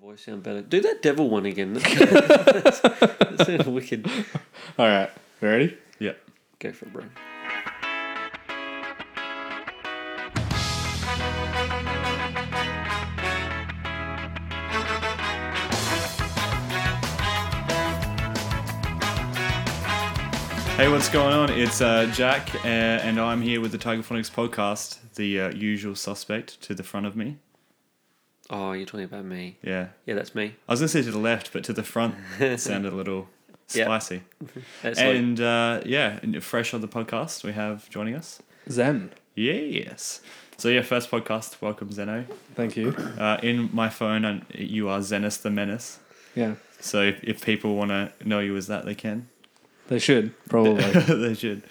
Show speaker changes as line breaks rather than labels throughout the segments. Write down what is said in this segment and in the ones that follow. voice sound better. Do that devil one again. That that sounded wicked.
All right, you ready?
Yeah.
Go for it, bro.
Hey, what's going on? It's uh, Jack, uh, and I'm here with the Tiger Phonics podcast. The uh, usual suspect to the front of me.
Oh, you're talking about me.
Yeah.
Yeah, that's me.
I was going to say to the left, but to the front it sounded a little
Yeah.
spicy.
That's like-
And uh, yeah, and fresh on the podcast, we have joining us.
Zen.
Yes. So, yeah, first podcast. Welcome, Zeno.
Thank you.
Uh, in my phone, i you are Zenus the Menace.
Yeah,
So, if, if people want to know you as that, they can.
they should probably.
they should.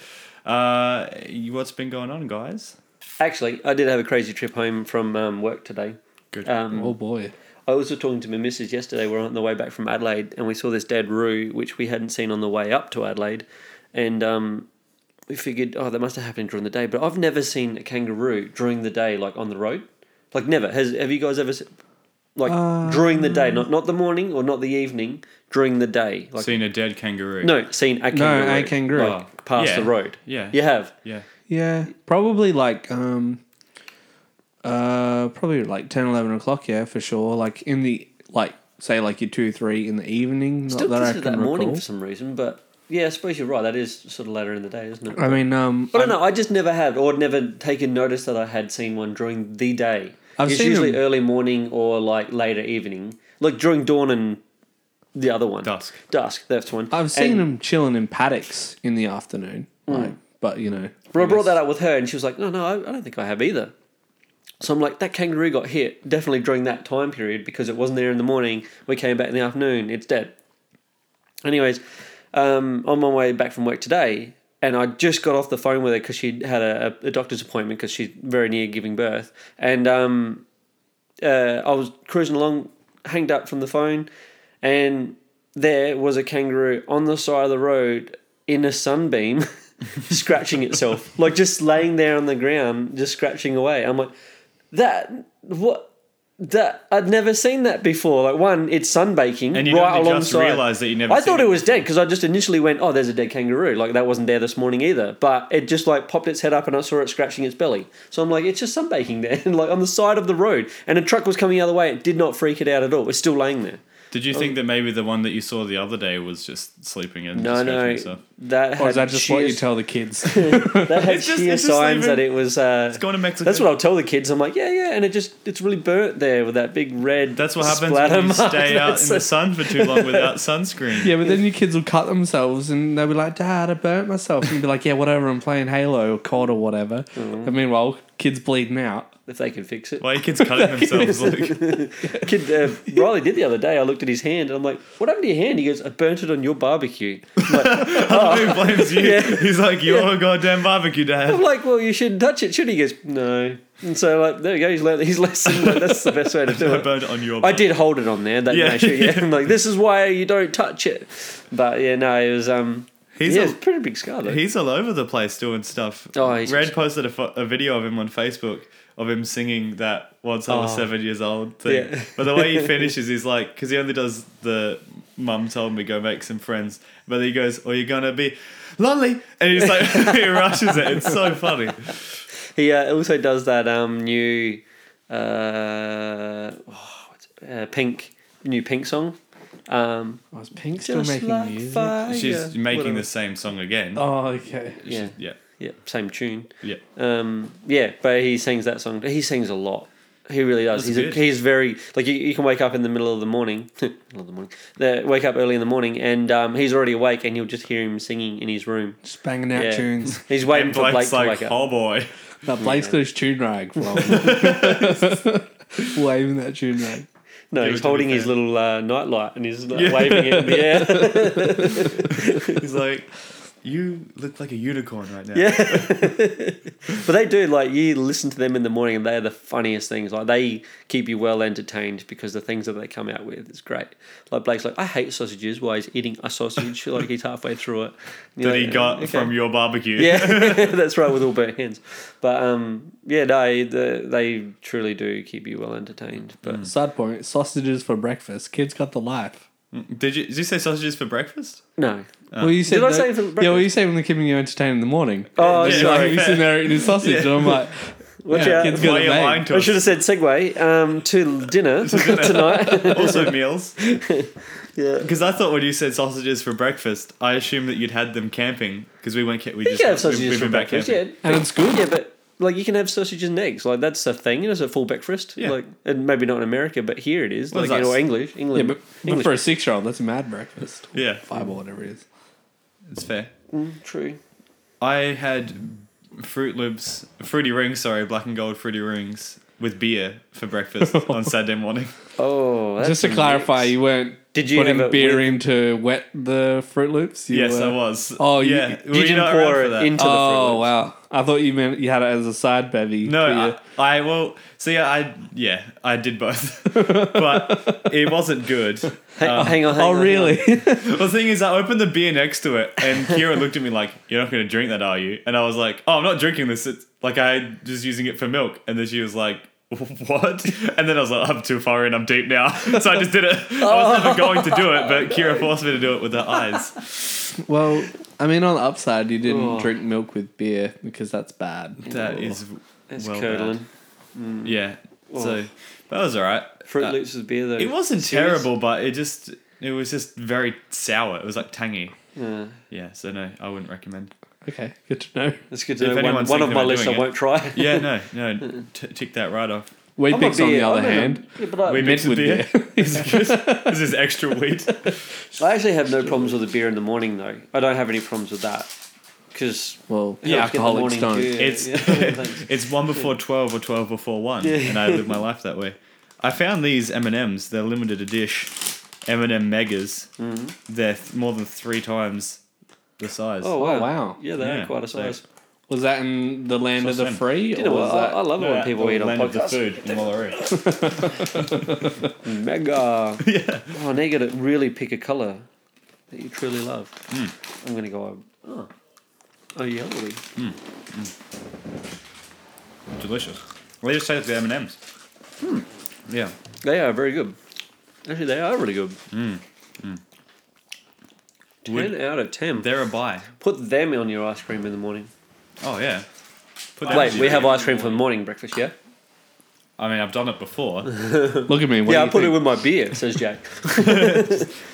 Uh, you- what's been going on, guys?
actually, I did have a crazy trip home from um, work today.
Good.
Um,
oh boy.
I was talking to my missus yesterday. We We're on the way back from Adelaide, and we saw this dead roo, which we hadn't seen on the way up to Adelaide, and um, we figured, oh, that must have happened during the day. But I've never seen a kangaroo during the day, like on the road, like never. Has have you guys ever, se- like
Um,
during the day, not not the morning or not the evening, during the day, like
Seen a dead kangaroo.
no, seen a kangaroo,
No, a kangaroo.
Oh,
past
yeah.
the road.
Yeah.
you have.
Yeah.
Yeah, probably like um, uh, probably like 10, 11 o'clock. Yeah, for sure. Like in the like say like your two, three in the evening.
Still
not that I
considered
can
that morning
recall.
for some reason, but yeah, I suppose you're right. That is sort of later in the day, isn't it?
I mean, um,
I don't know. I just never had, or never taken notice that I had seen one during the day.
I've
it's
seen
usually
them.
early morning or like later evening, like during dawn and the other one
Dusk.
Dusk. That's one.
I've seen
And-
them chilling in paddocks in the afternoon. Like, but you know,
Well, I brought that up with her, and she was like, "No, no, I I don't think I have either." So I'm like, "That kangaroo got hit definitely during that time period because it wasn't there in the morning. We came back in the afternoon. It's dead." Anyways, um, on my way back from work today, and I just got off the phone with her because she had a, a, a doctor's appointment because she's very near giving birth, and um, uh, I was cruising along, hanged up from the phone, and there was a kangaroo on the side of the road in a sunbeam, scratching itself, like just laying there on the ground, just scratching away. I'm like, that what? That I'd never seen that before. Like one, it's sunbaking
And you
right
only just
alongside.
realised that you never
I
seen
thought
it
it was dead because I just initially went, "Oh, there's a dead kangaroo." Like that wasn't there this morning either. But it just like popped its head up, and I saw it scratching its belly. So I'm like, "It's just sunbaking there, and like on the side of the road." And a truck was coming the other way. It did not freak it out at all. It's still laying there.
Did
Oh.
you think that maybe the one that you saw the other day was just sleeping and
No,
just scratching
no,
itself?
that had
or is that just what
sheer-
you tell the kids?
That had
It's just-
sheer
it's just
signs
leaving-
that it was. Uh,
It's going to Mexico.
that's what I'll tell the kids. I'm like, yeah, yeah, and it just it's really burnt there with that big red.
That's what happens
splatter
when you
mark.
stay out in
That's
the
it.
sun for too long without sunscreen.
Yeah, but then your kids will cut themselves and they'll be like, Dad, I burnt myself. And you'll be like, Yeah, whatever, I'm playing Halo or COD or whatever.
Mm.
And meanwhile, kids bleeding out.
If they can fix it.
Why are your kids cutting themselves? Luke?
Kid, uh, Riley did the other day. I looked at his hand and I'm like, "What happened to your hand?" He goes, "I burnt it on your barbecue." I'm like,
Who blames you? He's like, your goddamn barbecue,
I'm
dad.
like, "Well, you shouldn't touch it, should he?" He goes, "No." And so like, there you go. He's learned his lesson. Like, that's the best way to do
I
it.
burned it on your.
I did hold it on there. That
Yeah.
yeah. Sure, yeah. I'm like, this is why you don't touch it. But yeah, no, it was um.
He's
yeah,
a-
it's a pretty big scar though.
He's all over the place doing stuff.
Oh, he's-
Red posted a, fo- a video of him on Facebook of him singing that once I was
Oh.
seven years old thing.
Yeah.
But the way he finishes is like, because he only does the mum told me go make some friends, but he goes, or you're gonna be lonely, and he's like, he rushes it. It's so funny.
He uh, also does that um, new uh, oh, what's it- uh, Pink new Pink song. Um,
Oh, is Pink still
just
making
like
music?
fire.
She's making
Whatever.
the same song again.
Oh, okay.
Yeah,
Yeah,
yeah, same tune.
yeah.
Um, yeah, but he sings that song. He sings a lot. He really does.
That's
he's a,
good.
he's very like you, you can wake up in the middle of the morning, middle of the morning. the- wake up early in the morning, and um, he's already awake, and you'll just hear him singing in his room.
Just banging out
Yeah.
tunes.
He's waiting
And
for Blake
Blake's
to
like,
wake up.
oh boy.
That Blake's got his tune rag from. Waving that tune rag.
No,
Give it
he's
to me
holding his
first.
little uh, nightlight and he's like,
Yeah.
waving it in the air.
He's like, you look like a unicorn right now.
Yeah. but they do like you listen to them in the morning and they're the funniest things. Like they keep you well entertained because the things that they come out with is great. Like Blake's like, I hate sausages while he's eating a sausage, like he's halfway through it. And you're
That he
like,
got
"Okay."
from your barbecue.
Yeah, that's right with all burnt hands. But um yeah, no, the, they truly do keep you well entertained. But
Mm.
Side point: sausages for breakfast. Kids got the life.
Did you did you say sausages for breakfast?
no.
well, you said
Did I
that-
say for
yeah. Well,
breakfast?
you say when they're keeping you entertained in the morning.
Oh,
He's
Yeah,
sorry.
like, he's sitting there eating his sausage, and I'm like,
Watch
yeah,
out.
kids
Why
got
are you
it
lying
made.
to
I
us?
should have said segue um, to dinner tonight.
also meals.
yeah.
Because I thought when you said sausages for breakfast, I assumed that you'd had them camping because we went ca- we
You
just
can have
we-
sausages
we've
for
been back
breakfast,
camping.
yeah.
and it's good.
Yeah, but like you can have sausages and eggs. Like that's a thing. You know, it's a full breakfast.
Yeah.
Like, and maybe not in America, but here it is.
Well,
like you know,
that's-
English,
Yeah,
England,
but, but
English.
for a six-year-old, that's a mad breakfast.
Yeah.
five or whatever it is.
it's fair.
Mm, true.
I had Fruit Loops, fruity rings, sorry, black and gold fruity rings with beer for breakfast on Saturday morning.
Oh, that's
Just to
a
clarify,
mix.
you weren't
Did you
putting
have it
beer
with-
in to wet the Fruit Loops? You
yes,
were-
I was.
Oh, you-
yeah.
you
Were
you didn't
not around
pour
for
it
that?
into the
Oh
fruit.
wow! I thought you meant you had it as a side bevy.
No,
for your-
I, I well, see, I yeah, I did both, but it wasn't good.
Hang, hang on. Hang
oh
on, hang
really?
The thing is, I opened the beer next to it, and Kira looked at me like, "You're not going to drink that, are you?" And I was like, "Oh, I'm not drinking this. It's like I just using it for milk." And then she was like, "What?" And then I was like, "I'm too far in. I'm deep now." So I just did it. I was never going to do it, but Kira forced me to do it with her eyes.
well, I mean, on the upside, you didn't
Oh.
drink milk with beer because that's bad.
That is
That's
well
curdling.
bad. Yeah. So that was all right.
Fruit
Uh,
Loops is beer though.
It wasn't
Serious?
terrible, but it just it was just very sour. It was like tangy.
Yeah.
Yeah. So no, I wouldn't recommend.
Okay, good to know.
That's good
If
to know. One,
anyone's
one of
thinking
my
about
lists I
doing it.
won't try.
Yeah. No. No. T- tick that right off.
Wheat
I'm a
Bix, on
beer-
the other
I'm a-
hand,
yeah, but I,
Wait,
mint
Bix
with
and
beer.
Is it just- is this extra wheat?
I actually have no problems with the beer in the morning though. I don't have any problems with that because
well, yeah, alcoholics don't.
It's- It's one before twelve or twelve before one,
Yeah.
and I live my life that way. I found these M and M's. They're limited edition M and M megas. They're th- more than three times the size.
Mm-hmm. Oh wow!
Oh, wow.
Yeah, they
Yeah,
are quite a
so-
size.
Was that in the land of the
Awesome.
free?
You know
or
what?
was
I,
that-
I love it when people eat on
land of the
podcasts.
food in Wallaroo.
Mega. yeah. Oh, now you got to really pick a color that you truly love. I'm gonna go. Oh, oh yellowy.
Delicious. Well, they just taste the M and M's.
Hmm.
Yeah.
They are very good. Actually, they are really good. Hmm, Ten
Would-
out of ten.
They're a buy.
Put them on your ice cream in the morning.
Oh yeah. Put that
Wait,
in
we
your-
have ice cream for morning breakfast. Yeah.
I mean, I've done it before.
Look at me. What
yeah,
do
I
you
put it
think?
with my beer. Says Jack.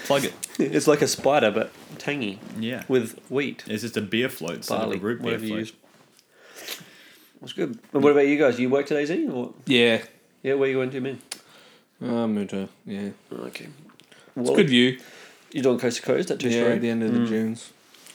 Plug it.
it's like a spider, but tangy
Yeah.
with wheat.
It's just a beer float, instead of a
barley,
root beer
whatever you
float.
use. That's good. And what about you guys? You work today, Z? Or what?
Yeah,
Yeah, where you going to, man?
uh, Muto. Yeah,
Oh, Okay.
it's
Well, Mm.
good view.
You're doing coast to coast at two
Yeah,
story.
at the end of the dunes.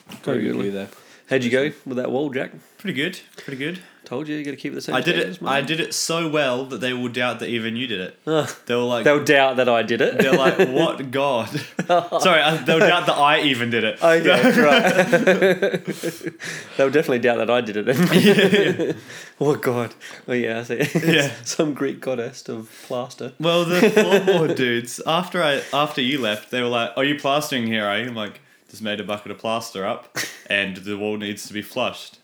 Very
Very good
good.
view there.
Mm. How'd you go with that wall, Jack?
Pretty good. Pretty good.
Told you, you got to keep it the same.
I did
standard
it.
as mine.
I did it so well that they will doubt that even you did it.
Ugh.
They were like,
They'll doubt that I did it.
they're like, what god? Sorry, I- they'll doubt that I even did it.
okay, right. They'll definitely doubt that I did it then. oh God! Oh yeah, I see.
Yeah.
Some Greek goddess of plaster.
Well, the floorboard dudes after I after you left, they were like, "Are you plastering here?" Are you? I'm like, just made a bucket of plaster up, and the wall needs to be flushed.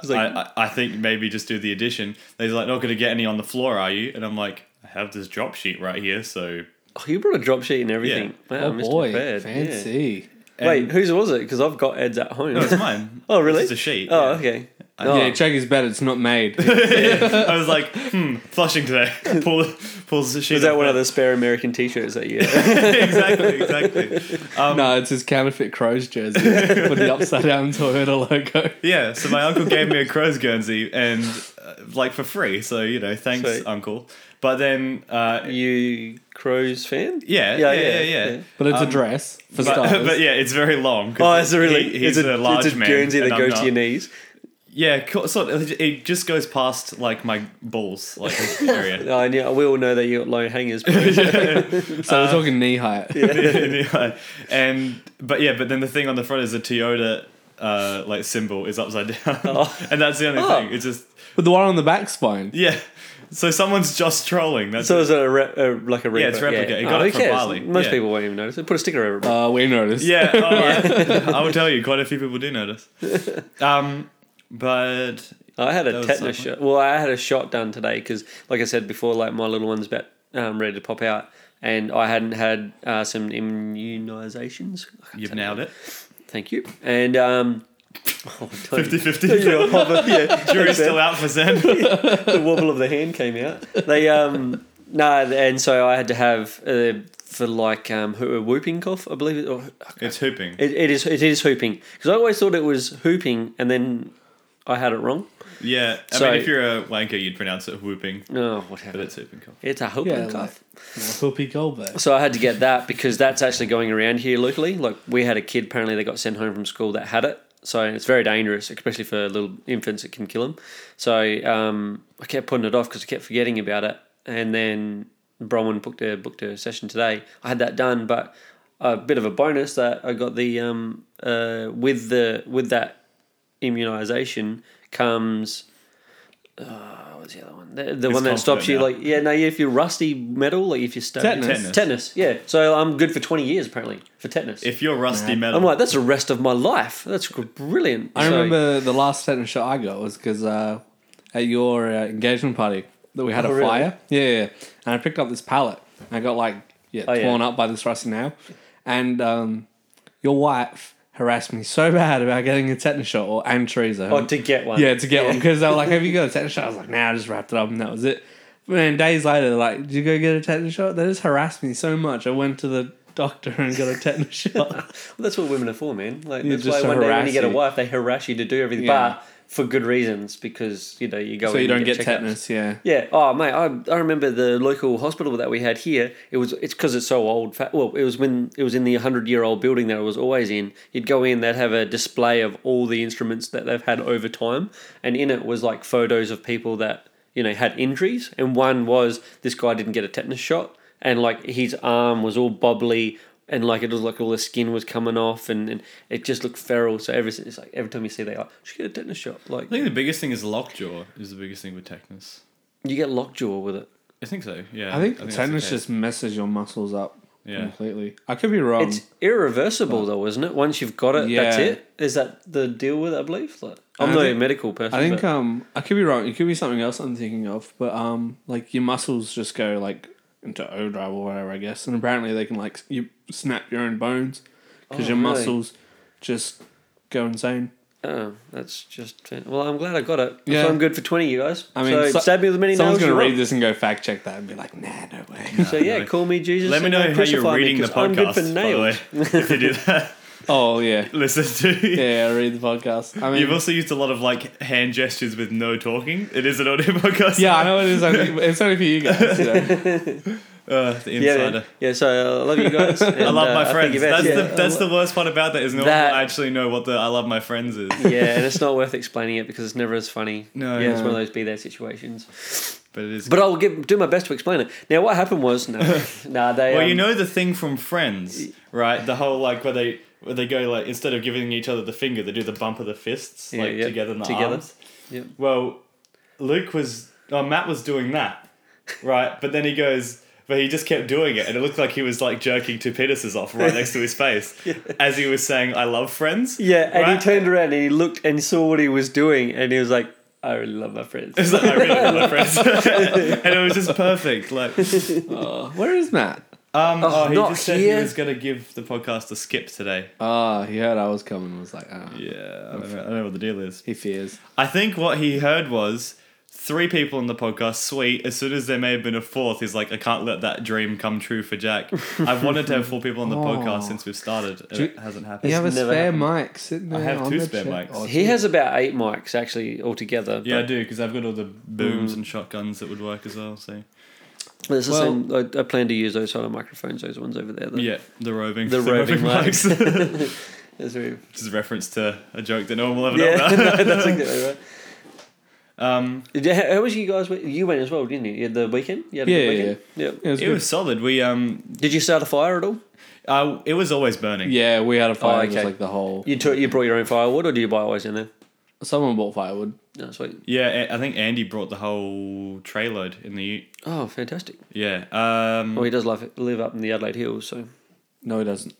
was like-
I, I, I think maybe just do the addition. They're like, not going to get any on the floor, are you? And I'm like, I have this drop sheet right here, so
Oh, you brought a drop sheet and everything. Wow,
Oh
Mr.
boy,
Bird, yeah.
fancy.
Wait,
And-
whose was it? Because I've got Ed's at home.
no, it's mine.
Oh, really?
It's a sheet.
Oh,
yeah.
okay.
Yeah,
Oh,
check his bed. It's not made.
I was like, hmm, flushing today. Pull, pulls the sheet.
Is that
off
one
it.
of the spare American T-shirts that you?
exactly, exactly.
no, it's his counterfeit Crows jersey with the upside down Toyota logo.
Yeah, so my uncle gave me a crow's guernsey and uh, like for free. So, you know, thanks,
Sweet.
uncle. But then, uh,
you crows fan?
yeah, yeah, yeah, yeah.
But it's a dress for
But,
starters.
but yeah, it's very long. 'cause
Oh, it's a really
he- he's
it's a,
a, large
it's a
man
Guernsey
and
that
I'm
goes
not.
to your knees.
Yeah, cool, sort of, it just goes past like my balls, like area.
Oh, and yeah, we all know that you got low hangers. but-
so we're talking knee height.
Anyway, and but yeah, but then the thing on the front is a Toyota uh, like symbol is upside down,
Oh.
and that's the only
Oh.
thing. It's just
With the one on the back spine.
yeah. So someone's just trolling. That's
So
it.
is it a, re- a like a replica? Oh,
it's replica. It got
who
it from
cares?
Bali.
Most
Yeah.
people won't even notice. They put a sticker over it.
Uh, we noticed.
Yeah, oh, I, I will tell you. Quite a few people do notice. Um, but
I had
That
a
was
tetanus
something.
shot. Well, I had a shot done today because, like I said before, like my little one's about um, ready to pop out, and I hadn't had uh, some immunizations. I can't
you've
say that.
nailed it.
Thank you. And um, oh, don't-
50-50.
Yeah, hover, yeah.
Jury's still out for Zen.
the wobble of the hand came out. They um no, and so I had to have uh, for like um who- whooping cough, I believe it. Or,
it's hooping.
it, it is it is hooping because I always thought it was hooping, and then I had it wrong.
Yeah, I
So-
mean, if you're a wanker, you'd pronounce it whooping,
Oh, whatever.
but it's hooping cough.
It's a hooping
Yeah, like-
cough.
Whoopi Goldberg.
So I had to get that because that's actually going around here locally. Like we had a kid apparently that got sent home from school that had it. So it's very dangerous, especially for little infants. It can kill them. So um, I kept putting it off because I kept forgetting about it. And then Bronwyn booked a booked a session today. I had that done, but a bit of a bonus that I got the um, uh, with the with that immunization comes. Uh, what's the other one? The, the one that
confident
stops you
now.
like yeah no if you're rusty metal like if you're stabbed
Tetanus.
Tetanus. yeah. So I'm good for 20 years, apparently, for tetanus.
If you're rusty metal,
I'm like, that's the rest of my life. That's gr- brilliant.
I
So-
remember the last tetanus shot I got was because uh, at your uh, engagement party that we had
Oh,
a
really?
fire. Yeah, yeah, yeah. And I picked up this pallet. And I got like yeah
Oh, yeah.
torn up by this rusty nail, and um, your wife harassed me so bad about getting a tetanus shot or and Teresa.
Oh, to get one.
yeah, to get one because they were like, "Have you got a tetanus shot?" I was like, "Nah, I just wrapped it up and that was it." But then days later, they're like, "Did you go get a tetanus shot?" They just harassed me so much. I went to the doctor and got a tetanus shot.
Well, that's what women are for, man. Like,
Yeah,
that's
just
why
to
one day when you
harass
get a
you.
wife, they harass you to do everything,
Yeah.
but for good reasons because, you know, Oh, you go
so
in
you
and
don't get
checkups.
tetanus, yeah.
Yeah. Oh, mate, I, I remember the local hospital that we had here. It was it's because it's so old. fa- Well, it was when it was in the hundred year old building that I was always in. You'd go in, they'd have a display of all the instruments that they've had over time, and in it was like photos of people that you know had injuries, and one was this guy didn't get a tetanus shot, and like his arm was all bobbly. And like it was like all the skin was coming off, and, and it just looked feral. So every it's like every time you see that, you're like, should get a tetanus shot. Like
I think the biggest thing is lockjaw. Is the biggest thing with tetanus.
you get lockjaw with it.
I think so. Yeah,
I think,
that's the
tetanus
case.
just messes your muscles up
Yeah.
completely. I could be
Um,
wrong.
It's irreversible though, isn't it? Once you've got it, that's
Yeah.
it. Is that the deal with it? I believe. Like, I'm
I
not
think-
a medical person.
I think
but
um I could be wrong. It could be something else I'm thinking of, but um like your muscles just go like into overdrive or whatever, I guess. And apparently they can like you snap your own bones because
Oh,
your
really?
muscles just go insane.
uh,
oh, that's just well. I'm glad I got it.
Yeah.
So I'm good for twenty, you guys.
I mean,
so,
so-
stab me with as many
Someone's
nails.
gonna
you
read
want.
this and go fact check that and be like, nah, no way.
So yeah,
No.
call me Jesus.
Let me
and
know how
crucify
you're
me,
reading the
'cause I'm good
podcast.
for
by the
nails.
way, if you do that,
oh yeah,
listen to.
yeah. I read the podcast. I mean,
You've also used a lot of like hand gestures with no talking. It is an audio podcast.
yeah, I know it is. Only, it's only for you guys. yeah.
Uh, the
Yeah, uh,
insider.
man. yeah. So uh, I love you guys.
I love my friends. That's the
yeah.
that's the worst part about that is no
That-
one actually know what the I love my friends is.
yeah, and it's not worth explaining it because it's never as funny.
No.
yeah, it's one of those be there situations.
But it is.
But I'll give, do my best to explain it. Now, what happened was, no, nah, they.
well, you
um,
know the thing from Friends, right? The whole like where they where they go like instead of giving each other the finger, they do the bump of the fists
Yeah,
like
yeah.
together in the
Together.
arms.
Yep.
Well, Luke was oh, Matt was doing that, right? But then he goes, but he just kept doing it, and it looked like he was like jerking two penises off right next to his face as he was saying, "I love Friends."
Yeah, and
right?
he turned around and he looked and saw what he was doing, and he was like, "I really love my friends."
It's like, I really love Friends, and it was just perfect. Like,
Oh, where is Matt?
um, oh, he
not
just said
here.
he was gonna give the podcast a skip today.
Ah, he heard I was coming. and Was like, ah,
Yeah, I don't, know, I don't know what the deal is.
he fears.
I think what he heard was three people in the podcast. Sweet. As soon as there may have been a fourth, he's like, I can't let that dream come true for Jack. I've wanted to have four people on the podcast
Oh.
since we've started, and
you-
it hasn't happened.
You have a
never
spare
happened.
mic sitting there.
have
on
two
the
spare
chair.
mics.
Oh,
He has about eight mics actually altogether.
yeah, I
but
do because I've got all the
Mm.
booms and shotguns that would work as well. So
it's the
Well-
same. I, I plan to use those sort of microphones, those ones over there. Though.
yeah, the roving,
The roving
mics.
that's very,
Just a reference to a joke that Oh, no one will ever
yeah,
know. About.
no, that's exactly right.
Um,
Did you- How, how was you guys? You went as well, didn't you? you had the weekend. You had a
Yeah,
good
yeah,
weekend? yeah.
It was
it was solid. We um,
Did you start a fire at all?
Uh, it was always burning.
Yeah, we had a fire. It was
okay.
like the whole.
You took, you brought your own firewood, or do you buy always in there?
Someone bought firewood.
No, sweet.
Yeah, I I think Andy brought the whole trailer in the ute.
Oh, fantastic.
Yeah. Um,
Well, he does live, live up in the Adelaide Hills, so.
No, he doesn't.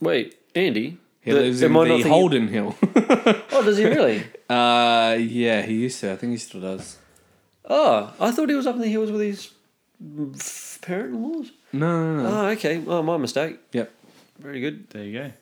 Wait, Andy?
He
The-
lives
am
in
I not
the
thinking-
Holden Hill.
Oh, does he really?
uh, yeah, he used to. I think he still does.
oh, I thought he was up in the hills with his f- parent-in-laws.
No, no,
Hmm.
no.
Oh, okay. Oh, my mistake.
yep.
Very good.
there you go.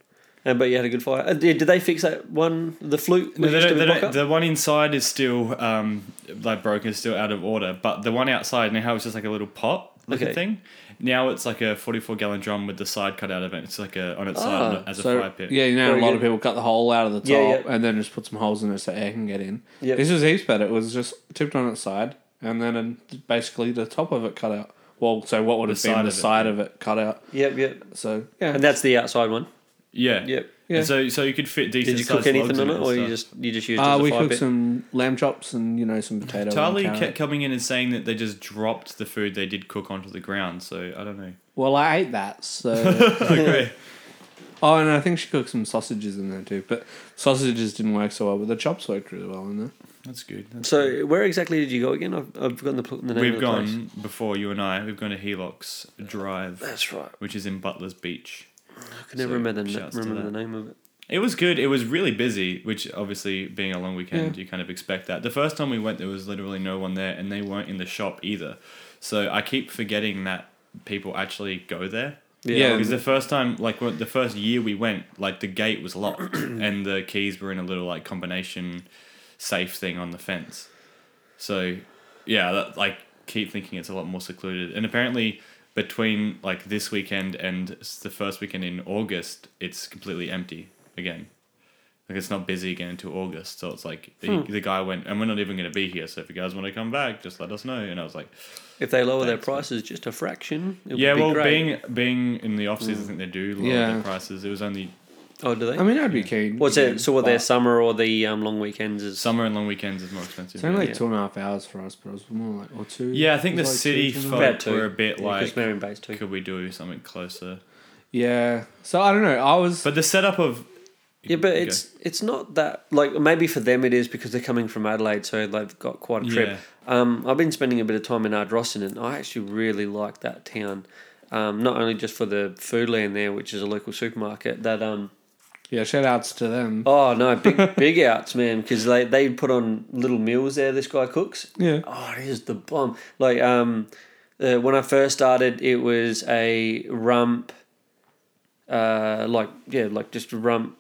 Uh, but you had a good fire. Uh, did, did they fix that one, the flute?
No,
which
they
used to
don't, they
be
don't,
blocked
the one inside is still um, like broken, is still out of order. But the one outside now it's just like a little pot looking
Okay.
thing. Now it's like a forty-four gallon drum with the side cut out of it. It's like a on its
Ah,
side as a
Uh, So
fire pit.
yeah, you know,
Very
a lot
good.
of people cut the hole out of the top
Yeah, yeah.
and then just put some holes in it so air can get in.
Yep.
This was heaps better. It was just tipped on its side and then it- basically the top of it cut out. Well, so what would have
side
been the
of it,
side of it cut out?
Yep, yep.
So yeah,
And that's the outside one.
yeah,
Yep.
Yeah.
And so so you could fit
Did
decent.
you cook
sized logs
anything
in
on it,
and
or you
stuff. Ah,
just you just used it
uh,
as a
we
fire
cooked
pit?
some lamb chops and you know some potato. and
Charlie
carrot.
kept coming in and saying that they just dropped the food they did cook onto the ground. So I don't know.
Well, I ate that. So
Okay.
oh, and I think she cooked some sausages in there too, but sausages didn't work so well, but the chops worked really well in there.
That's good. That's
So where exactly did you go again? I've, I've forgotten the, pl- the name of
we've
the place.
gone before you and I. We've gone to Helix Drive,
That's right.
which is in Butler's Beach.
I can never
So,
remember, the,
shouts to
remember the
that.
name of it.
It was good. It was really busy, which obviously being a long weekend, you kind of expect that. The first time we went, there was literally no one there, and they weren't in the shop either. So I keep forgetting that people actually go there.
Yeah.
Because the first time, like when- the first year we went, like the gate was locked and the keys were in a little like combination safe thing on the fence. So yeah, that, like keep thinking it's a lot more secluded. And apparently, between like this weekend and s- the first weekend in August, it's completely empty again. Like it's not busy again until August. So it's like the,
Hmm.
the guy went, and we're not even going to be here. So if you guys want to come back, just let us know. And I was like,
If they lower their
Thanks, man.
prices just a fraction, it
yeah,
would be
well,
great. Hmm.
being being in the off season, I think they do lower
Yeah.
their prices. It was only
oh, do they?
I mean, I'd be keen.
What's
again,
it? So what? Their
but-
summer or the um, long weekends is
summer and long weekends is more expensive.
It's only
yeah.
like two and a half hours for us, but it was more like or two.
Yeah, I think
It
the
was like
city
two, two and a
folk
half.
About two.
were a bit
because
like,
Marion Bay's too.
could we do something closer?
Yeah, so I don't know. I was.
But the setup of
Yeah, but
Okay.
it's it's not that like maybe for them it is because they're coming from Adelaide, so they've got quite a trip.
Yeah.
Um, I've been spending a bit of time in Ardrossan, and I actually really like that town. Um, not only just for the Foodland there, which is a local supermarket. That um,
yeah, shout outs to them.
oh no, big big outs, man, because they they put on little meals there. This guy cooks,
Yeah.
Oh, it is the bomb. Like um, uh, when I first started, it was a rump, uh, like yeah, like just a rump.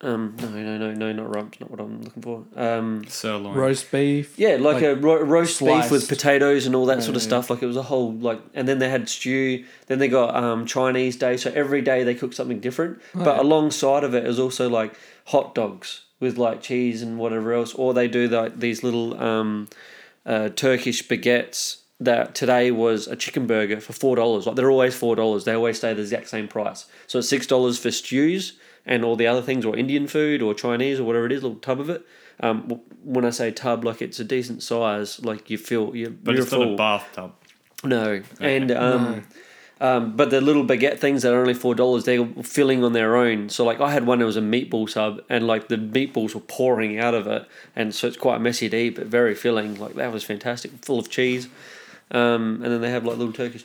Um, no, no, no, no, not rump. Not what I'm looking for. Um,
sirloin,
Roast beef.
yeah, like,
Like
a ro- roast beef with
sliced.
potatoes and all that sort of
Yeah.
stuff. Like it was a whole like, and then they had stew. Then they got um, Chinese day. So every day they cook something different. But
Right.
alongside of it is also like hot dogs with like cheese and whatever else. Or they do like these little um, uh, Turkish baguettes. That today was a chicken burger for four dollars. Like they're always four dollars. They always stay the exact same price. So it's six dollars for stews and all the other things, or Indian food, or Chinese, or whatever it is. Little tub of it. Um, w- when I say tub, like it's a decent size. Like you feel you.
but
you're
it's not
full.
a bathtub.
No, and um, um, but the little baguette things that are only four dollars, they're filling on their own. So like I had one that was a meatball sub, and like the meatballs were pouring out of it, and so it's quite messy to eat, but very filling. Like that was fantastic, full of cheese, um, and then they have like little Turkish.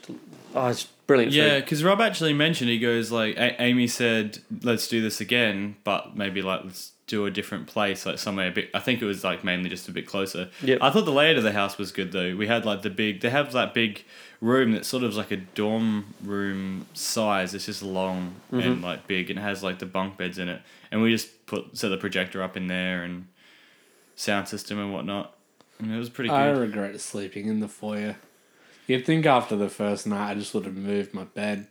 Oh, it's brilliant.
Yeah,
food.
because Rob actually mentioned he goes like a- Amy said, let's do this again, but maybe like let's do a different place, like somewhere a bit. I think it was like mainly just a bit closer.
Yep.
I thought the layout of the house was good though. We had like the big. They have that big room that's sort of like a dorm room size. It's just long
Mm-hmm.
and like big, and it has like the bunk beds in it. And we just put set the projector up in there and sound system and whatnot. And it was pretty
I
good.
regret sleeping in the foyer. You'd think after the first night I just would have moved my bed.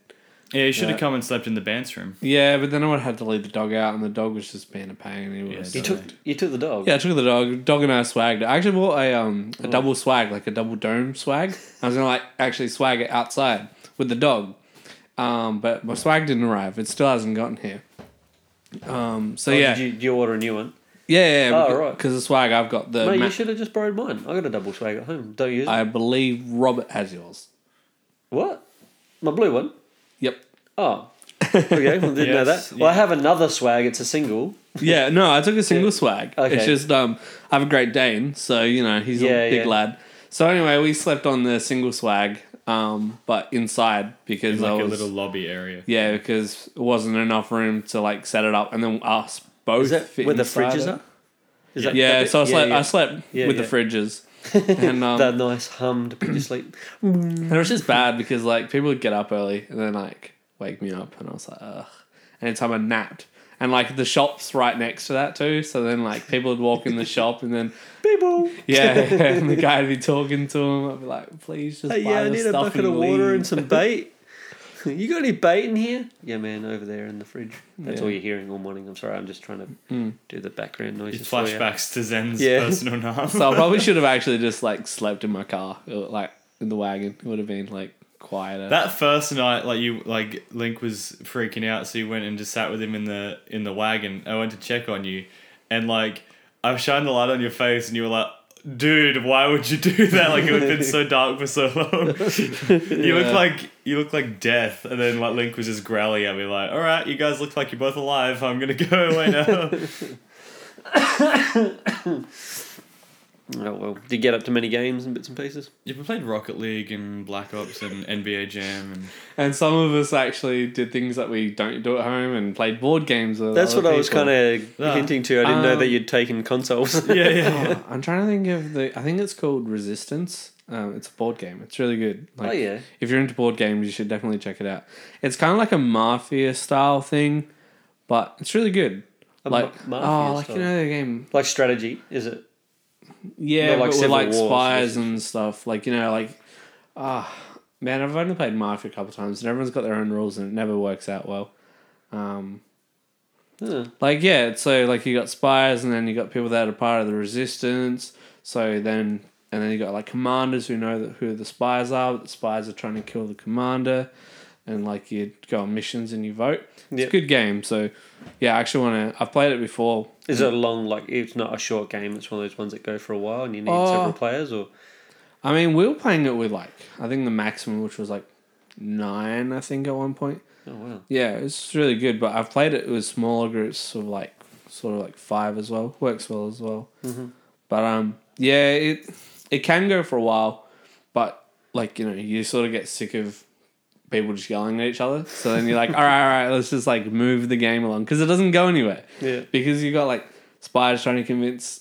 yeah, you should have
yeah.
come and slept in the band's room.
Yeah, but then I would have had to leave the dog out, and the dog was just being a pain. He
Yeah,
was.
you
Yeah,
dog-
took you took the dog.
I took the dog. Dog and I swagged. I actually bought a um
Oh.
a double swag, like a double dome swag. I was gonna like actually swag it outside with the dog, um, but my swag didn't arrive. It still hasn't gotten here. Um, so
Oh,
yeah,
Did you, did you order a new one?
Yeah, yeah.
Oh,
because,
right.
the swag I've got the.
No, you
Uh, ma-
should have just borrowed mine. I got a double swag at home. Don't use it.
I believe Robert has yours.
what? My blue one.
Yep.
Oh, Okay, well, didn't know
Yes,
that. Well, I
yeah.
have another swag. It's a single.
Yeah, no, I took a single swag.
Okay.
It's just um, I have a great Dane, so you know he's
Yeah,
a big
yeah.
lad. So anyway, we slept on the single swag, um, but inside because
in like
I
a
was
little lobby area.
yeah because it wasn't enough room to like set it up, and then us both
Is that
fit
where the
inside
fridges
it.
are? Is that-
Yeah,
that
so I
bit?
slept.
Yeah,
I slept
Yeah,
with
yeah.
the fridges, and um,
That nice hum to put you to sleep.
And it was just bad because like people would get up early and then like wake me up and I was like, ugh. And it's time I napped. And like the shop's right next to that too. So then like people would walk in the shop and then
People.
Yeah. And the guy would be talking to him. I'd be like, please just
Hey,
buy
Uh, yeah, I
the
need a
stuff
bucket
and
of water
leave.
and some bait. you got any bait in here? Yeah, man, over there in the fridge. That's
Yeah. Hmm.
all you're hearing all morning. I'm sorry, I'm just trying to do the background noises.
It's
for you.
flashbacks to Zen's
Yeah.
personal now.
So I probably should have actually just like slept in my car, or, like in the wagon. It would have been like quieter.
that first night, like you, like Link was freaking out, so you went and just sat with him in the in the wagon. I went to check on you, and like I shined the light on your face, and you were like. Dude, why would you do that? Like it had been so dark for so long. you look
Yeah.
like you look like death, and then like Link was just growling at me, like, "All right, you guys look like you're both alive. I'm gonna go away now."
Oh, well, did you get up to many games and bits and pieces?
yeah, we played Rocket League and Black Ops and NBA Jam and
and some of us actually did things that we don't do at home and played board games. With
That's what I was kind
of.
of
Ah.
hinting to. I didn't know that
Um,
you'd taken consoles.
yeah, yeah.
Oh, I'm trying to think of the. I think it's called Resistance. Um, it's a board game. It's really good. Like,
oh, yeah.
If you're into board games, you should definitely check it out. It's kind of like a mafia style thing, but it's really good.
A
like
ma-
oh,
mafia
like you
style.
know the game.
Like strategy, is it?
Yeah,
Not like
like, but with
Civil
like
War,
spies and stuff. Like you know, like ah, man, I've only played mafia a couple times, and everyone's got their own rules, and it never works out well. Um,
Huh.
like yeah, so like you got spies, and then you got people that are part of the resistance. So then, and then you got like commanders who know that who the spies are. But the spies are trying to kill the commander, and like you go on missions and you vote. It's
Yep.
a good game. So yeah, I actually want to. I've played it before.
Is it a long, like, it's not a short game, it's one of those ones that go for a while and you need
Oh.
several players? Or
I mean, we were playing it with like I think the maximum, which was like nine, I think at one point.
Oh, wow.
Yeah, it's really good. But I've played it with smaller groups of like sort of like five as well. Works well as well.
Mhm.
But um, yeah, it it can go for a while, but like you know, you sort of get sick of people just yelling at each other. So then you're like, all right, all right, let's just like move the game along because it doesn't go anywhere.
Yeah.
Because you got like spies trying to convince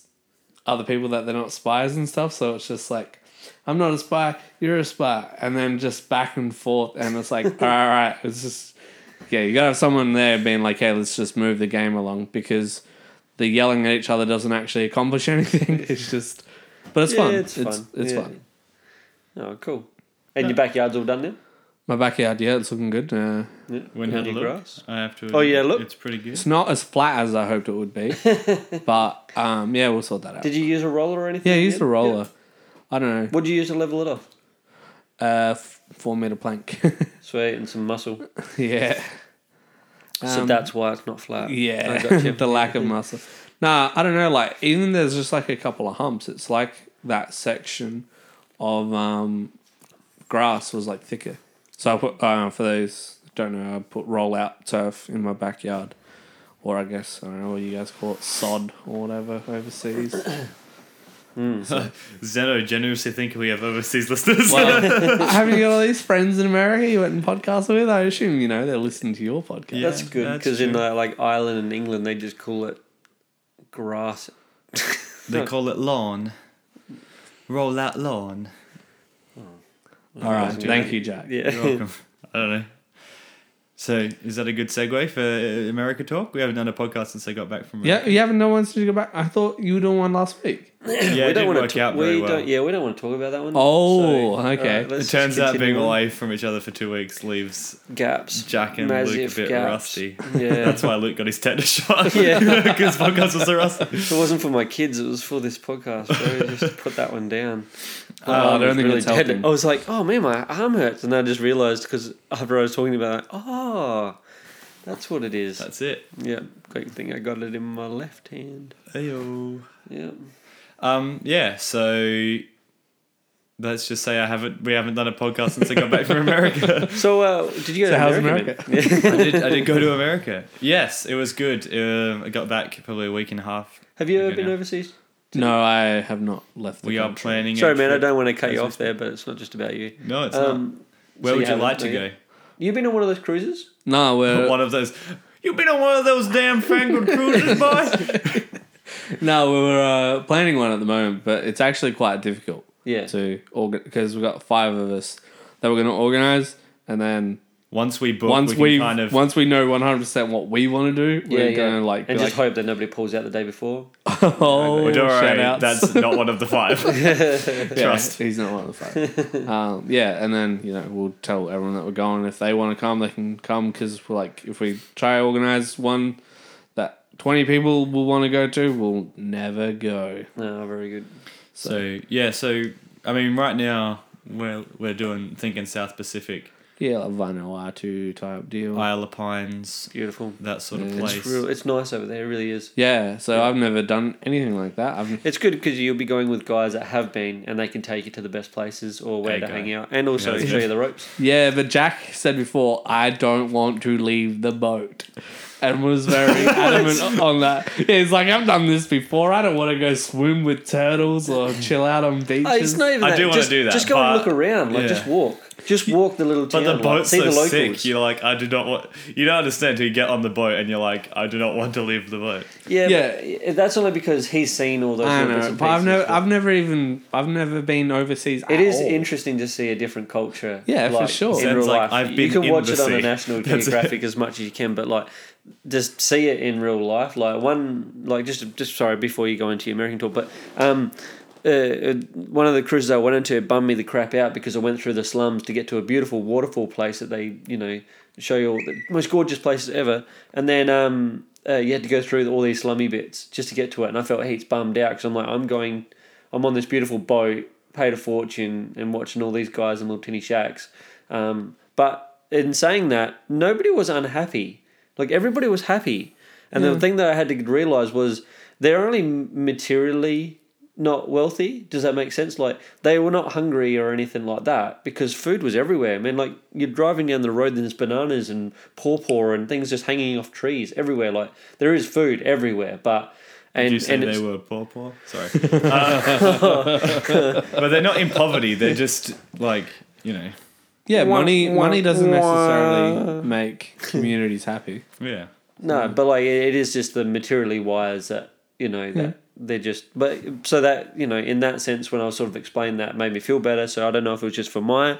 other people that they're not spies and stuff. So it's just like. I'm not a spy. You're a spy, and then just back and forth, and it's like, all right, all right, it's just yeah, you gotta have someone there being like, hey, let's just move the game along because the yelling at each other doesn't actually accomplish anything. It's just, but it's
Yeah,
fun.
it's
It's, it's
fun.
fun.
Yeah. Oh, cool. And your backyard's all done now?
My backyard, yeah, it's looking good. Uh,
Yeah.
When
Any
had a look,
grass?
I have to.
Oh, yeah, look.
it's pretty good.
it's not as flat as I hoped it would be, but um, yeah, we'll sort that out.
Did you use a roller or anything?
yeah, use the
Yeah.
roller. I don't know,
What'd you use to level it off?
uh, f- four meter plank.
Sweet, and some muscle.
yeah.
so
Um,
that's why it's not flat.
Yeah,
I got you.
the lack of muscle. Nah, I don't know. Like even there's just like a couple of humps. It's like that section of um, grass was like thicker. So I put uh, for those who don't know, I put rollout turf in my backyard, or I guess I don't know what you guys call it, sod or whatever overseas.
Zeno generously think we have overseas listeners.
Well, haven't you got all these friends in America you went and podcast with? I assume you know they're listening to your podcast.
That's
Yeah,
good
that's
because in
true.
uh, like Ireland and England, they just call it grass.
they call it lawn. Roll out lawn.
All right, thank you, Jack.
Yeah.
You're welcome. I don't know. So, is that a good segue for uh, America Talk? We haven't done a podcast since I got back from
Yeah, you haven't done one since you go back. I thought you were doing one last week.
yeah,
we
it
don't
didn't
want
work
to.
out
we
very well.
don't. Yeah, we don't want to talk about that one.
Oh,
So,
okay.
alright, let's
It turns
just
out being
continue on.
away from each other for two weeks leaves
gaps.
Jack and Luke a
Massive
bit
gaps.
rusty.
Yeah.
That's why Luke got his tetanus shot.
Yeah.
because podcast was so rusty.
If it wasn't for my kids, it was for this podcast. So I just put that one down.
Oh, I don't
was
think it's
dead.
helping.
I was like, oh man, my arm hurts, and then I just realized because after I was talking about, it, oh, that's what it is.
That's it.
yeah, great thing I got it in my left hand.
Heyo.
Yeah.
Um, yeah, so Let's just say I haven't. We haven't done a podcast since I got back from America.
So, uh, did you go
So
to
how's
America? man?
I did. I did go to America. Yes, it was good. Um, I got back probably a week and a half.
Have you ever
Okay,
been
now.
overseas?
No, I have not left. The
We are
country.
planning. a
Sorry, man, I
trip-
don't want to cut you
As we
off there, but it's not just about you.
No, it's not.
Um,
Where
so
would you
haven't,
like to
no,
go?
You've been on one of those cruises?
No, we're
one of those. You've been on one of those damn fangled cruises, boy.
no, we're uh, planning one at the moment, but it's actually quite difficult
Yeah.
to organ because we've got five of us that we're going to organize, and then
Once we book,
once
we can
we
kind of.
once we know one hundred percent what we want to do,
yeah,
we're
yeah.
going to like be
and
like,
just hope that nobody pulls out the day before.
oh,
Well, don't
shout
worry,
outs.
that's not one of the five. Trust.
Yeah, he's not one of the five. um, yeah, and then you know we'll tell everyone that we're going. If they want to come, they can come because we're like if we try to organize one that twenty people will want to go to, we'll never go.
No, very good.
So yeah, so I mean, right now we're we're doing thinking South Pacific,
Yeah, like Vanuatu type deal.
Isle of Pines,
Beautiful.
that sort of
Yeah.
place.
It's real. It's nice over there. It really is.
yeah, so I've never done anything like that. I've
It's good because you'll be going with guys that have been, and they can take you to the best places or where
There you
to
go.
hang out, and also
Yeah, that's
show you
good.
the ropes.
Yeah, but Jack said before, I don't want to leave the boat. And was very adamant on that. Yeah, he's like, I've done this before. I don't want to go swim with turtles or chill out on beaches.
Hey, Oh, it's not even
I
that.
do wanna
just,
do that,
Just go and
but-
look around. Like
yeah.
just walk. Just walk the little
but
town.
the
like,
boat's
see
so
the locals.
sick. You're like, I do not want. You don't understand. till You get on the boat and you're like, I do not want to leave the boat.
Yeah,
Yeah.
But that's only because he's seen all those.
I
little
don't
bits
know.
and
But I've
pieces,
never,
but
I've never even, I've never been overseas.
It
at
is
all.
interesting to see a different culture.
Yeah, for
like,
sure.
In
Sounds
real
like
life,
I've
you
been
can
in
watch
the
it on the
sea.
National
That's it.
Geographic as much as you can, but like just see it in real life. Like one, like just just sorry before you go into your American tour, but um, uh, uh, one of the cruises I went into bummed me the crap out because I went through the slums to get to a beautiful waterfall place that they you know show you all the most gorgeous places ever, and then um. Uh, you had to go through all these slummy bits just to get to it, and I felt heaps bummed out because I'm like, I'm going I'm on this beautiful boat, paid a fortune, and watching all these guys in little tinny shacks. Um, but in saying that, nobody was unhappy. Like everybody was happy. And the thing that I had to realize was they're only materially not wealthy. Does that make sense? Like they were not hungry or anything like that because food was everywhere. I mean, like you're driving down the road, and there's bananas and pawpaw and things just hanging off trees everywhere. Like there is food everywhere, but and
Did you say
and it's-
they were poor, poor? Sorry, Uh, but they're not in poverty. They're just like you know,
Yeah,
Wah,
money,
wah,
money doesn't
wah.
necessarily make communities happy.
yeah.
No,
Mm.
but like it it is just the materially wise that you know that
Mm.
they're just. But so that you know, in that sense, when I was sort of explained that, it made me feel better. So I don't know if it was just for my
Yeah,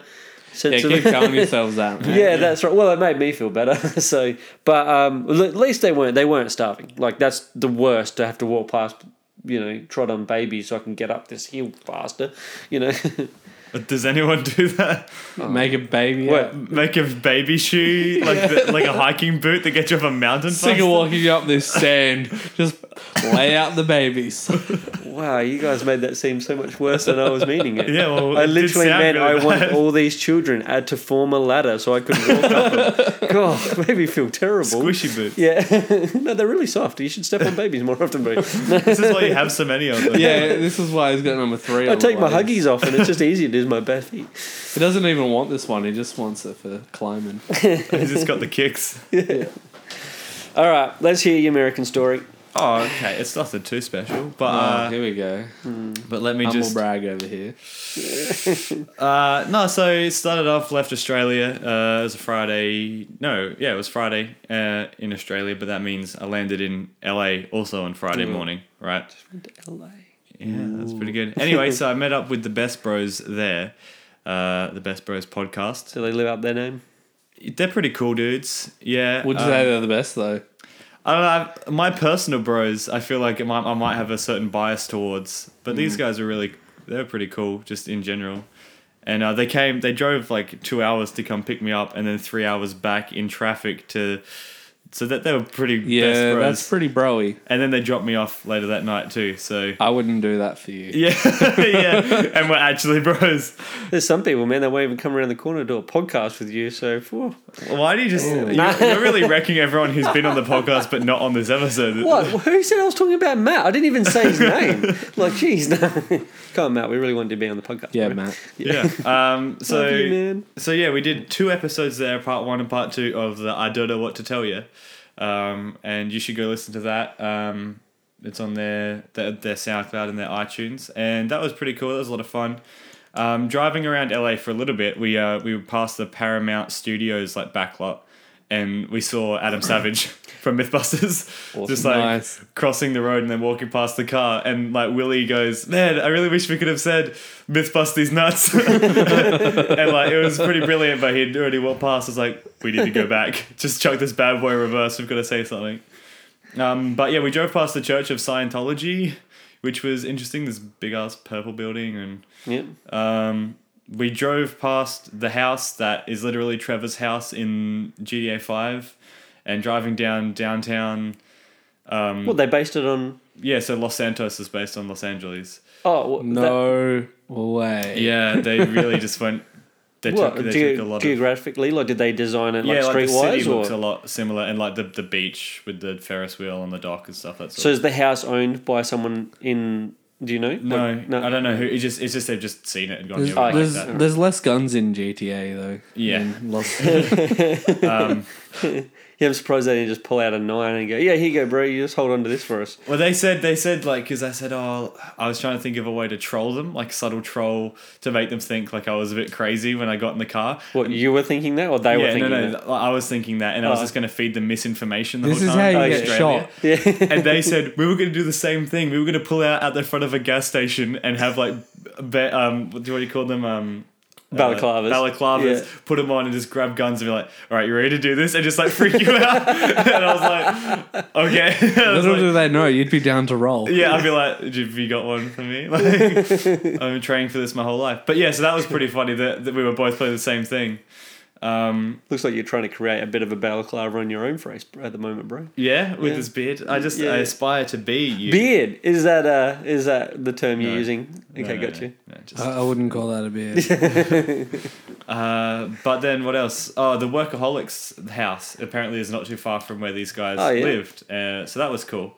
sense
keep
of.
telling yourselves that. man.
Yeah, that's right. Well, it made me feel better. So, but um, l- at least they weren't they weren't starving. Like that's the worst to have to walk past, you know, trod on babies so I can get up this hill faster. You know,
But does anyone do that?
make a baby.
Wait,
out.
Make a baby shoe like the, like a hiking boot that gets you up a mountain.
Sick
faster?
of walking up this sand. Just lay out the babies.
wow, you guys made that seem so much worse than I was meaning it.
Yeah, well,
I
it did
literally
sound
meant
really
I want
bad.
all these children add to form a ladder so I could walk up them. God, it made me feel terrible.
squishy boot.
Yeah, no, they're really soft. You should step on babies more often, bro.
This is why you have so many of them.
Yeah, this is why he's got number three.
I take my
otherwise.
huggies off, and it's just easier to use my bare feet.
He doesn't even want this one. He just wants it for climbing.
He's just got the kicks.
All right, let's hear your American story.
Oh, okay. It's nothing too special, but
oh,
uh,
here we go.
but let me
Humble
just
brag over here.
Uh, no, so it started off, left Australia. Uh, it was a Friday. No, yeah, it was Friday uh, in Australia, but that means I landed in LA also on Friday morning, right?
LA.
Yeah, that's pretty good. Anyway, so I met up with the Best Bros there, uh, the Best Bros podcast.
Do they live up their name?
They're pretty cool dudes. Yeah.
Would you
um,
say they're the best though?
I don't know. I've- My personal bros, I feel like I might, I might have a certain bias towards, but
Mm.
these guys are really, they're pretty cool just in general. And uh, they came, they drove like two hours to come pick me up and then three hours back in traffic to So that they were pretty best
Yeah,
bros.
that's pretty broy.
and then they dropped me off later that night too. So
I wouldn't do that for you.
yeah, yeah, and we're actually bros.
There's some people, man, they won't even come around the corner to do a podcast with you. So, phew.
Why do you just? You're, you're really wrecking everyone who's been on the podcast but not on this episode.
what? Who said I was talking about Matt? I didn't even say his name. like, geez, no. come on, Matt. We really wanted to be on the podcast.
Yeah,
bro.
Matt.
Yeah. Um. So.
Love you, man.
So yeah, we did two episodes there, part one and part two of the I don't know what to tell you, um, and you should go listen to that. Um, it's on their, their their SoundCloud and their iTunes, and that was pretty cool. That was a lot of fun. Um, driving around LA for a little bit, we uh, we passed the Paramount Studios like backlot, and we saw Adam Savage from MythBusters, just like
Nice.
crossing the road and then walking past the car, and like Willie goes, "Man, I really wish we could have said MythBusters nuts." and like it was pretty brilliant, but he'd already walked past. I was like, we need to go back. Just chuck this bad boy reverse. We've got to say something. Um, but yeah, we drove past the Church of Scientology, which was interesting. This big ass purple building, and
Yeah.
um, we drove past the house that is literally Trevor's house in GDA Five, and driving down downtown. Um,
Well, they based it on.
yeah, so Los Santos is based on Los Angeles.
Oh, well, that-
No way.
Yeah, they really just went. They
what,
took, they
ge-
took a lot of
geographically, like, did they design it like
the
streetwise,
city looks a
or
lot similar, and like the, the beach with the Ferris wheel and the dock and stuff. That's
so is the house owned by someone in? Do you know?
no,
Like,
I don't know who. It's just it's just they've just seen it and gone.
There's,
Yeah, we like
there's,
that.
there's less guns in GTA though.
Yeah.
than Los-
Yeah, I'm surprised they didn't just pull out a nine and go, yeah, here you go, bro. You just hold on to this for us.
Well, they said they said like because I said oh I was trying to think of a way to troll them like subtle troll to make them think like I was a bit crazy when I got in the car.
What you were thinking that, or they were
yeah, no,
thinking
no,
that?
th- I was thinking that, and I was
Oh.
just going to feed them misinformation. The
this
whole
is how
time.
you
Oh,
get
Australia.
shot.
Yeah.
and they said we were going to do the same thing. We were going to pull out at the front of a gas station and have like, ba- um, what do what do you call them? Um, uh,
Balaclavas.
balaclavas.
Yeah.
Put them on and just grab guns and be like, "All right, you ready to do this?" And just like freak you out. and I was like, "Okay." I was
Little
like-
do they know, you'd be down to roll.
yeah, I'd be like, "Have you got one for me?" Like, I've been training for this my whole life. But yeah, so that was pretty funny that, that we were both playing the same thing. Um,
Looks like you're trying to create a bit of a balaclava on your own face at the moment, bro.
yeah, with
Yeah.
this beard, I just
Yeah,
I
yeah.
aspire to be you.
Beard is that uh is that the term you're
No.
using?
No,
Okay,
no,
got
no,
you.
no, just-
I, I wouldn't call that a beard.
Uh, but then what else? Oh, the workaholics house apparently is not too far from where these guys
Oh, yeah.
lived, uh, so that was cool.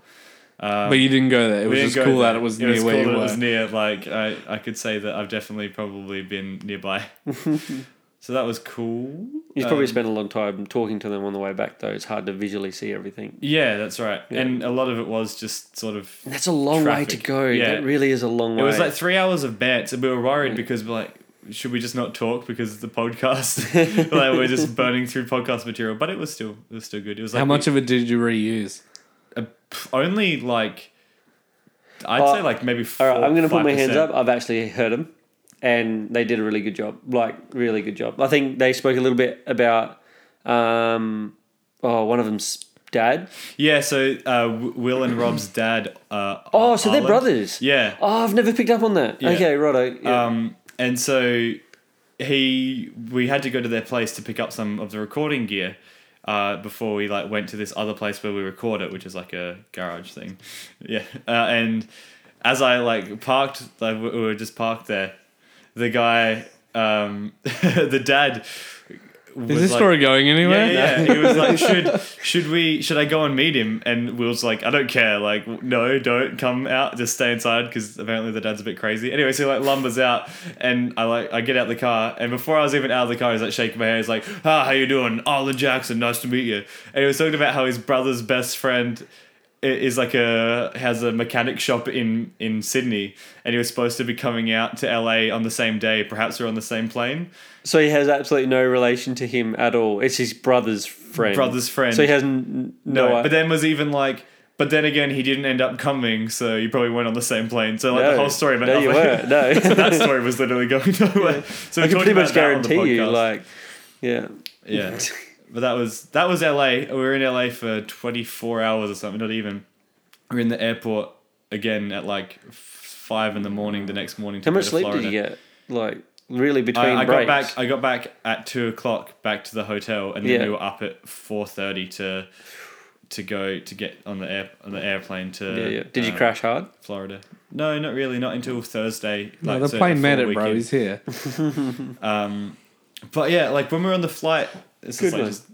Um,
but you didn't go there.
we
It was
didn't
just
go
cool that
there.
it was
it
near
was
where
cool
you
that
were.
It was near. Like I, I could say that I've definitely probably been nearby. so that was cool.
You've probably
Um,
spent a long time talking to them on the way back, though. It's hard to visually see everything.
Yeah, that's right.
Yeah.
And a lot of it was just sort of.
And that's a long way
Traffic.
to go.
Yeah.
That really is a long way.
It was like three hours of bets, and we were worried because we're like, should we just not talk because of the podcast? like we're just burning through podcast material, but it was still it was still good. It was like
How
we-
much of it did you reuse?
Uh, pff, only like I'd
Uh,
say like maybe.
All
Four,
right, I'm going to put my
5%.
hands up. I've actually heard them, and they did a really good job. Like, really good job. I think they spoke a little bit about, um, oh, one of them's dad.
Yeah, so uh, W- Will and Rob's dad. Uh,
Oh, so they're
Ireland.
brothers.
Yeah.
Oh, I've never picked up on that.
Yeah.
Okay, righto. Yeah.
Um, and so he, we had to go to their place to pick up some of the recording gear uh, before we like went to this other place where we record it, which is like a garage thing. Yeah, uh, and as I like parked, like we we were just parked there. The guy, um, the dad.
Is this story going anywhere?
Yeah, yeah. he was like, should should we should I go and meet him? And Will's like, I don't care. Like, no, don't come out. Just stay inside because apparently the dad's a bit crazy. Anyway, so he like lumbers out, and I like I get out the car, and before I was even out of the car, he's like shaking my hand. He's like, Ah, how you doing, Arlen Jackson? Nice to meet you. And he was talking about how his brother's best friend i- is like a has a mechanic shop in in Sydney and he was supposed to be coming out to LA on the same day perhaps we're on the same plane
so he has absolutely no relation to him at all. It's his brother's friend.
Brother's friend.
So he has n- no.
No,
i-
but then was even like, but then again, he didn't end up coming, so you probably weren't on the same plane. So like the
No.
whole story about
No, you were. No.
so that story was literally going nowhere. So
I
we
can
talked
pretty
about
much
that on the
guarantee you,
podcast.
like, yeah.
yeah. But that was that was LA. We were in LA for twenty four hours or something, not even. We are in the airport again at like f- five in the morning the next morning. To
How much
go to
sleep
Florida.
did you get? Like, really between
I, I got
breaks?
back. I got back at two o'clock back to the hotel, and then
Yeah.
we were up at four thirty to to go to get on the air on the airplane to
Yeah, yeah. Did you
um,
crash hard?
Florida? No, not really. Not until Thursday.
No,
like,
the
so
plane
full
made it, bro.
weekend.
He's here.
Um, but yeah, like when we were on the flight, it's
Good
just like
one.
just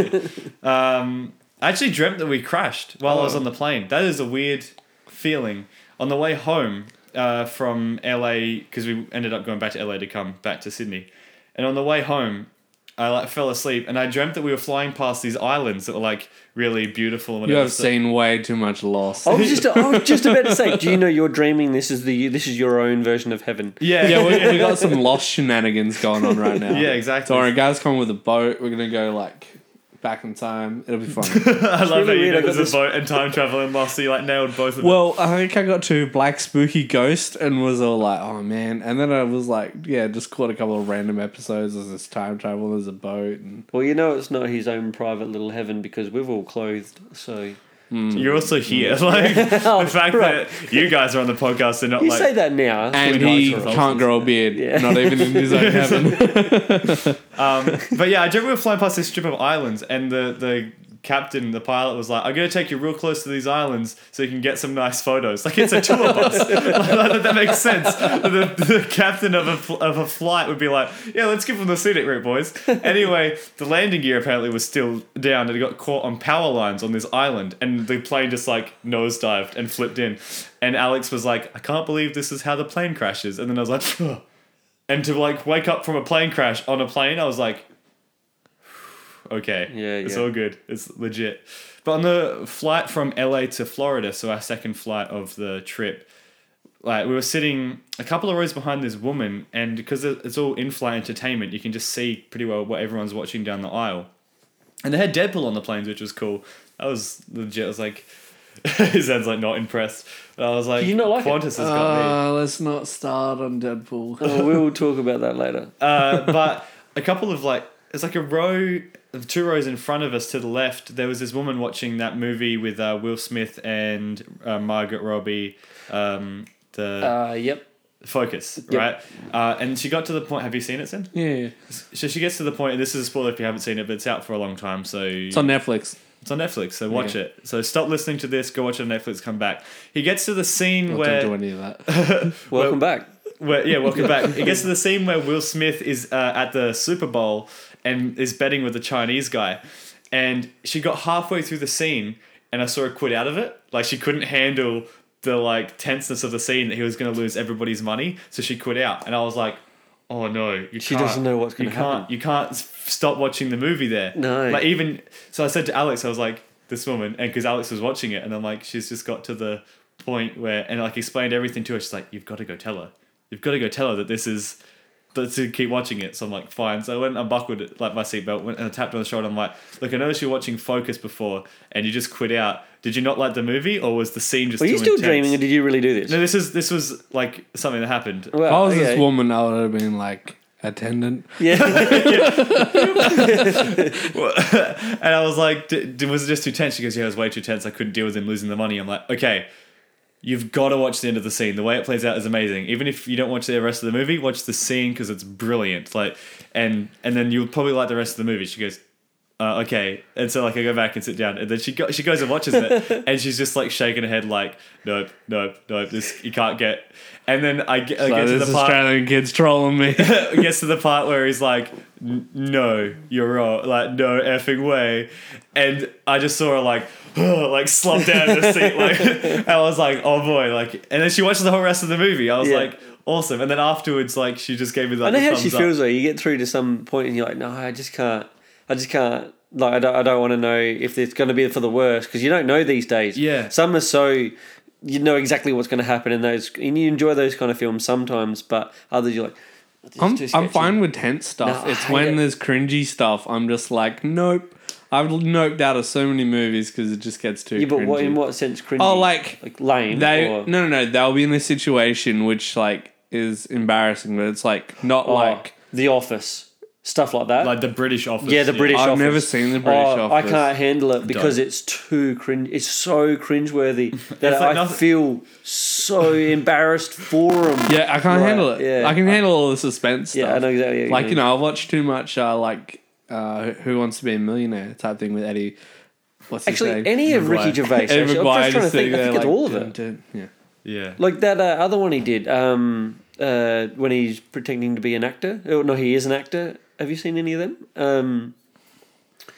Yeah.
Yeah.
Um, I actually dreamt that we crashed while I was
Oh.
on the plane. That is a weird feeling. On the way home uh, from LA, because we ended up going back to LA to come back to Sydney, and on the way home, I like fell asleep and I dreamt that we were flying past these islands that were like really beautiful. And
You
whatever.
have
So-
seen way too much loss.
Oh,
I was just I was just about to say, do you know you're dreaming this is the this is your own version of heaven?
Yeah,
Yeah,
yeah,
we, we got some lost shenanigans going on right now.
yeah, exactly.
So our guys coming with a boat. We're gonna go like back in time. It'll be fun.
I love
really
that you
weird, I
know
got
there's
this-
a boat and time travel and lost, so you like nailed both of them.
well, I think I got to Black Spooky Ghost and was all like, "Oh man!" And then I was like, "Yeah, just caught a couple of random episodes. There's this time travel. There's a boat." And
Well, you know it's not his own private little heaven because we're all clothed. So
You're also here. Like the fact
Mm. Oh, right.
that you guys are on the podcast and not
you
like
say that now.
and
nice
he
results.
can't grow a beard.
Yeah.
Not even in his own heaven.
Um, but yeah, I remember we were flying past this strip of islands, and the the captain, the pilot, was like, "I'm gonna take you real close to these islands so you can get some nice photos." Like it's a tour bus. like, that makes sense. The, the captain of a fl- of a flight would be like, "Yeah, let's give them the scenic route, boys." Anyway, the landing gear apparently was still down, and it got caught on power lines on this island, and the plane just like nosedived and flipped in. And Alex was like, "I can't believe this is how the plane crashes," and then I was like. and to like wake up from a plane crash on a plane, I was like, okay,
Yeah,
it's
yeah.
all good, it's legit. But on the flight from LA to Florida, so our second flight of the trip, like we were sitting a couple of rows behind this woman, and because it's all in-flight entertainment, you can just see pretty well what everyone's watching down the aisle. And they had Deadpool on the planes, which was cool. That was legit. I was like, his sounds like not impressed. But I was like,
Did you not like it?
Qantas has got me.
Uh, let's not start on Deadpool.
Oh, we will talk about that later.
Uh, but a couple of like it's like a row of two rows in front of us to the left there was this woman watching that movie with uh, will smith and uh, margaret robbie um, the
Uh, yep.
focus
yeah.
right uh, and she got to the point have you seen it sin
Yeah,
so she gets to the point and this is a spoiler if you haven't seen it but it's out for a long time so
it's on Netflix.
it's on netflix so watch
Yeah.
it so stop listening to this go watch it on netflix come back he gets to the scene
I
where
don't do any of that.
Welcome back.
Where, yeah, welcome back. It gets to the scene where Will Smith is uh, at the Super Bowl and is betting with the Chinese guy. And she got halfway through the scene and I saw her quit out of it. Like she couldn't handle the like tenseness of the scene that he was going to lose everybody's money. So she quit out. And I was like, oh no. You
She
can't-
doesn't know what's gonna
you can't-
happen.
You can't s- stop watching the movie there.
No.
Like even, so I said to Alex, I was like, this woman, and because Alex was watching it, and I'm like, she's just got to the point where, and like explained everything to her. She's like, you've got to go tell her. You've got to go tell her that this is, that to keep watching it. So I'm like, fine. So I went and unbuckled it, like my seatbelt, went and I tapped her on the shoulder. I'm like, look, I noticed you were watching Focus before, and you just quit out. Did you not like the movie, or was the scene just?
Were you
too
still
intense?
dreaming, or did you really do this?
No, this is this was like something that happened.
If
Well,
I was
okay.
this woman, I would have been like attendant.
Yeah.
And I was like, D- d- was it just too tense? She goes, yeah, it was way too tense. I couldn't deal with him losing the money. I'm like, okay, you've got to watch the end of the scene. The way it plays out is amazing. Even if you don't watch the rest of the movie, watch the scene because it's brilliant. Like, and and then you'll probably like the rest of the movie. She goes, uh, okay. And so like I go back and sit down, and then she go- she goes and watches it, and she's just like shaking her head, like, nope, nope, nope. This you can't get. And then I get, I
Like,
get to
this
the part
Australian kid's trolling me.
gets to the part where he's like, "N- "No, you're wrong. Like, no effing way." And I just saw her like, like slump down in the seat. Like, and I was like, "Oh boy!" Like, and then she watches the whole rest of the movie. I was
Yeah.
like, "Awesome!" And then afterwards, like, she just gave me
I
like,
know
the
how
thumbs
she
up.
feels though. You get through to some point and you're like, no, I just can't. I just can't. Like, I don't, I don't want to know if it's going to be for the worse because you don't know these days.
Yeah.
Some are so. You know exactly what's going to happen in those, and you enjoy those kind of films sometimes. But others, you're like, "Oh, this is
I'm,
too sketchy.
I'm fine with tense stuff.
No, I
it's
hate
when
it.
there's cringy stuff. I'm just like, nope. I've noped out of so many movies because it just gets too.
Yeah, but
cringy.
what, in what sense cringy?
Oh, like,
like lame.
they?
or,
No, no, no. They'll be in a situation which like is embarrassing, but it's like not
or
like
The Office stuff like that.
like the British office.
yeah, the British.
I've
Office.
never seen The British
Oh,
Office.
I can't handle it because it's too cringe. It's so cringeworthy that
It's like
I
nothing-
feel so embarrassed for them.
Yeah, I can't
Right,
handle it.
yeah.
I can handle all the suspense.
Yeah,
stuff.
I know exactly what you
Like you
mean.
know, I've watched too much uh, like uh, Who Wants to Be a Millionaire type thing with Eddie what's his
Actually,
name?
any of Ricky Gervais.
Maguire.
Eddie
actually, I'm
Maguire
just trying to
just
think.
sitting
I
there
think it's
like,
all of
dun,
it.
dun. Yeah.
Yeah.
Like that uh, other one he did um, uh, when he's pretending to be an actor. Oh, no, he is an actor. Have you seen any of them? Um, uh,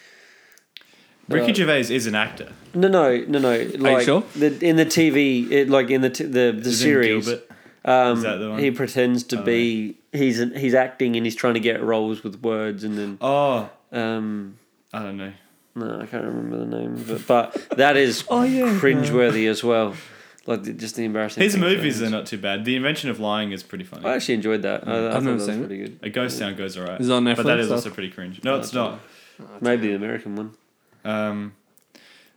Ricky Gervais is an actor.
no, no, no, no. Like
sure?
the, in the TV, it, like in the t- the the
Is in
series,
Gilbert.
um,
Is that the one? Oh,
he pretends to be he's an, he's acting and he's trying to get roles with words and then
Oh,
um,
I don't know.
no, I can't remember the name, but but that is
Oh, yeah, no.
cringeworthy as well. Like the- just the embarrassing.
His
things that
movies
happens.
are not too bad. The Invention of Lying is pretty funny.
I actually enjoyed that. I, I thought
I've never
that was
seen it.
pretty good.
a Ghost Town goes alright.
Is it on
But that
Netflix Oh,
is
or-
also pretty cringe. No, it's not.
Maybe the American one.
Um,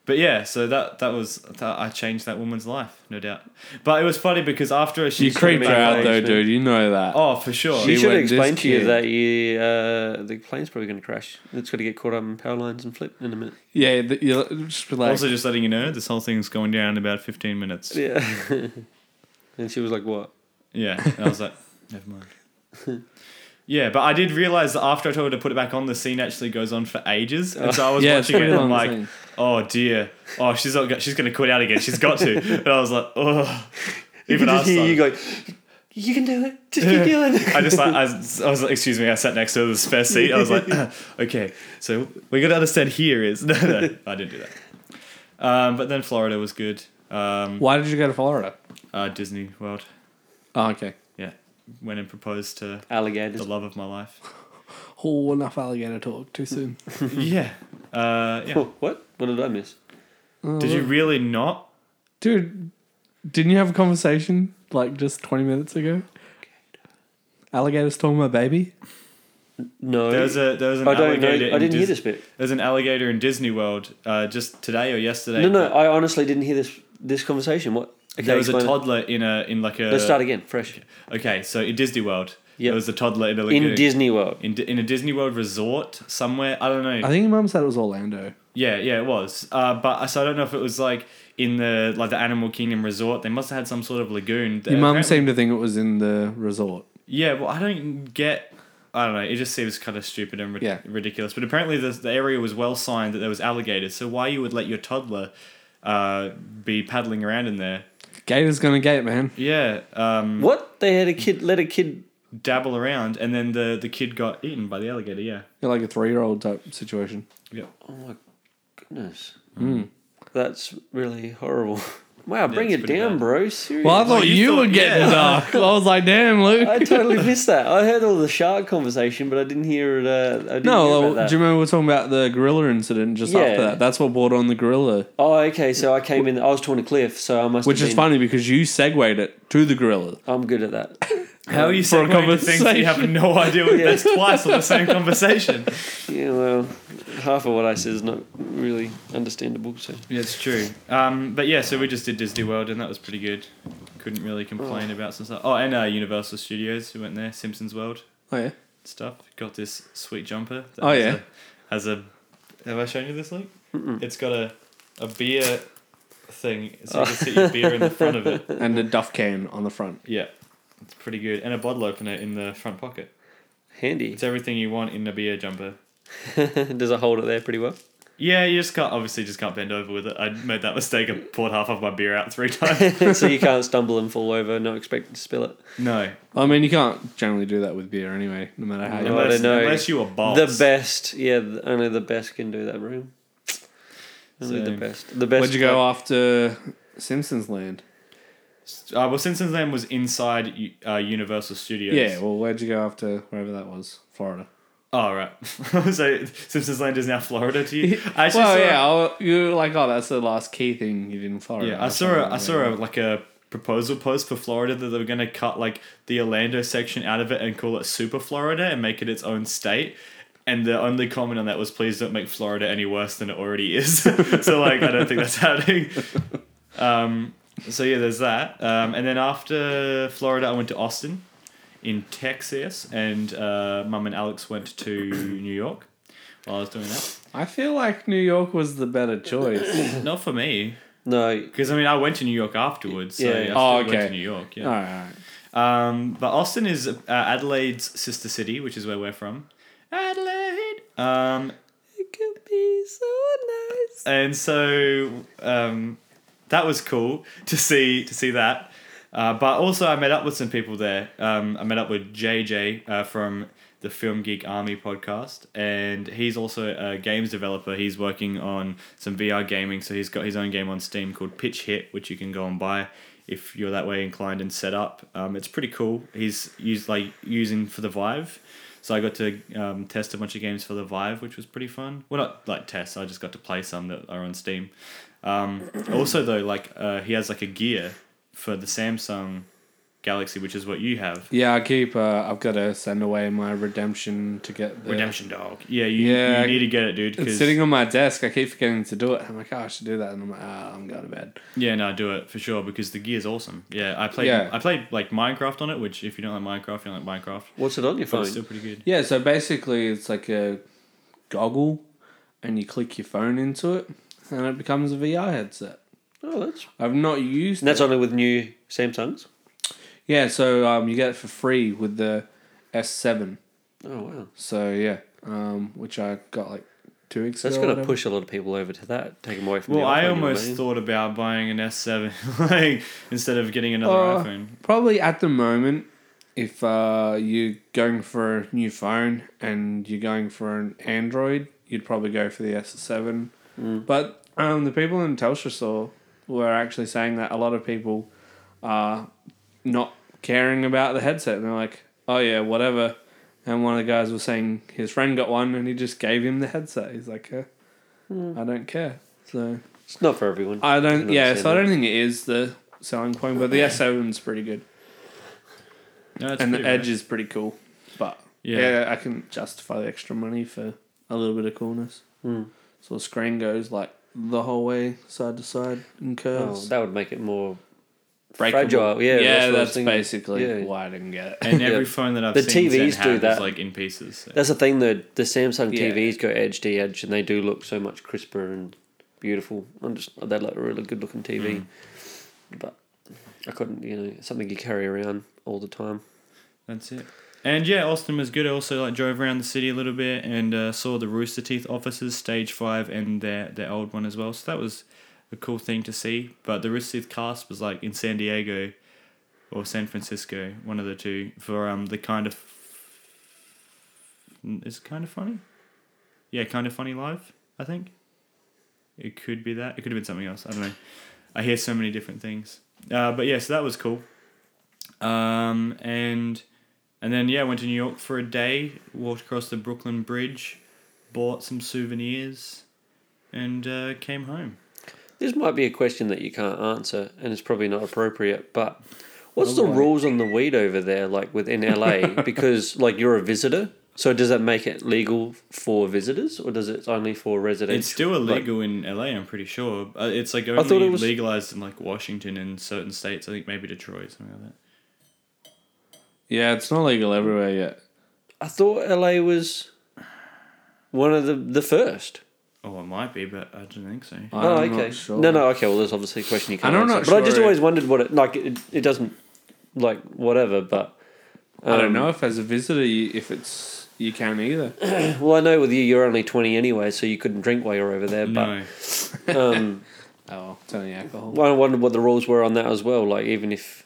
but yeah, so that that was that, I changed that woman's life, no doubt. But it was funny because after she
You creeped her out though, dude. You know that.
Oh, for sure.
You
She
should
went
explain
this
to you
kid.
that you, uh, the plane's probably going to crash. It's going to get caught up in power lines and flip in a minute.
Yeah, th- you'll just be like,
also, just letting you know, this whole thing's going down in about fifteen minutes. Yeah,
Yeah. and she was like, "What?"
and I was like, never mind. Yeah, but I did realize that after I told her to put it back on, the scene actually goes on for ages, and so I was
yeah, it's
watching it
pretty
and I'm
long.
like,
scene.
oh dear, oh she's not, go- she's gonna quit out again, she's got to, and I was like, oh,
You can
even I
just hear
started-
you go, "You can do it. Just keep doing it."
I just like I, was- I was like, excuse me, I sat next to the spare seat. I was like, okay, so we got to understand here is no, no, I didn't do that. Um, but then Florida was good. Um,
why did you go to Florida?
uh, Disney World,
Oh, okay.
yeah, went and proposed to the
Alligators.
love of my life.
Oh, enough alligator talk. Too soon.
yeah, uh, yeah.
Oh, what? What did I miss?
Did you really not?
Dude, didn't you have a conversation like just 20 minutes ago? Alligators talking my baby?
No,
There was a there was an
I don't know. I
alligator. in
didn't hear
Dis-
this bit.
There's an alligator in Disney World uh, just today or yesterday.
No, no, I honestly didn't hear this this conversation. What? Okay,
there was a
explain it.
toddler in a in like a.
Let's start again, fresh.
Okay, so in Disney World,
Yep.
there was a toddler in a
In
lagoon.
Disney World,
in, in a Disney World resort somewhere. I don't know.
I think your mum said it was Orlando.
yeah, yeah, it was. Uh, but so I don't know if it was like in the like the Animal Kingdom resort. They must have had some sort of lagoon. that
Your mum
apparently-
seemed to think it was in the resort.
Yeah, well, I don't get. I don't know. It just seems kind of stupid and ri-
Yeah.
ridiculous. But apparently, the, the area was well signed that there was alligators. So why you would let your toddler uh, be paddling around in there?
Gator's gonna gate, man.
Yeah, um,
what? They had a kid. Let a kid.
dabble around, and then the the kid got eaten by the alligator. Yeah,
You're like a three year old type situation.
yep.
Oh my goodness.
Mm.
That's really horrible. Wow, bring it
pretty
down,
bad.
bro. Seriously.
Well, I
Well,
thought
you
you,
thought-
were getting
yeah.
dark. I was like, damn, Luke.
I totally missed that. I heard all the shark conversation, but I didn't hear it. Uh, I didn't hear
no,
about
well,
that.
do you remember we were talking about the gorilla incident just
Yeah.
after that? That's what brought on the gorilla,
oh, okay. So I came in. I was torn a cliff, so I must.
which
have
is
been-
funny because you segued it to the gorilla.
I'm good at that.
How are you
For a
saying things that you have
conversation.
no idea? what- That's twice on the same conversation.
Yeah, well, half of what I said is not really understandable. So
Yeah, it's true. Um, but yeah, so we just did Disney World, and that was pretty good. Couldn't really
Mm.
complain about some stuff. Oh, and uh, Universal Studios, we went there, Simpsons World
Oh yeah,
stuff. Got this sweet jumper. That
Oh,
has
yeah.
a, has a. Have I shown you this link? It's got a a beer thing, so you can sit your beer in the front of it.
and the duff can on the front.
Yeah, it's pretty good, and a bottle opener in the front pocket.
handy.
It's everything you want in a beer jumper.
Does it hold it there pretty well?
Yeah, you just can't. Obviously, just can't bend over with it. I made that mistake. I poured half of my beer out three times.
so you can't stumble and fall over, not expecting to spill it.
no,
I mean, you can't generally do that with beer anyway, no matter how.
No.
you
I
unless,
don't know.
unless you are boss.
The best, yeah. th- Only the best can do that, room. Only
So-
the best. The best.
Where'd you go after Simpsons Land?
Uh, well, Simpsons Land was inside U- uh, Universal Studios.
Yeah, well, where'd you go after wherever that was? Florida.
oh right. so Simpsons Land is now Florida to you. I actually
Well,
saw-
yeah, I wa- you were like, oh, that's the last key thing you did in Florida.
yeah. I
That's
saw a,
something
I saw a,
like-
like a proposal post for Florida that they were going to cut like the Orlando section out of it and call it Super Florida and make it its own state. And the only comment on that was, "Please don't make Florida any worse than it already is." so like, I don't think that's happening. Um, so yeah, there's that. Um, and then after Florida, I went to Austin, in Texas, and uh, Mum and Alex went to New York. While I was doing that,
I feel like New York was the better choice.
not for me,
No,
because I mean, I went to New York afterwards. So
Yeah.
yeah, I
Oh,
still went
okay.
to New York. Yeah.
all right, all right.
Um, but Austin is uh, Adelaide's sister city, which is where we're from. Adelaide. Um,
it could be so nice.
and so um, that was cool to see to see that. Uh, but also, I met up with some people there. Um, I met up with JJ uh, from the Film Geek Army podcast, and he's also a games developer. He's working on some VR gaming, so he's got his own game on Steam called Pitch Hit, which you can go and buy if you're that way inclined and set up. Um, it's pretty cool. He's used like using for the Vive. So I got to um, test a bunch of games for the Vive, which was pretty fun. Well, not like test. I just got to play some that are on Steam. Um, also, though, like uh, he has like a gear for the Samsung Galaxy, which is what you have.
Yeah, I keep. Uh, I've got to send away my redemption to get the
Redemption Dog. Yeah, you,
Yeah.
you need to get it, dude.
It's
'cause-
sitting on my desk. I keep forgetting to do it. I'm like, oh, I should do that, and I'm like, ah, I'm going to bed.
Yeah, no, do it for sure because the gear's awesome. Yeah, I played.
Yeah.
I played like Minecraft on it, which if you don't like Minecraft, you don't like Minecraft.
What's it on your
But
phone?
it's still pretty good.
Yeah, so basically, it's like a goggle, and you click your phone into it, and it becomes a VR headset.
Oh, that's
I've not used.
and that's
it.
only with new Samsungs.
yeah. So um, you get it for free with the S7.
Oh wow,
So yeah, um, which I got like two weeks.
so that's
ago or
going to
whatever.
push a lot of people over to that, take them away from.
Well,
the iPhone,
I
you know what
almost
mean?
thought about buying an S7 like instead of getting another
Uh,
iPhone.
Probably at the moment, if uh, you're going for a new phone and you're going for an Android, you'd probably go for the S7. But um, the people in Telstra saw were actually saying that a lot of people are not caring about the headset. And they're like, oh yeah, whatever. And one of the guys was saying his friend got one and he just gave him the headset. He's like, eh, I don't care. So
it's not for everyone.
Hmm. I don't,
can
yeah,
understand
so I
that.
don't think it is the selling point, but the S7's pretty good
No, that's
and the
pretty rad.
edge is pretty cool. But
Yeah.
yeah. I can justify the extra money for a little bit of coolness.
Hmm.
So the screen goes like the whole way, side to side, and
Oh,
curves.
that would make it more.
Breakable.
fragile, yeah, that's
yeah,
what I was
that's,
thinking.
basically
Yeah.
why I didn't get it.
And every
Yeah.
phone that I've
The
seen
TVs
Zen
do
have is
that.
like in pieces. so-
That's the thing. The the Samsung
Yeah.
TVs go edge to edge, and they do look so much crisper and beautiful. I'm just they're like a really good looking TV, but I couldn't. You know, something you carry around all the time.
That's it. And yeah, Austin was good. I also like drove around the city a little bit and uh, saw the Rooster Teeth offices, Stage Five, and their their old one as well. So that was a cool thing to see. But the Rooster Teeth cast was like in San Diego or San Francisco, one of the two, for um the kind of is it kind of funny? Yeah, kind of funny live. I think it could be that. It could have been something else. I don't know. I hear so many different things. Uh, but yeah, so that was cool. Um, and and then yeah, went to New York for a day, walked across the Brooklyn Bridge, bought some souvenirs, and uh, came home.
This might be a question that you can't answer, and it's probably not appropriate. But what's
Oh,
the
boy.
rules on the weed over there, like within LA? because like you're a visitor, so does that make it legal for visitors, or does it only for residents?
It's still illegal in LA, I'm pretty sure. Uh, It's like
thought it
only
was-
legalized in like Washington and certain states. I think maybe Detroit, something like that.
yeah, it's not legal everywhere yet.
I thought LA was one of the the first.
Oh, it might be, but I don't think so.
I'm
oh, okay.
not sure.
No, no, okay. Well, there's obviously a question you can't
I'm
answer.
not
but I just
sure.
always wondered what it like. It, it doesn't like whatever, but
I don't
um,
know if as a visitor, you, if it's you can either. Oh,
Well, I know with you, you're only 20 anyway, so you couldn't drink while you're over there.
No,
But um,
Oh, it's only alcohol.
I wondered what the rules were on that as well. Like even if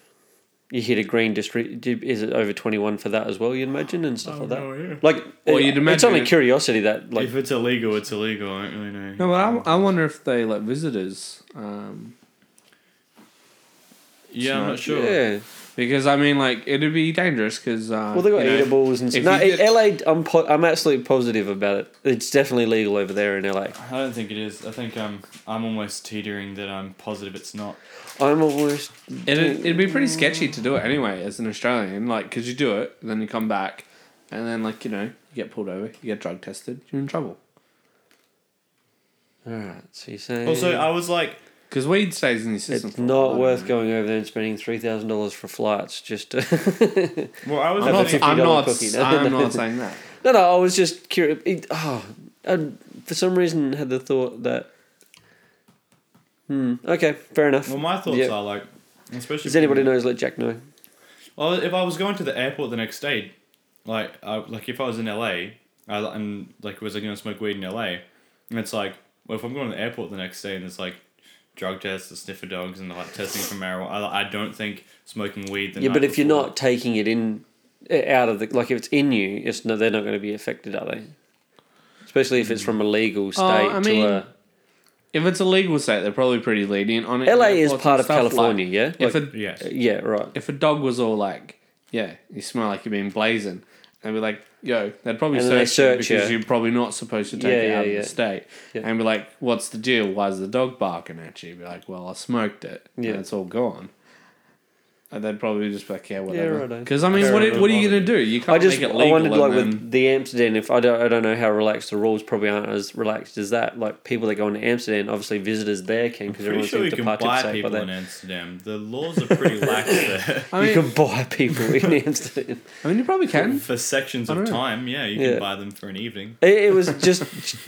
you hit a green district, do- is it over 21 for that as well? You imagine and stuff
I
like
don't
that.
know, yeah.
Like,
Oh, Well,
it-
you'd
it's
imagine
only
it-
curiosity that like
if it's illegal, it's illegal. I don't really know.
No, but I, I wonder if they let visitors. Um,
yeah, I'm not sure.
yeah.
because I mean, like it'd be dangerous because uh,
Well, they got
you know,
eatables and
if
stuff. No,
you get-
LA. I'm po- I'm absolutely positive about it. It's definitely legal over there in LA.
I don't think it is. I think I'm I'm almost teetering that I'm positive it's not.
I'm almost
It'd, it'd be pretty sketchy to do it anyway as an Australian, like, because you do it, then you come back, and then, like, you know, you get pulled over, you get drug tested, you're in trouble.
all right. So you're saying
Also, I was like,
Because weed stays in your system.
it's
for a
not
while.
worth going over there and spending three thousand dollars for flights just to.
well, I was
I'm
like,
not, I'm not,
cookie, no,
I'm
no.
not saying that.
No, no, I was just curious. It, oh, I, for some reason, had the thought that. Hmm. Okay. Fair enough.
Well, my thoughts
Yeah.
are like, especially
Does anybody knows? Let Jack know.
Well, if I was going to the airport the next day, like, I, like if I was in LA, I, and like was I going to smoke weed in LA, and it's like, Well, if I'm going to the airport the next day and it's like drug tests, the sniffer dogs, and like testing for marijuana, I, I don't think smoking weed. The
Yeah,
night
but if you're
before-
not taking it in eh, out of the like if it's in you, it's no, they're not going to be affected, are they? Especially if
Hmm.
it's from a legal state
Oh, I mean,
to
If it's a legal state, they're probably pretty lenient on it.
a LA
in
is
airports
part
and
of
stuff, like,
California, yeah.
if
Like,
a
yes,
yeah, right.
if a dog was all like, yeah, you smell like you're being blazing, and be like, yo, they'd probably
And then they
search, you
search
because
you.
you're probably not supposed to
Yeah,
take it
yeah,
out
yeah.
of the state,
Yeah.
and be like, what's the deal? Why's the dog barking at you? You'd Be like, well, I smoked it,
Yeah.
and it's all gone. And they'd probably just be like, yeah, whatever.
righto.
Because I mean,
Fair
what,
enough.
what are you gonna do? You can't
I just
make it
I
legal.
wondered like
and then-
with the Amsterdam if I don't I don't know how relaxed the rules probably aren't as relaxed as that. Like people that go into Amsterdam, obviously visitors there can because
pretty
everyone
sure you
seems to
can buy
participate by
people in
that.
Amsterdam. The laws are pretty lax there.
I mean,
you can buy people in Amsterdam.
I mean, you probably can.
For sections
I
of
don't know.
time, yeah, you
Yeah.
can buy them for an evening.
It, it was just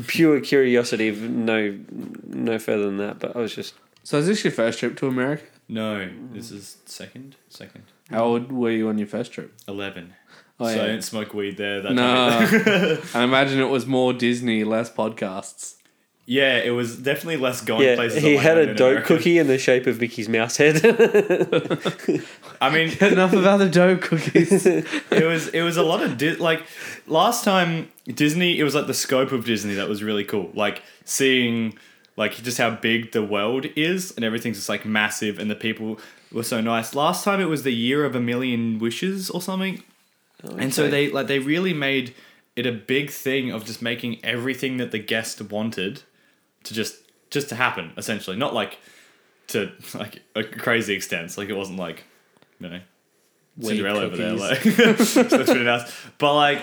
pure curiosity, no, no further than that. But I was just
So is this your first trip to America?
No, this
Mm.
is second, second,
How old were you on your first trip?
eleven.
Oh,
so
yeah.
I didn't smoke weed there. That night.
No, I imagine it was more Disney, less podcasts.
Yeah, it was definitely less gone
yeah,
places.
he
I
had
went
a
in
dope
America.
cookie in the shape of Mickey's mouse head.
I mean,
Enough about the dough cookies.
it was it was a lot of Di- like last time Disney. It was like the scope of Disney that was really cool. Like seeing like just how big the world is and everything's just like massive and the people were so nice. Last time it was the year of a million wishes or something,
Oh,
and so they like they really made it a big thing of just making everything that the guest wanted to just just to happen essentially. Not like to like a crazy extent. Like it wasn't like you know. Cinderella over there, like so it's pretty nice. But like,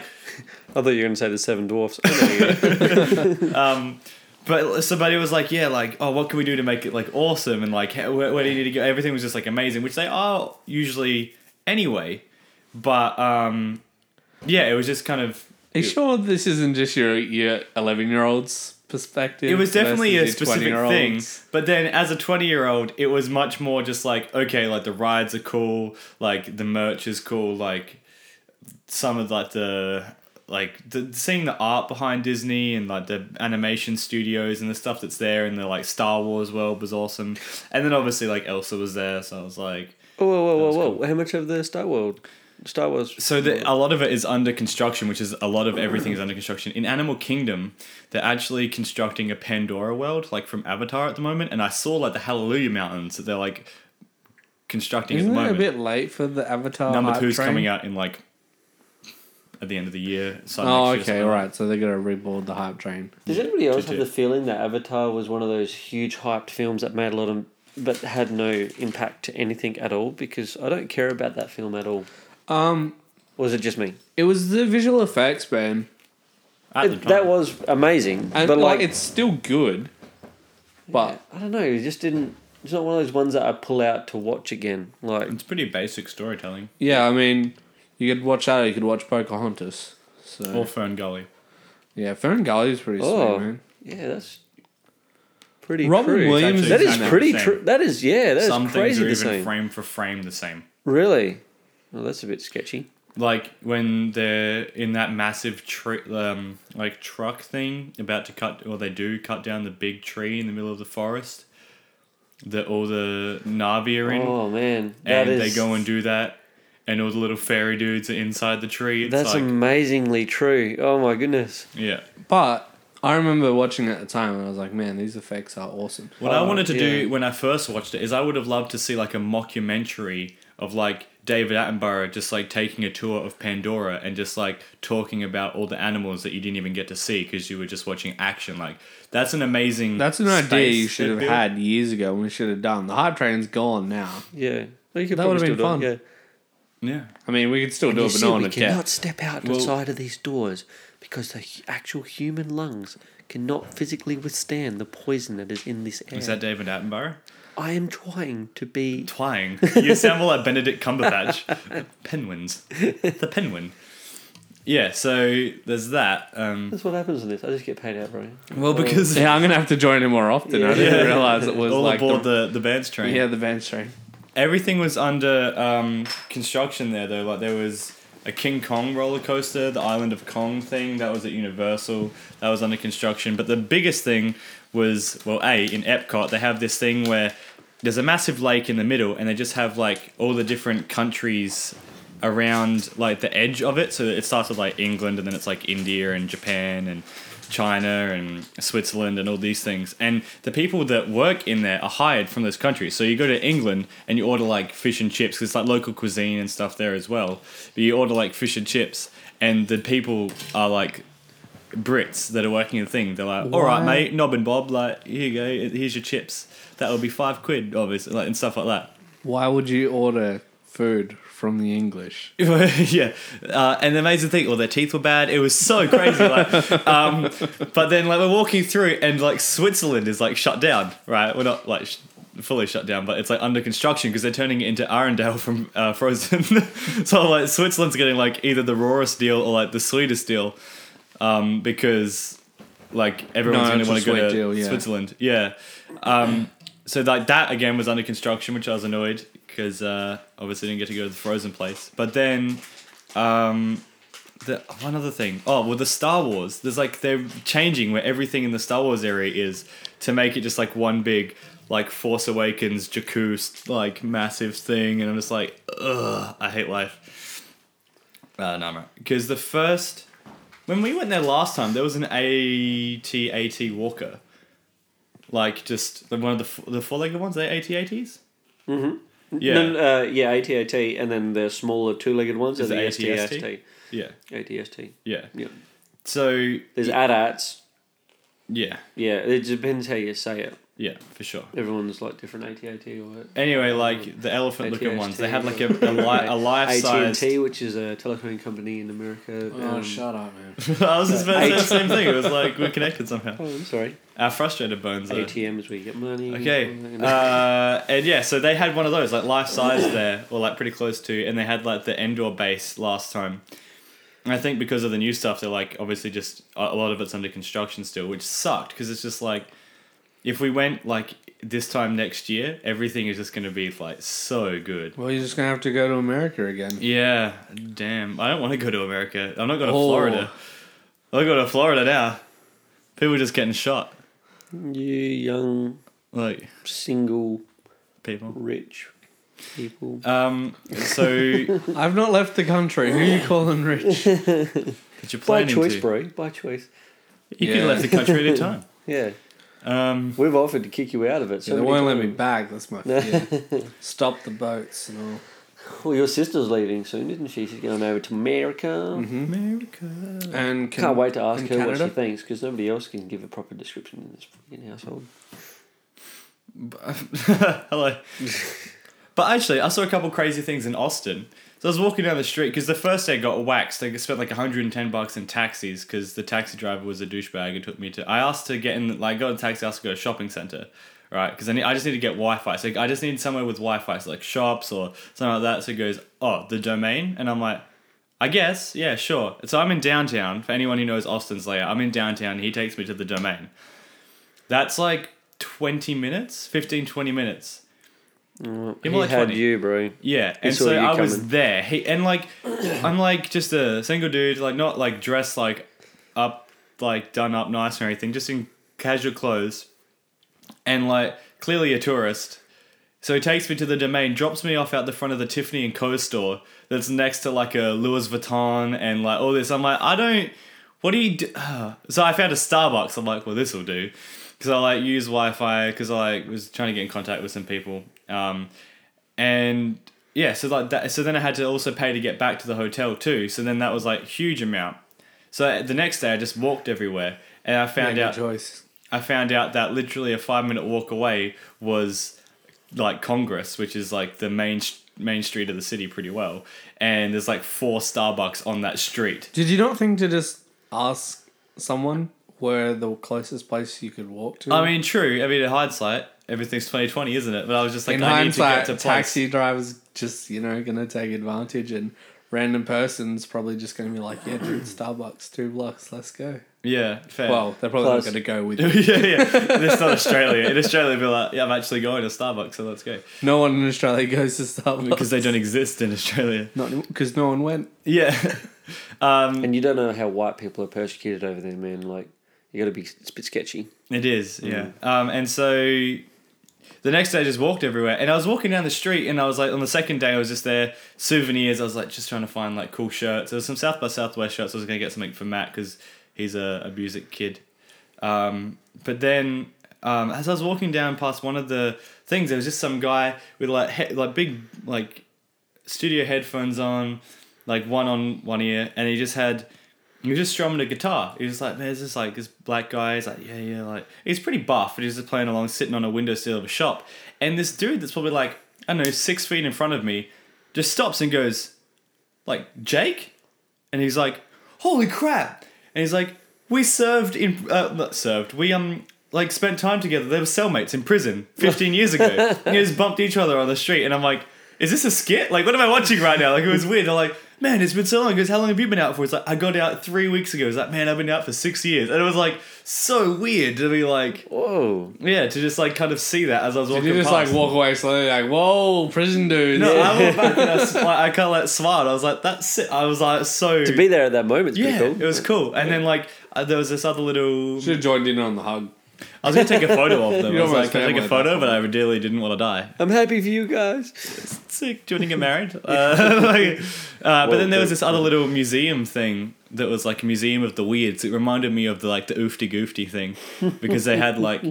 I thought you were going to say the Seven Dwarfs. Oh, no, you-
um, but somebody was like, yeah, like, oh, what can we do to make it like awesome and like, how- where, where do you need to go? Everything was just like amazing, which they are usually anyway. But um, yeah, it was just kind of.
Are you sure this isn't just your your eleven year old's perspective?
It was definitely a
versus your
specific
20-year-old's?
thing, but then as a twenty-year-old, it was much more just like okay, like the rides are cool, like the merch is cool, like some of like the like the, seeing the art behind Disney and like the animation studios and the stuff that's there in the like Star Wars world was awesome, and then obviously like Elsa was there, so I was like,
whoa, whoa, whoa, whoa! How much of the Star World, Star Wars?
so the, a lot of it is under construction, which is a lot of everything is under construction. In Animal Kingdom, they're actually constructing a Pandora world, like from Avatar at the moment. And I saw like the Hallelujah Mountains that they're like constructing
Isn't
at the
it a
moment.
bit late for the Avatar?
Number
hype
two's
train?
coming out in like at the end of the year. so next
Oh,
year,
okay,
something
all
like
right. So they're gonna reboard the hype train.
Does anybody else have
do.
the feeling that Avatar was one of those huge hyped films that made a lot of, but had no impact to anything at all? Because I don't care about that film at all.
Um,
Or is it just me?
it was the visual effects, man,
that. At the
It- that
time.
was amazing,
and
but
like,
like
it's still good, but
I don't know. It just didn't. It's not one of those ones that I pull out to watch again. Like
It's pretty basic storytelling.
yeah, I mean, you could watch that. Or you could watch Pocahontas. So
Or Fern Gully.
yeah, Fern Gully is pretty
Oh.
sweet, man.
yeah, that's pretty.
Robin
true.
Williams
That is
Exactly
pretty
the same.
true. That is yeah. That is
Some things
crazy.
are
The
even
same.
frame for frame the same.
really? Well, that's a bit sketchy.
like when they're in that massive tree, um, like truck thing, about to cut, or they do cut down the big tree in the middle of the forest that all the Navi are in,
Oh man, that
and
is.
they go and do that, and all the little fairy dudes are inside the tree. It's
that's
like,
amazingly true. Oh my goodness.
yeah.
But I remember watching it at the time, and I was like, man, these effects are awesome.
What I
Oh,
wanted to
yeah.
do when I first watched it is I would have loved to see like a mockumentary of like David Attenborough just like taking a tour of Pandora and just like talking about all the animals that you didn't even get to see because you were just watching action. Like that's an amazing.
That's an idea
space
you should
they've
have
built.
had years ago and we should have done. The hype train's gone now.
Yeah. Well, you could
That
probably
would've been
still do it,
fun.
Yeah.
Yeah,
I mean, we could still do
You
it, but
see,
not on
we
a
cannot
depth.
step out
Well-
outside of these doors because the hu- actual human lungs cannot physically withstand the poison that is in this air.
is that David Attenborough?
I am trying to be
Twang. You sound more like Benedict Cumberbatch. Penguins. The penguin. Yeah, so there's that. Um,
That's what happens in this. I just get paid out, bro.
well, because
Yeah, I'm gonna have to join him more often. I didn't
Yeah.
realize it was
all
like
aboard
the,
the, the, band's train.
yeah the bench train.
everything was under um, construction there though like there was a King Kong roller coaster, the Island of Kong thing that was at Universal, that was under construction. But the biggest thing was well, a in Epcot they have this thing where there's a massive lake in the middle, and they just have like all the different countries around like the edge of it. So it starts with like England, and then it's like India and Japan and China and Switzerland and all these things. And the people that work in there are hired from those countries. So you go to England and you order like fish and chips 'cause it's like local cuisine and stuff there as well. But you order like fish and chips, and the people are like Brits that are working in the thing. They're like, all right,
Wow.
mate, Nob and Bob, like here you go, here's your chips. That'll be five quid, obviously, like, and stuff like that.
Why would you order food from the English?
yeah, uh, and the amazing thing, well, their teeth were bad. It was so crazy. like, um, but then, like, we're walking through, and like Switzerland is like shut down, right? We're not like sh- fully shut down, but it's like under construction because they're turning it into Arendelle from uh, Frozen. so like Switzerland's getting like either the rawest deal or like the sweetest deal, um, because like everyone's
No,
going
it's
to
a
want to go to
sweet deal, yeah.
Switzerland. Yeah. Um, so like that again was under construction, which I was annoyed because uh, obviously didn't get to go to the frozen place. But then, um, the one other thing. Oh well, the Star Wars. There's like they're changing where everything in the Star Wars area is to make it just like one big like Force Awakens Jakku like massive thing, and I'm just like, ugh, I hate life. Uh, no, i because the first when we went there last time, there was an AT-AT walker. Like just the- one of the f- the four legged ones, are they AT-ATs? Mm-hmm. Yeah.
No, no, uh, yeah, ATAT, and then the smaller two legged ones are
Is
the
it
ATST.
yeah.
ATST.
Yeah.
Yeah.
So
There's ADATs.
yeah,
Yeah, it depends how you say it.
yeah, for sure.
Everyone's like different ATAT or
Anyway, like the elephant looking
AT-AT.
ones, they had like a, a, li- a life size.
AT&T, which is a telephone company in America. um,
Oh, up, man.
I was just about to say the same thing. It was like we're connected somehow.
Oh, I'm sorry.
Our frustrated bones. Are,
ATM is where you get money.
Okay. Uh, and yeah, so they had one of those, like life size there, or like pretty close to, and they had like the Endor base last time. And I think because of the new stuff, they're like obviously just a a lot of it's under construction still, which sucked because it's just like if we went like this time next year, everything is just going to be like so good.
Well, you're just gonna have to go to America again.
Yeah, damn. I don't want to go to America. I'm not going to
Oh.
Florida. I'll go to Florida now. People are just getting shot.
you young,
Like,
single,
people.
rich people.
Um, so
I've not left the country. Who are you calling rich?
That you're
By
planning
choice,
to.
bro. By choice.
You could
Yeah.
have left the country at any time.
Yeah.
Um,
We've offered to kick you out of it. So
Yeah, they
many
won't let me
times.
back. That's my fear. Stop the boats and all.
Well, your sister's leaving soon, isn't she? She's going over to America.
America.
And Mm-hmm. can,
Can't wait to ask
in
her what she
Canada?
thinks because nobody else can give a proper description in this fucking household.
Hello. but actually, I saw a couple crazy things in Austin. So I was walking down the street because the first day I got waxed. I spent like 110 bucks in taxis because the taxi driver was a douchebag and took me to. I asked to get in, like, got a taxi, asked to go to a shopping center, right? Because I, need- I just need to get Wi Fi. So I just need somewhere with Wi Fi, so like shops or something like that. So he goes, Oh, the domain? And I'm like, I guess, yeah, sure. So I'm in downtown. For anyone who knows Austin's layout, I'm in downtown. He takes me to the domain. That's like 20 minutes, 15, 20 minutes.
He
Give me like
had
20.
you, bro.
Yeah, and
saw
so
you
I was
coming.
there. He and like I'm like just a single dude, like not like dressed like up, like done up nice or anything, just in casual clothes, and like clearly a tourist. So he takes me to the domain, drops me off out the front of the Tiffany and Co store that's next to like a Louis Vuitton and like all this. I'm like, I don't. What do you do? So I found a Starbucks. I'm like, well, this will do, because I like use Wi-Fi because I like, was trying to get in contact with some people. Um, and yeah, so like that. So then I had to also pay to get back to the hotel too. So then that was like huge amount. So the next day I just walked everywhere, and I found
Make a
out
choice.
I found out that literally a five minute walk away was like Congress, which is like the main main street of the city pretty well, and there's like four Starbucks on that street.
Did you not think to just ask someone where the closest place you could walk to?
I mean, true. I mean, in hindsight, everything's twenty twenty, isn't it? But I was just like,
in
I
hindsight,
need to get to place.
taxi drivers just you know gonna take advantage, and random persons probably just gonna be like, "Yeah, dude, Starbucks two blocks, let's go."
Yeah, fair.
Well, they're probably not
Close.
going to go with
yeah,
you.
yeah. It's not Australia. In Australia, they'd be like, yeah, I'm actually going to Starbucks, so let's go.
No one in Australia goes to Starbucks
Because they don't exist in Australia.
not because no one went.
Yeah. Um,
And you don't know how white people are persecuted over there, man. Like, you got to be a bit sketchy.
It is, yeah. Um, and so the next day I just walked everywhere. And I was walking down the street and I was like, on the second day, I was just there, souvenirs. I was like, just trying to find like cool shirts. There was some South by Southwest shirts. I was going to get something for Matt because he's a, a music kid. Um, but then um, as I was walking down past one of the things, there was just some guy with like, he- like big, like studio headphones on, like one on one ear, and he just had he was just strumming a guitar. He was like, "There's this like this black guy." He's like, "Yeah, yeah." Like he's pretty buff, and he's just playing along, sitting on a windowsill of a shop. And this dude that's probably like I don't know six feet in front of me, just stops and goes, "Like Jake," and he's like, "Holy crap!" And he's like, "We served in uh, not served. We um like spent time together. They were cellmates in prison 15 years ago. and just bumped each other on the street." And I'm like, "Is this a skit? Like, what am I watching right now?" Like, it was weird. I'm like, "Man, it's been so long." He goes, "How long have you been out for?" It's like, "I got out three weeks ago." It's like, "Man, I've been out for six years." And it was like so weird to be like,
Whoa.
yeah, to just like kind of see that as I was walking.
You just
past.
like walk away slowly, like whoa, prison dudes.
No, I went back and I, was, like, I kind of like smiled. I was like, "That's it." I was like, so
To be there at that moment's
Yeah,
pretty cool.
it was cool. And then like uh, there was this other little.
Should have joined in on the hug.
I was gonna take a photo of them.
You
I was
almost
like, "Can I
family
take a photo, but I really didn't want to die.
I'm happy for you guys.
Sick. Do you want to get married? Uh, like, uh, but
Well,
then there was
good.
this other little museum thing that was like a museum of the weirds. It reminded me of the like the oofty goofty thing because they had like.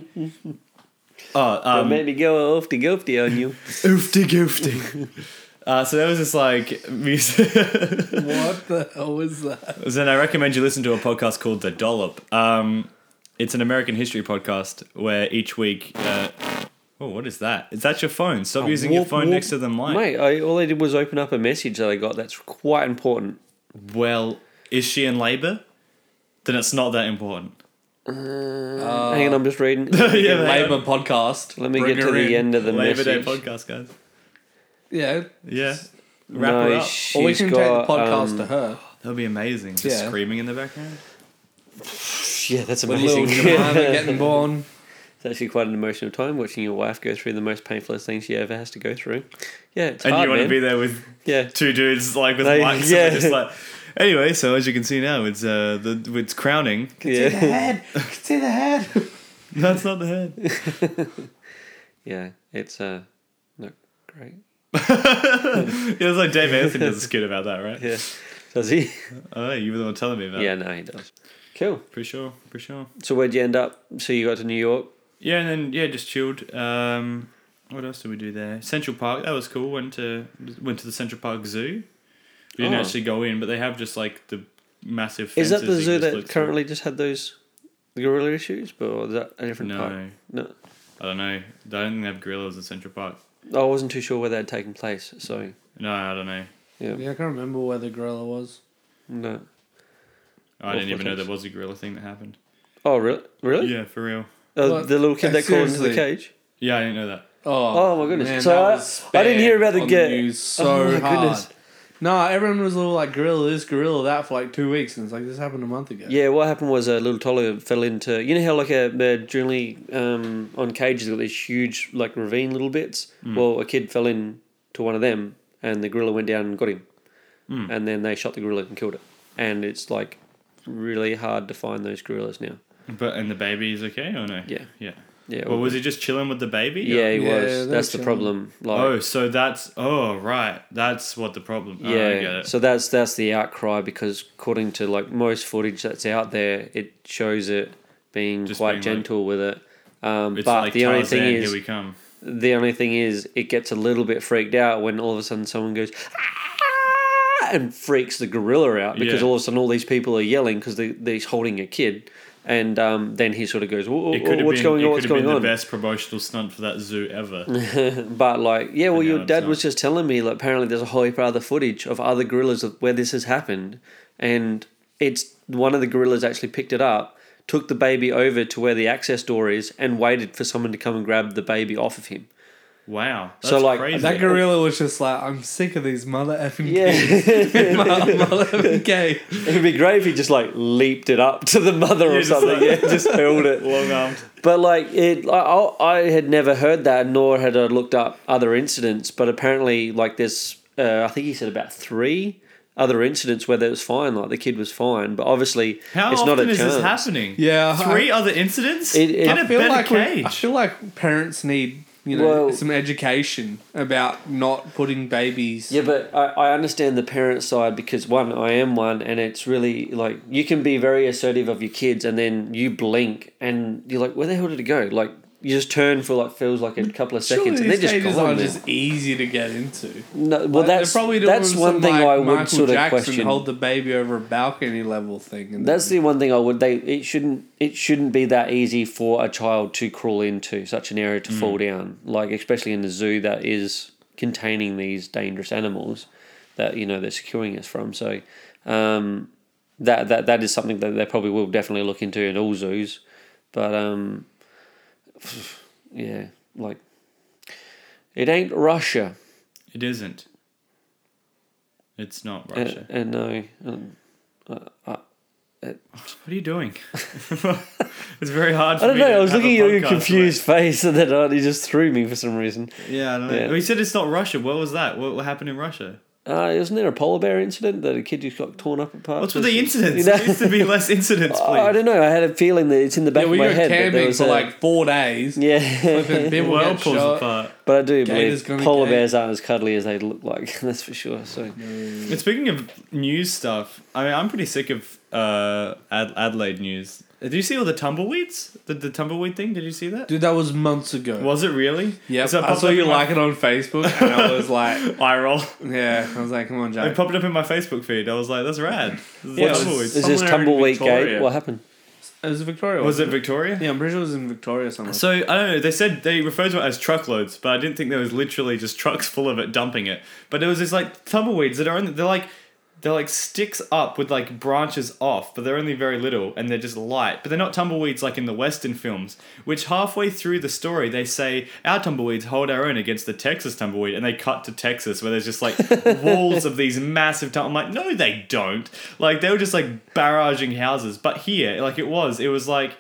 Oh,
Don't
um,
make me go oofty goofty on you.
oofty goofty. Uh, so there was this like museum.
What the hell was that?
Then I recommend you listen to a podcast called The Dollop. Um, it's an American history podcast where each week. Uh, oh, what is that? Is that your phone? Stop using your
warp,
phone
warp.
next to the mic.
Mate, I, all I did was open up a message that I got that's quite important.
Well, is she in labor? Then it's not that important. Uh,
Hang on, I'm just reading.
yeah, man.
Labour podcast.
Let me
Bring
get
her
to the
in.
end of the
Labor Day
message.
podcast, guys.
Yeah,
Yeah. Wrap her
no,
up.
she's
or we can take the
got,
podcast
um,
to her.
That'll be amazing. Just
Yeah.
screaming in the background.
Yeah, that's
With little
amazing.
Jemima getting born.
It's actually quite an emotional time watching your wife go through the most painfulest thing she ever has to go through. Yeah, it's
And
hard,
you want
man.
to be there with
yeah.
two dudes like with
Like,
mics.
yeah.
Yeah. Just like. Anyway, so as you can see now, it's uh the it's crowning.
Yeah.
head. See the head.
That's not the head.
yeah, it's uh, not great.
It was like Dave Anthony does a skit about that, right?
Yeah. Does he?
Oh, you were the one telling me about.
yeah, no, he does. Cool.
it. pretty sure, pretty sure.
So where'd you end up? So you got to New York.
Yeah, and then yeah, just chilled. Um, what else did we do there? Central Park. That was cool. Went to went to the Central Park Zoo. We didn't
Oh.
actually go in, but they have just like the massive.
Is that
fences
the zoo
you just look
that
through.
currently just had those gorilla issues, but or is that a different
No,
park? No.
I don't know. I don't think they have gorillas at Central Park.
I wasn't too sure where that had taken place, so
No, I don't know.
yeah,
Yeah, I can't remember where the gorilla was.
no.
I didn't even know
footage.
there was a gorilla thing that happened.
Oh, really? Really?
Yeah, for real.
Oh,
What?
the little kid that crawled into the
Seriously.
cage.
Yeah, I didn't know that.
Oh,
Oh, my goodness.
man,
So
that
I-
was
I didn't hear about the
on
get-
news
Oh
So
my
hard.
goodness.
No, everyone was all like gorilla this, gorilla that for like two weeks, and it's like this happened a month ago.
Yeah, what happened was a little toddler fell into you know how like a they're generally um, on cages they've got these huge like ravine little bits. Well, a kid fell in to one of them, and the gorilla went down and got him,
Hmm.
and then they shot the gorilla and killed it. And it's like really hard to find those gorillas now.
But and the baby is okay or no?
Yeah.
yeah.
Yeah,
Well, was he just chilling with the baby?
yeah, he
Yeah,
was.
they
That's
were
the problem. Like,
Oh, so that's oh right. That's what the problem. Yeah,
yeah,
I get it.
so that's that's the outcry because according to like most footage that's out there, it shows it being
Just
quite
being, like-
gentle with it. Um,
it's
but
like
the only
Tarzan,
thing is,
here we come.
the only thing is it gets a little bit freaked out when all of a sudden someone goes "Ah!" and freaks the gorilla out because
Yeah.
all of a sudden all these people are yelling because they, he's holding a kid and um, then he sort of goes "Whoa, whoa,
It could
whoa,
have
what's
been,
going
it
on
could
what's
have been
going on
the best promotional stunt for that zoo ever.
but like yeah well
Yeah,
your
it's
dad
not.
was just telling me like apparently there's a whole heap of other footage of other gorillas of where this has happened and it's one of the gorillas actually picked it up took the baby over to where the access door is and waited for someone to come and grab the baby off of him
Wow. That's
So, like,
crazy.
That gorilla was just like, I'm sick of these mother effing
Yeah.
kids. mother, mother effing gay.
It'd be great if he just like leaped it up to the mother or
just like-
something. yeah, just hurled it.
Long armed.
But like it, I, I I had never heard that, nor had I looked up other incidents. But apparently, like there's, uh, I think he said about three other incidents where it was fine. Like the kid was fine, but obviously
How
it's
often
not a
is
chance.
this happening?
Yeah, I-
Three other incidents?
It- it-
Get
I
a
feel
better
like we- I
cage.
feel like parents need you know
Well-
some education about not putting babies.
Yeah, but I, I understand the parent side because one, I am one, and it's really like you can be very assertive of your kids, and then you blink, and you're like, "Where the hell did it go?" Like you just turn for like feels like a couple of
Surely
seconds, and they're
these
just
cages
gone.
are
now.
just easy to get into.
no, well, that's
They're probably doing
that's
some,
one thing
like,
I would
Michael
sort of
Jackson
question.
Hold the baby over a balcony level thing. And
that's the one thing I would. They it shouldn't it shouldn't be that easy for a child to crawl into such an area to
Mm.
fall down. Like especially in a zoo that is containing these dangerous animals that you know they're securing us from. So um, that that that is something that they probably will definitely look into in all zoos. But um, yeah, like it ain't Russia.
It isn't. It's not
Uh,
Russia.
And no, um,
what are you doing? it's very hard for
I don't
me
know.
to
I was
have a
looking at your
podcast
confused face, and then uh, he just threw me for some reason.
where- Yeah, I don't know.
Yeah.
We said it's not Russia. What was that? What, what happened in Russia?
Uh, wasn't there a polar bear incident that a kid just got torn up apart?
What's with the
You
incidents?
know?
There needs to be less incidents, please.
I don't know. I had a feeling that it's in the back
yeah, we
of my
got
head. that there
camping
was
for
a-
like four days.
yeah,
Flipping people
Well,
get
pulls
shot.
apart.
but I do
Gator's
believe
gonna
polar
get-
bears aren't as cuddly as they look like. That's for sure. So
And speaking of news stuff, I mean, I'm pretty sick of uh, Ad- Adelaide news. Did you see all the tumbleweeds? The, the tumbleweed thing? Did you see that?
Dude, that was months ago.
Was it really?
yeah,
So it
I
popped
saw
up
you
in my-
like it on Facebook, and I was like,
viral.
yeah, I was like, come on,
It
Jack.
popped up in my Facebook feed. I was like, that's rad. This is
Yeah, it was-
is
tumbleweeds.
this
Somewhere in
tumbleweed gate?
Victoria.
What happened?
It was Victoria.
was it
wasn't
Victoria?
Yeah, I'm pretty sure it was in Victoria somewhere.
So I don't know. They said they referred to it as truckloads, but I didn't think there was literally just trucks full of it dumping it. But there was this like tumbleweeds that are only they're like they're like sticks up with like branches off, but they're only very little and they're just light. But they're not tumbleweeds like in the Western films, which halfway through the story they say our tumbleweeds hold our own against the Texas tumbleweed, and they cut to Texas where there's just like walls of these massive. Tum- I'm like, no, they don't. Like they were just like barraging houses, but here like it was, it was like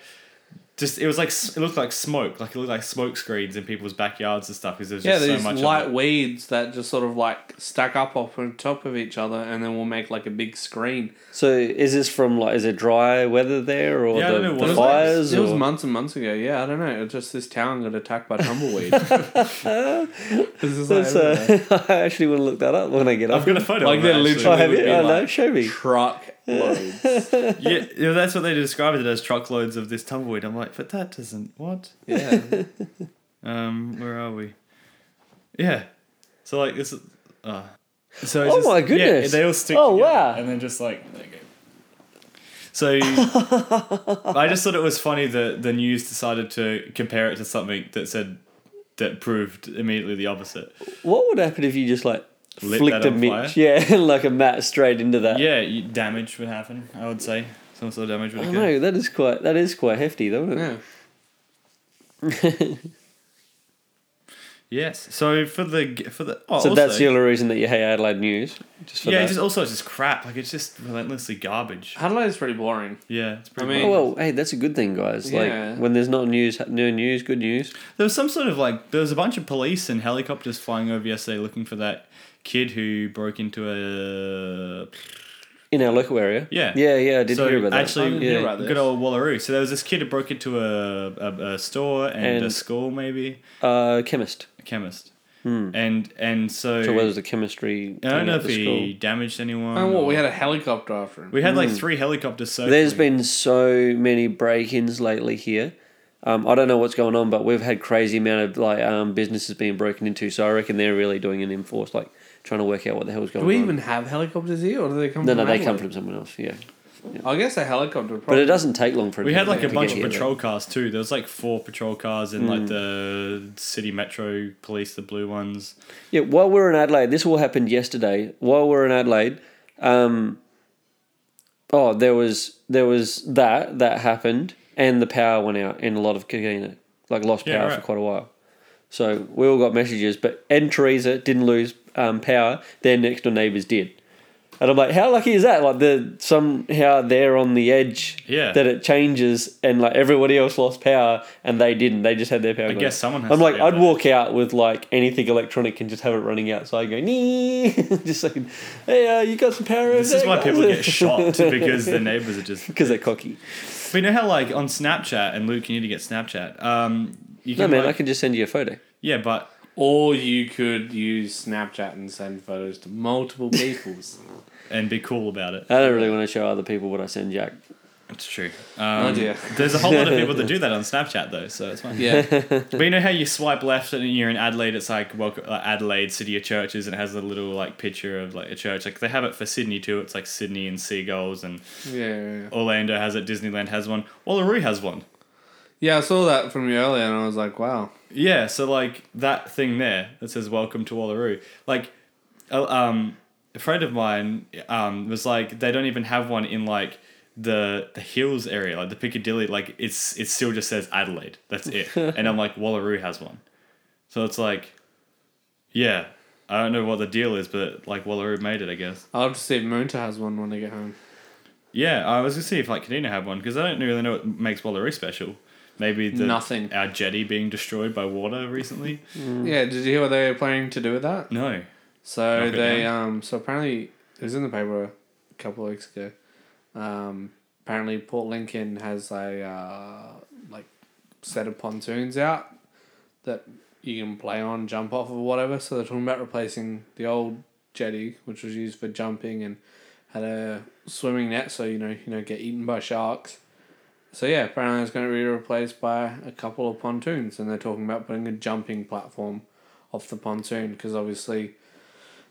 just it was like s- it looked like smoke, like it looked like smoke screens in people's backyards and stuff because there's
Yeah,
just
these
so much.
light
of it.
weeds that just sort of like stack up off on top of each other, and then we'll make like a big screen.
So is this from like is it dry weather there or
Yeah, I don't know
the,
what
the
it was.
fires?
It was
or-
months and months ago. Yeah, I don't know. It's just this town got attacked by tumbleweed. this is like,
That's, uh, I actually want to look that up when I get up.
I've got a photo.
Like
of
they're
it, actually.
Oh,
literally-
have
it would
you?
be
Oh, no,
like-
show me.
truck loads.
yeah, you know, that's what they described it as truckloads of this tumbleweed. I'm like, but that doesn't what?
Yeah,
Um, where are we? Yeah, so like this. is- Uh, so it's
Oh
just-
my
yeah,
goodness.
they all stick.
Oh,
together
wow.
And then just like there you go. So I just thought it was funny that the news decided to compare it to something that said that proved immediately the opposite.
What would happen if you just like
Lit
flicked
that
a
on
mitch? Yeah, like a mat straight into that.
Yeah, you, damage would happen. I would say some sort of damage would
I
occur.
know that is quite that is quite hefty, though, isn't it?
yeah.
Yes. So for the g- for the oh,
So
also,
that's the only reason that you hate Adelaide news. Just for
yeah.
that.
Just also it's just crap. Like it's just relentlessly garbage.
Adelaide's pretty boring.
Yeah, it's pretty.
I
bad.
mean-
Oh, well, hey, that's a good thing, guys.
Yeah.
Like when there's not news, no news, good news.
there was some sort of like there was a bunch of police and helicopters flying over yesterday looking for that kid who broke into a
In our local area.
Yeah.
Yeah, yeah, I did
so
hear about
actually
I didn't
hear
yeah,
about this.
good old Wallaroo. So there was this kid who broke into a a, a store and, a
And-
school maybe
that. Uh, chemist.
a chemist. And and so,
Hmm. So whether it's the chemistry.
I don't
thing
know
at
if
the
he
school. Hmm.
damaged anyone.
And what
or-
Oh, we had a helicopter after him.
We had like three helicopters. So
There's been so many break-ins lately here. Um, I don't know what's going on, but we've had crazy amount of like um, businesses being broken into. So I reckon they're really doing an enforced like trying to work out what the hell's going
Do we
on.
even have helicopters here, or do they come?
no,
from
no, they come
Adelaide?
from someone else. Yeah,
I guess a helicopter. Probably.
but it doesn't take long for. it
We
to
had like
to
a
get Hmm.
bunch of
here.
patrol cars too. There was like four patrol cars in like the city metro police, the blue ones.
Yeah, while we're in Adelaide, this all happened yesterday. While we're in Adelaide, um, oh, there was there was that that happened, and the power went out in a lot of Kagina, like lost
Yeah,
power for
right.
quite a while. So we all got messages, but and Teresa didn't lose um, power. Their next door neighbors did, and I'm like, how lucky is that? Like the somehow they're on the edge
Yeah.
that it changes, and like everybody else lost power and they didn't. They just had their power. I
guess someone has
I'm
to
like,
be
I'd
on that.
walk out with like anything electronic and just have it running outside, going, nee, just saying, hey, uh, you got some power.
This is why people get shot because their neighbors are just.
because they're cocky.
But you know how like on Snapchat and Luke, you need to get Snapchat. Um, you
No
can,
man,
like-
I can just send you a photo.
Yeah, but
Or you could use Snapchat and send photos to multiple people's.
and be cool about it.
I don't really want to show other people what I send Jack.
That's true.
oh
Um,
dear.
There's a whole lot of people that do that on Snapchat though, so it's fine.
Yeah.
But you know how you swipe left and you're in Adelaide, it's like welcome, uh, Adelaide City of Churches, and it has a little like picture of like a church. Like they have it for Sydney too. It's like Sydney and seagulls, and
yeah. Yeah. yeah.
Orlando has it. Disneyland has one. Wallaroo has one.
Yeah, I saw that from you earlier and I was like, wow.
Yeah, so like that thing there that says "Welcome to Wallaroo," like, uh, um, a friend of mine um was like they don't even have one in like the the hills area, like the Piccadilly. Like it's it still just says Adelaide. That's it. and I'm like Wallaroo has one, so it's like, yeah, I don't know what the deal is, but like Wallaroo made it, I guess.
I'll have to see if Moonta has one when I get home.
Yeah, I was gonna see if like Kadena had one because I don't really know what makes Wallaroo special. Maybe the,
Nothing.
Our jetty being destroyed by water recently.
Mm.
Yeah, did you hear what they were planning to do with that?
no.
So
Knock it
they um so apparently it was in the paper a couple of weeks ago. Um apparently Port Lincoln has a uh like set of pontoons out that you can play on, jump off or whatever. So they're talking about replacing the old jetty which was used for jumping and had a swimming net so you know you know get eaten by sharks. So yeah, apparently it's going to be replaced by a couple of pontoons and they're talking about putting a jumping platform off the pontoon because obviously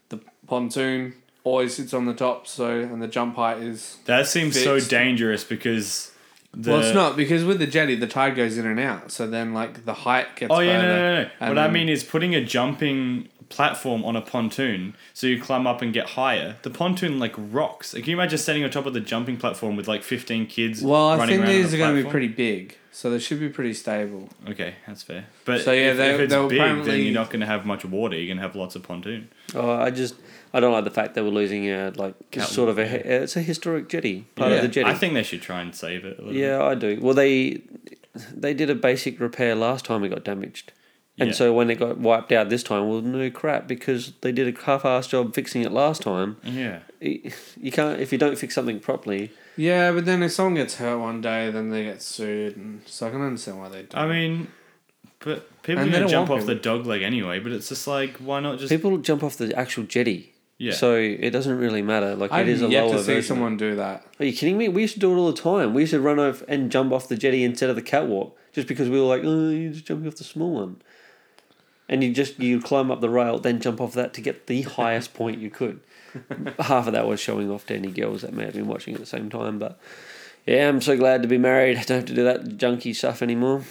the pontoon always sits on the top, so and the jump height is.
That seems so
fixed.
dangerous because the
well, it's not because with the jetty, the tide goes in and out, so then like the height gets.
Oh yeah, no,
further,
no, no. no.
and
What I
then-
mean is putting a jumping platform on a pontoon so you climb up and get higher. The pontoon like rocks. Like, can you imagine standing on top of the jumping platform with like fifteen kids?
Well, I
running
think
around on
these
the
are going to be
platform?
pretty big, so they should be pretty stable.
Okay, that's fair. But
So, yeah,
if,
they-
if it's
they'll
big, then
apparently-
you're not going to have much water. You're going to have lots of pontoon.
Oh, I just I don't like the fact that we're losing a like
Catwalk,
sort of a he- it's a historic jetty part
Yeah.
of the jetty.
I think they should try and save it. A little
yeah, I do. Well, they they did a basic repair last time it got damaged, and
Yeah.
so when it got wiped out this time, well, no crap because they did a half-ass job fixing it last time.
Bit. Yeah.
It- You can't if you don't fix something properly.
Yeah, but then if someone gets hurt one day, then they get sued, and so I can understand why they do.
I mean, but people
And
are
they
going to
don't
jump
want
off the dog leg anyway. But it's just like, why not just?
People jump off the actual jetty.
Yeah.
So it doesn't really matter. Like
I've
it is a
yet
lower
to see
version.
someone do that.
Are you kidding me? We used to do it all the time. We used to run off and jump off the jetty instead of the catwalk, just because we were like, oh, you're just jumping off the small one. And you just you climb up the rail, then jump off that to get the highest point you could. Half of that was showing off to any girls that may have been watching at the same time, but yeah, I'm so glad to be married. I don't have to do that junky stuff anymore.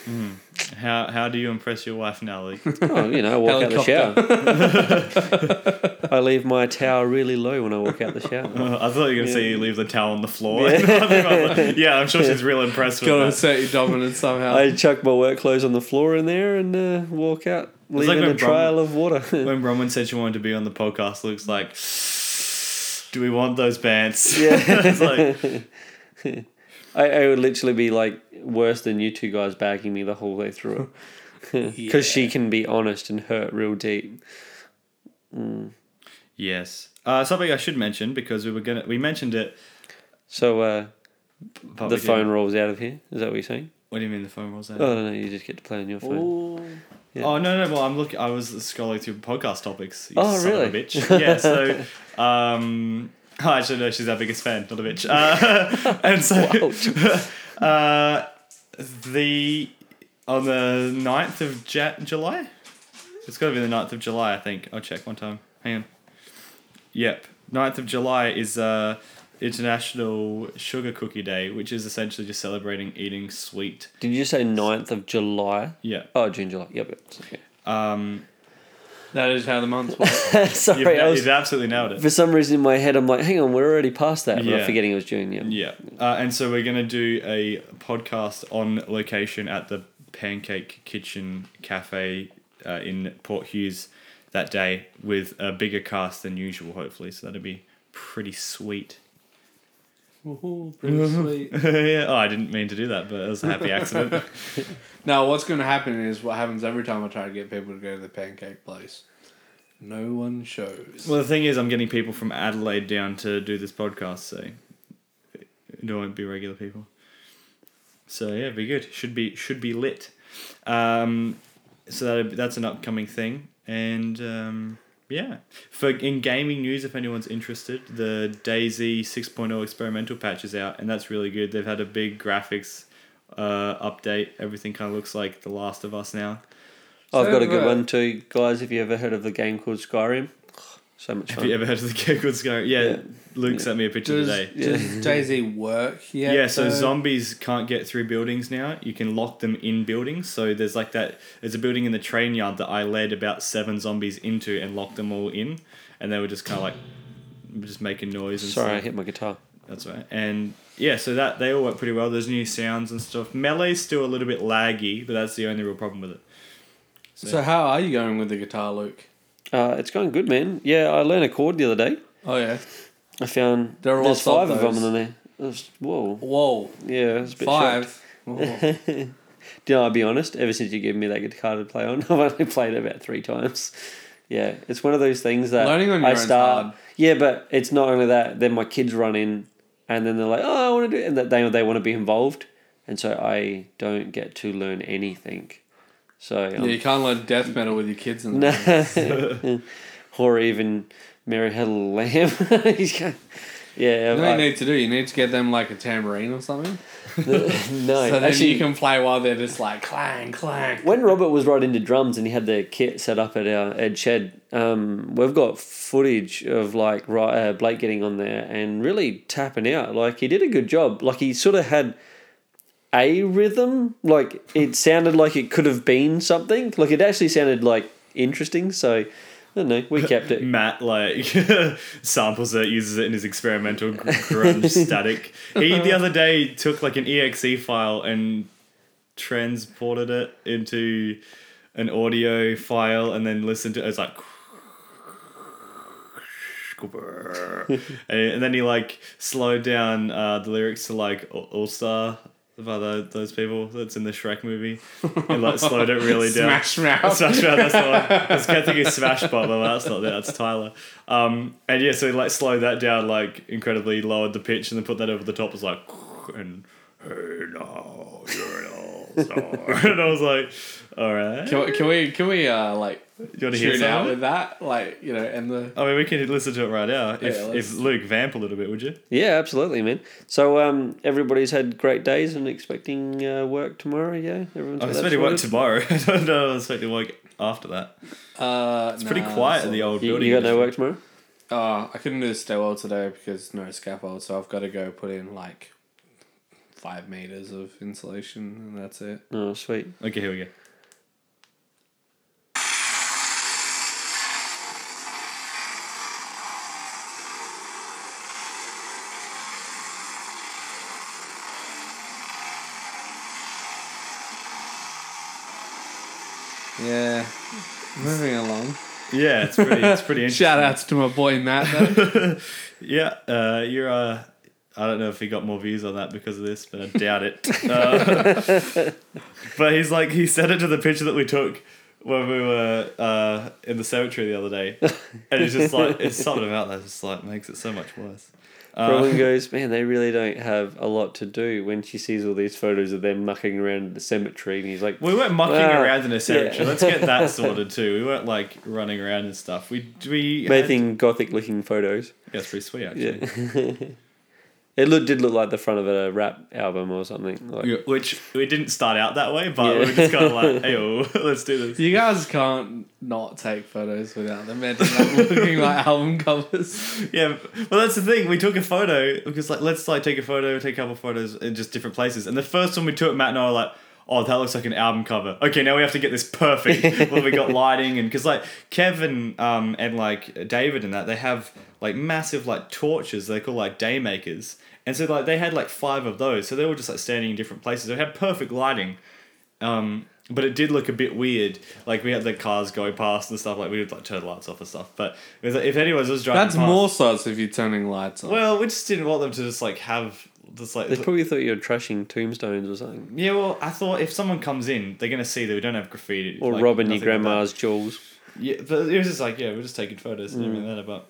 How how do you impress your wife now, Luke?
Oh, you know, I walk out the shower. I leave my towel really low when I walk out the shower.
I thought you were going to say you leave the towel on the floor. Yeah, I'm sure she's real impressed with
Got to
that.
assert your dominance somehow.
I chuck my work clothes on the floor in there and uh, walk out,
like
leaving
when
a trail of water.
When Bronwyn said she wanted to be on the podcast, looks like, do we want those pants?
yeah,
it's like,
I, I would literally be like worse than you two guys bagging me the whole way through it because she can be honest and hurt real deep.
yes. Uh, something I should mention because we were gonna we mentioned it.
So uh,
but
the
Oh, we didn't.
phone rolls out of here. Is that what you're saying?
What do you mean the phone rolls out?
Oh no, no, you just get to play on your phone. yeah.
Oh no no! Well, I'm looking. I was scrolling through podcast topics. You
Oh,
son Of a
really?
bitch. Yeah. So, um, oh, actually, no. She's our biggest fan, not a bitch. Uh, and so, uh, the on the 9th of ja- July. It's got to be the 9th of July, I think. I'll check one time. Hang on. Yep. 9th of July is uh, International Sugar Cookie Day, which is essentially just celebrating eating sweet.
Did you say 9th of July?
Yeah.
Oh, June, July. Yep. yep. it's okay.
Um,
that is how the months work.
Sorry,
you've,
I
na-
was,
you've absolutely nailed it.
for some reason in my head I'm like, hang on, we're already past that. But I'm
Yeah.
forgetting it was June. Yeah.
Yeah, uh, and so we're gonna do a podcast on location at the Pancake Kitchen Cafe uh, in Port Hughes that day with a bigger cast than usual, hopefully. So that'll be pretty sweet.
pretty sweet.
yeah. Oh, I didn't mean to do that, but it was a happy accident.
Now, what's going to happen is what happens every time I try to get people to go to the pancake place. No one shows.
well, the thing is, I'm getting people from Adelaide down to do this podcast, so it won't be regular people. So yeah, be good. Should be should be lit. Um, so that that's an upcoming thing, and um, yeah, for in gaming news, if anyone's interested, the Daisy 6.0 experimental patch is out, and that's really good. They've had a big graphics uh, update. Everything kind of looks like The Last of Us now.
I've got a
So,
good
uh,
one too, guys. Have you ever heard of the game called Skyrim? So much
Have you
fun.
ever heard of the Kirkwood Scar? Yeah,
Yeah.
Luke sent me a picture
does,
today.
does Daisy work yet?
Yeah, so
though?
zombies can't get through buildings now. You can lock them in buildings. So there's like that. There's a building in the train yard that I led about seven zombies into and locked them all in, and they were just kind of like just making noise. And
Sorry, I
stuff.
hit my guitar.
That's right. And yeah, so that they all work pretty well. There's new sounds and stuff. Melee's still a little bit laggy, but that's the only real problem with it.
So how are you going with the guitar, Luke?
Uh, it's going good, man. Yeah, I learned a chord the other day.
Oh yeah.
I found
They're all
there's five of
solos.
them in there. That's- whoa,
Whoa.
yeah, it's a bit shocked.
Five. Whoa.
Do you know, I'll be honest, ever since you gave me that guitar to play on, I've only played it about three times. Yeah, it's one of those things that
Learning on your
I
own's
start.
hard.
Yeah, but it's not only that. Then my kids run in, and then they're like, "Oh, I want to do," it," and that they they want to be involved, and so I don't get to learn anything. So
yeah,
I'm
you can't learn death metal with your kids in there.
No. or even Mary Had a Lamb. He's got- yeah,
You know
I-
what you need to do? You need to get them like a tambourine or something.
no.
so then
actually,
you can play while they're just like clang, clang.
when Robert was right into drums and he had the kit set up at our Ed Shed, um, we've got footage of like Ri- uh, Blake getting on there and really tapping out. Like he did a good job. Like he sort of had a rhythm. Like it sounded like it could have been something. Like it actually sounded like interesting. So I don't know. We kept it.
Matt like samples it, uses it in his experimental gr- grunge static. He the other day took like an exe file and transported it into an audio file and then listened to it. It's like and and then he like slowed down uh, the lyrics to like All Star by the, those people that's in the Shrek movie and like slowed it really down.
Smash mouth.
Smash Mouth, that's the one. I was kind of thinking Smash Bot, but that's not that, that's Tyler. Um, and yeah, so he like slowed that down like incredibly, lowered the pitch, and then put that over the top. It was like, and hey, no, you're an all-star." And I was like, all right.
Can we, can we, can we uh, like
You want to hear
tune out
something?
with that? Like, you know, and the.
I mean, we can listen to it right now. If,
Yeah, let's-
if Luke, vamp a little bit, would you?
Yeah, absolutely, man. So um, everybody's had great days and expecting uh, work tomorrow. Yeah, everyone's.
I'm
got that
expecting Oh, work
sorted?
tomorrow. I don't know. I'm expecting work after that.
Uh, it's
Pretty quiet in the old
You,
building.
you got no work tomorrow.
Oh, I couldn't do the stairwell today because no scaffold, so I've got to go put in like five meters of insulation, and that's it.
Oh, sweet.
Okay, here we go.
Yeah, moving along.
Yeah, it's pretty. It's pretty interesting.
Shout outs to my boy Matt. Though.
Yeah, uh, you're. Uh, I don't know if he got more views on that because of this, but I doubt it. Uh, but he's like, he sent it to the picture that we took when we were uh, in the cemetery the other day, and it's just like it's something about that just like makes it so much worse. Uh,
Rowan goes, man, they really don't have a lot to do when she sees all these photos of them mucking around at the cemetery, and he's like,
We weren't mucking
Well,
around in a cemetery.
Uh, yeah.
Let's get that sorted too. We weren't like running around and stuff. We we had-
making gothic-looking photos.
Yeah, it's pretty sweet actually.
Yeah. It look, did look like the front of a rap album or something. Like,
Which we didn't start out that way, but we were
Yeah.
just kind of like, hey, oh, let's do this.
you guys can't not take photos without them ending up looking like album covers.
Yeah, well, that's the thing. We took a photo because, like, let's like take a photo, take a couple photos in just different places. And the first one we took, Matt and I were like, "Oh, that looks like an album cover." Okay, now we have to get this perfect. well, we got lighting and because like Kevin um, and like David and that they have like massive like torches they call like day makers, and so like they had like five of those, so they were just like standing in different places. They had perfect lighting. Um, But it did look a bit weird. Like we had the cars going past and stuff. Like we would like turn the lights off and stuff. But it was like, if anyone was just driving,
That's
past-
more sus if you're turning lights on.
Well, we just didn't want them to just like have just like
They probably thought you were trashing tombstones or something,
yeah. Well, I thought if someone comes in, they're gonna see that we don't have graffiti
or
like,
robbing your
nothing like that.
grandma's jewels.
Yeah, but it was just like yeah, we're just taking photos and
Mm.
everything like that. But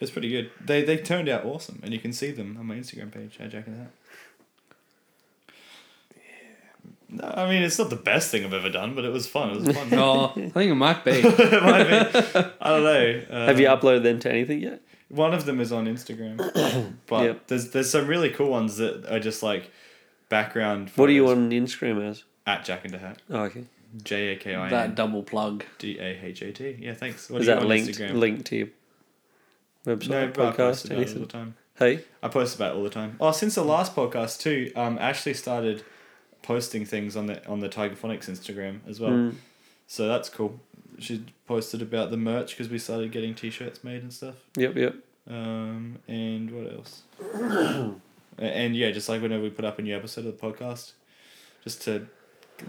it's pretty good. They they turned out awesome, and you can see them on my Instagram page. How jack is that? No, I mean it's not the best thing I've ever done, but it was fun. It was fun.
No, Oh, I think it might be.
It might be. I don't know. Uh,
Have you uploaded them to anything yet?
One of them is on Instagram, but
Yep.
there's there's some really cool ones that are just like background.
What are you
photos.
on Instagram as?
At Jack and the Hat.
Oh, okay.
J A K I
that
N
double plug.
D A H A T. Yeah, thanks. What
Is
are you
that
on
linked
Instagram?
linked to your website,
No, but I post
podcast,
about it all the
anything?
time.
Hey,
I post about it all the time. Oh, since the last podcast too, um, Ashley started posting things on the on the Tiger Phonics Instagram as well.
Mm.
So that's cool. She posted about the merch because we started getting T-shirts made and stuff.
yep, yep.
Um, and what else? A- and yeah, just like whenever we put up a new episode of the podcast, just to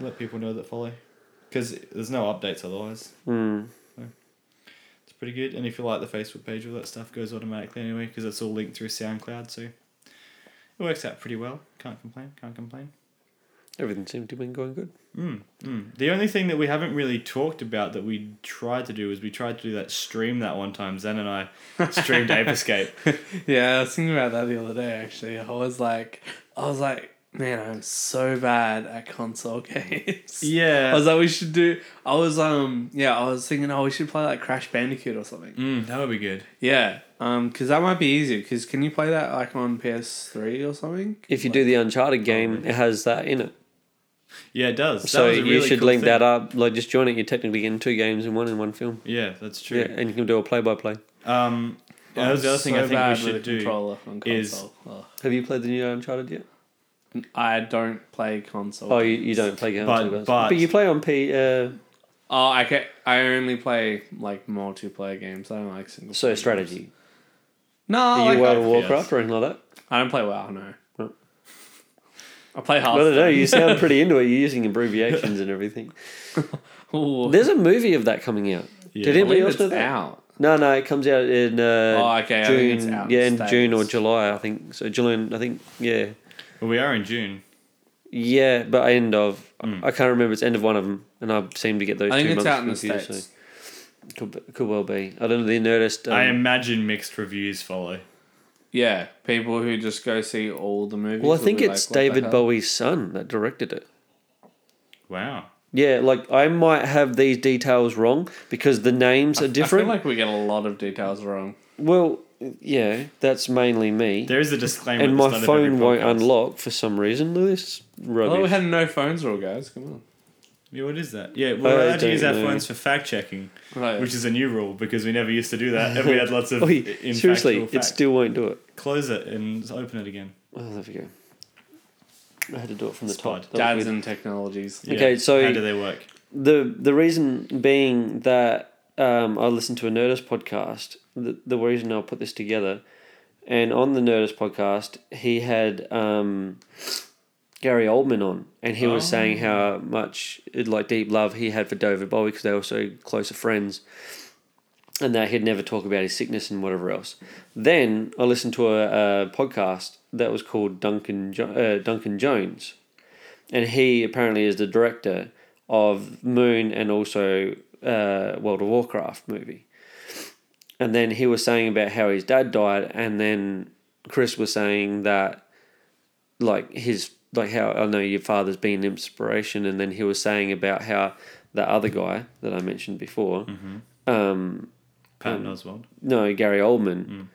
let people know that follow, because there's no updates otherwise.
Mm.
It's pretty good. And if you like the Facebook page, all that stuff goes automatically anyway because it's all linked through SoundCloud. So it works out pretty well. Can't complain. Can't complain.
Everything seemed to have been going good.
Mm, mm. The only thing that we haven't really talked about that we tried to do is we tried to do that stream that one time. Zen and I streamed Ape Escape.
Yeah, I was thinking about that the other day. Actually, I was like, I was like, man, I'm so bad at console games.
Yeah.
I was like, we should do. I was um, yeah, I was thinking, oh, we should play like Crash Bandicoot or something.
Mm, that would be good.
Yeah, um, because that might be easier. Because can you play that like on PS3 or something?
If you do the Uncharted game, it has that in it.
Yeah, it does. That
So
was a
you
really
should
cool
link
thing.
that up. Like just join it. You're technically getting two games in one in one film.
Yeah, that's
Yeah,
true.
and you can do a play by play.
Um, that was the other
I'm
thing
so
I think we
bad with
should
a
do.
controller on
is-
console. Ugh.
Have you played the new Uncharted yet?
I don't play console.
Oh, you, you don't play games.
But-
on consoles.
but-
but you play on P. Uh,
Oh, I can, I only play like multiplayer games. I don't like single.
so
player
strategy.
games. No,
Are
like,
you World of
I,
Warcraft or anything like that?
I don't play WoW. No,
No.
I play half.
I don't know. You sound pretty into it. You're using abbreviations and everything.
Ooh,
There's a movie of that coming out. Did anybody else
it's
know that?
out.
No, no, it comes out in uh,
Oh, okay, I
June.
think it's out in
yeah,
the
in June or
States.
July, I think. So July, I think. Yeah,
Well, we are in June.
yeah, but end of. I can't remember. It's end of one of them, and I seem to get those
Hmm. I
two
think it's
months
out in the
confused.
states.
So could, be- could well be. I don't know. They noticed. Um,
I imagine mixed reviews follow.
Yeah, people who just go see all the movies.
Well, I
will
think
be
it's
like, what the
David
hell?
Bowie's son that directed it.
Wow.
Yeah, like I might have these details wrong because the names are
I feel
different.
like we get a lot of details wrong.
well, yeah, that's mainly me.
There is a disclaimer.
and
at the
my
start of every
phone won't
podcast.
unlock for some reason. This
Although we
rubbish.
had no phones rule, guys. Come on.
Yeah, what is that? Yeah, we're
I
allowed to
don't
use our
know. Uh,
phones for fact checking,
Right.
which is a new rule because we never used to do that, and we had lots of
Oi,
in
seriously,
factual
it
fact.
still won't do it.
Close it and open it again.
Oh, there we go. I had to do it from the
Spud.
top. That was
Dads
weird.
and technologies.
Yeah.
Okay, so-
how do they work?
The the reason being that um, I listened to a Nerdist podcast. The the reason I put this together, and on the Nerdist podcast, he had um, Gary Oldman on, and he was
Oh.
saying how much like deep love he had for David Bowie because they were so close of friends. and that he'd never talk about his sickness and whatever else. Then I listened to a, a podcast that was called Duncan jo- uh, Duncan Jones, and he apparently is the director of Moon and also uh, World of Warcraft movie. And then he was saying about how his dad died, and then Chris was saying that like his like how I know your father's been an inspiration, and then he was saying about how that other guy that I mentioned before. Um,
Patton Oswald.
no, Gary Oldman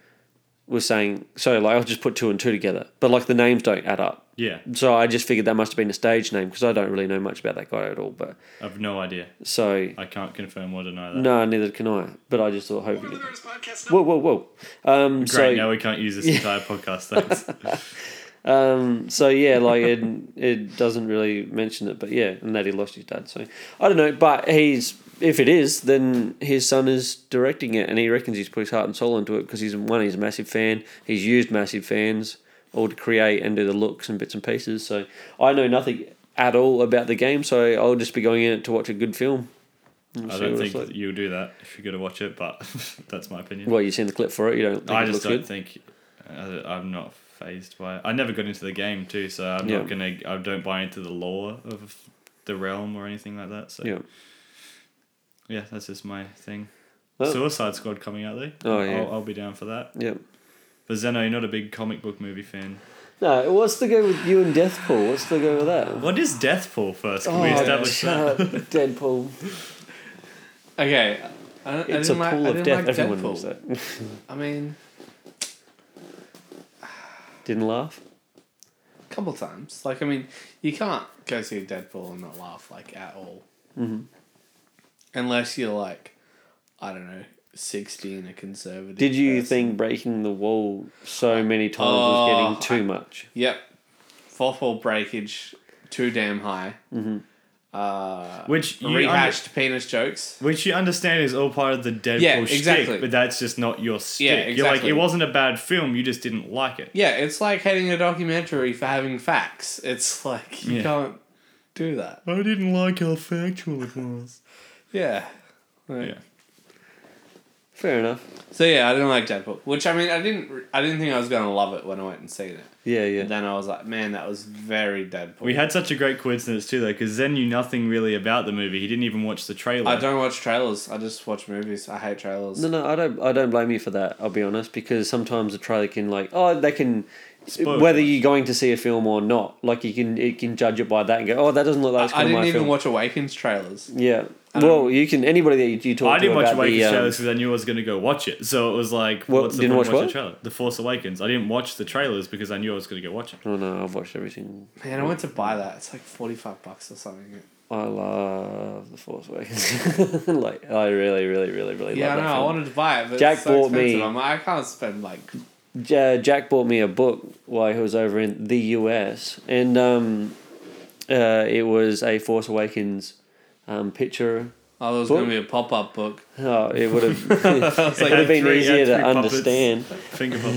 was saying, so like I'll just put two and two together, but like the names don't add up.
Yeah,
So I just figured that must have been a stage name because I don't really know much about that guy at all. But
I've no idea.
so
I can't confirm or deny that.
no, neither can I. But I just thought,
Welcome
hopefully,
to the Nerdist Podcast
whoa, whoa, whoa. Um,
Great.
so
now we can't use this entire podcast. Thanks.
Um, so yeah, like it, it doesn't really mention it, but yeah, and that he lost his dad. So I don't know, but he's if it is, then his son is directing it, and he reckons he's put his heart and soul into it because he's one, he's a massive fan. He's used massive fans all to create and do the looks and bits and pieces. So I know nothing at all about the game, so I'll just be going in it to watch a good film. and
I
see
don't
what
think
it's like.
that you'll do that if you're going to watch it, but that's my opinion.
Well, you've seen the clip for it. You don't. Think
I
it looks
just don't
good.
think I- I'm not phased by it. I never got into the game too, so I'm
Yeah.
not gonna. I don't buy into the lore of the realm or anything like that. So
Yeah.
yeah, that's just my thing.
Well-
Suicide Squad coming out though.
Oh, yeah.
I'll, I'll be down for that.
Yeah.
But Zeno, you're not a big comic book movie fan.
No, what's the go with you and Deathpool? What's the go with that?
What is Deathpool first? Can we establish that?
shut up, Oh, uh, Deadpool.
Okay. I, I
It's a pool
didn't like, I
of
didn't
death.
Like
Everyone
Deadpool.
knows that.
I mean,
Didn't laugh.
a couple times. Like, I mean, you can't go see Deadpool and not laugh, like, at all. Mm-hmm. Unless you're, like, I don't know, 60 and a conservative.
Did you
person.
think breaking the wall so many times was
Oh,
getting too much?
Yep. Fourth wall breakage, too damn high. Mm-hmm. Uh,
Which you under-
rehashed penis jokes.
Which you understand is all part of the Deadpool
Yeah,
shtick,
exactly.
but that's just not your stick.
Yeah,
You're like,
exactly.
it wasn't a bad film, you just didn't like it.
Yeah, it's like hating a documentary for having facts. It's like you
Yeah.
can't do that.
I didn't like how factual it was.
Yeah. Like-
Yeah.
Fair enough.
So yeah, I didn't like Deadpool, which I mean, I didn't, I didn't think I was gonna love it when I went and seen it.
Yeah, yeah.
And then I was like, man, that was very Deadpool.
We had such a great coincidence too, though, because Zen knew nothing really about the movie. He didn't even watch the trailer.
I don't watch trailers. I just watch movies. I hate trailers.
No, no, I don't. I don't blame you for that. I'll be honest, because sometimes a trailer can like, oh, they can,
Spoil
whether
it.
you're going to see a film or not, like you can, it can judge it by that and go, oh, that doesn't look like it's
I
gonna be
didn't
my
even
film.
watch Awakens trailers.
yeah. Well, you can. Anybody that you, you talk
I
to
didn't watch
about
Awakens
the, um,
trailers because I knew I was going to go watch it. So it was like,
Well,
what's the
didn't
point of
watch
watching
what?
the trailer? The Force Awakens. I didn't watch the trailers because I knew I was going to go watch it.
Oh no, I've watched everything.
Man, I went to buy that. It's like forty five bucks or something.
I love The Force Awakens. like, I really, really, really, really
Yeah, I
love that
know. I
film.
wanted to buy it, but
Jack
it's so
bought me-
expensive. I'm like, I can't spend like.
Ja- Jack bought me a book while he was over in the US, and um, uh, it was a Force Awakens um, picture.
Oh, there was
Book?
gonna be a pop up book.
Oh, it would have
I
it
was like,
would have been
three- it had
easier to
three puppets.
understand.
Finger pop.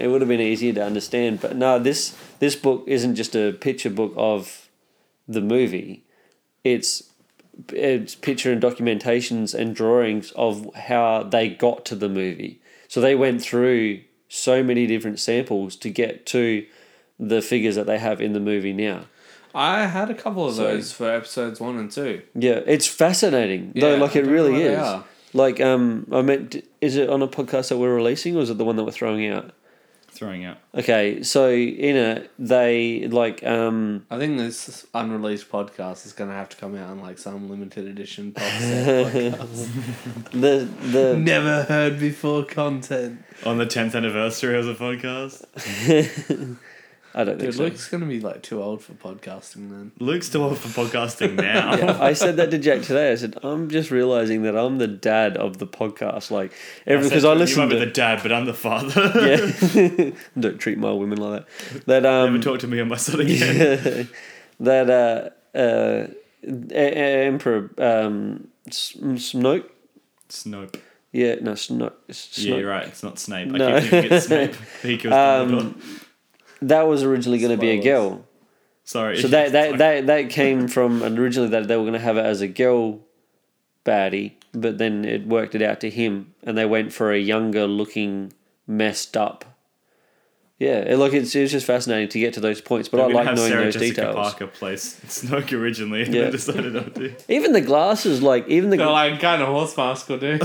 it would have been easier to understand, but no, this this book isn't just a picture book of the movie. It's it's picture and documentations and drawings of how they got to the movie. So they went through so many different samples to get to the figures that they have in the movie now.
I had a couple of
So-
those for episodes one and two.
Yeah, it's fascinating though.
Yeah,
Like
I
it
don't know
really
where they
is.
are.
Like um, I meant, is it on a podcast that we're releasing, or is it the one that we're throwing out?
Throwing out.
Okay, so in it they like um,
I think this unreleased podcast is going to have to come out on like some limited edition box set podcast.
the the
Never heard before content.
On the 10th anniversary of the podcast.
I don't think
Dude,
so.
Luke's going to be like too old for podcasting then.
Luke's still up for podcasting now.
Yeah, I said that to Jack today. I said I'm just realizing that I'm the dad of the podcast, like every
said
because
to
I
him, You
listen
might be
to
the dad, but I'm the father.
yeah. don't treat my women like that. That um,
Never talk to me and my son again.
that uh, uh, E- E- Emperor um, S- Snoke.
Snope.
Yeah, no, Snoke. Snoke.
Yeah, you're right. It's not Snape.
No. Um,
I keep thinking it's Snape. He kills Dumbledore.
That was originally going to be a
Spoilers.
girl.
Sorry.
So that that, that that came from originally that they were going to have it as a girl baddie, but then it worked it out to him, and they went for a younger looking, messed up. Yeah, it, like it's it's just fascinating to get to those points, but
They're
I
gonna
like
have
knowing
Sarah
those
Jessica
details.
Parker plays Snoke originally, and
Yeah.
then decided not to.
Even the glasses, like even the,
They're like kind of horse mask will do.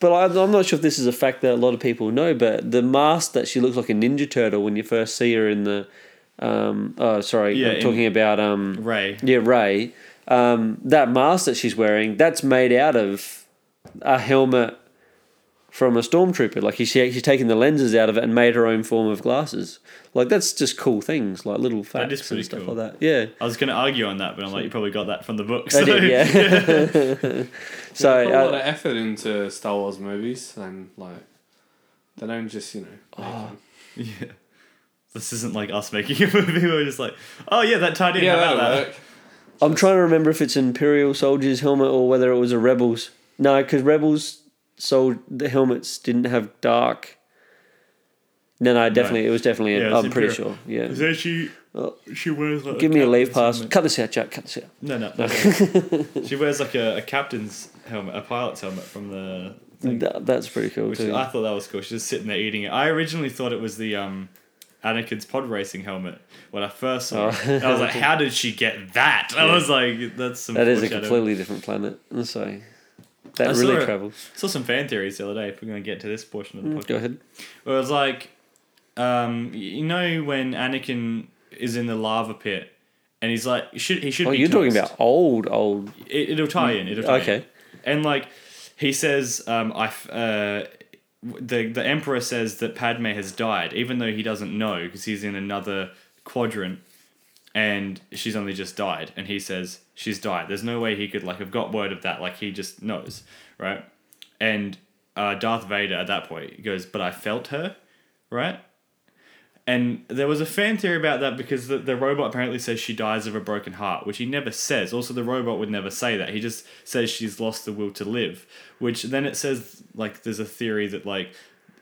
but I'm, I'm not sure if this is a fact that a lot of people know, but the mask that she looks like a ninja turtle when you first see her in the, um, oh sorry,
Yeah,
I'm
in-
talking about um,
Ray.
Yeah, Ray. Um, that mask that she's wearing, that's made out of a helmet from a stormtrooper. Like she actually taken the lenses out of it and made her own form of glasses. Like that's just cool things, like little
That is
facts
pretty
and stuff
cool.
like that. Yeah.
I was going to argue on that, but I'm like, you probably got that from the book.
I
so-
did, yeah. so
They put a lot of
uh,
effort into Star Wars movies and like they don't just you know. make them.
Yeah. This isn't like us making a movie. We're just like, oh yeah, that tied in.
yeah,
How about
that'll
that?
work.
I'm trying to remember if it's Imperial Soldier's helmet or whether it was a Rebels. No, because Rebels sold the helmets didn't have dark. No, no, definitely it was definitely.
Yeah, it
I'm
was
pretty
Imperial.
sure. Yeah,
It's actually She wears like
Give me a leave
captain's
pass.
helmet.
Cut this out, Jack. Cut this out.
No, no. no. she wears like a, a captain's helmet, a pilot's helmet from the thing.
That, that's pretty cool
Which
too.
I thought that was cool. She's just sitting there eating it. I originally thought it was the um, Anakin's pod racing helmet when I first saw it.
Oh.
And I was like, how did she get that? I
Yeah.
was like, that's some.
that is a
foreshadowing.
completely different planet. And so that
I saw
really
it.
travels.
Saw some fan theories the other day. If we're going to get to this portion of the podcast,
Mm, Go ahead.
Where it was like, um, you know, when Anakin is in the lava pit, and he's like, should he should?
Oh,
be
you're talking
toast.
about old, old.
It, it'll tie in. It'll tie in.
Okay.
And like he says, um, I f- uh, the the emperor says that Padme has died, even though he doesn't know because he's in another quadrant, and she's only just died. And he says she's died. There's no way he could like have got word of that. Like he just knows, right? And uh, Darth Vader at that point goes, "But I felt her," right? And there was a fan theory about that because the, the robot apparently says she dies of a broken heart, which he never says. Also, the robot would never say that. He just says she's lost the will to live, which then it says, like, there's a theory that, like,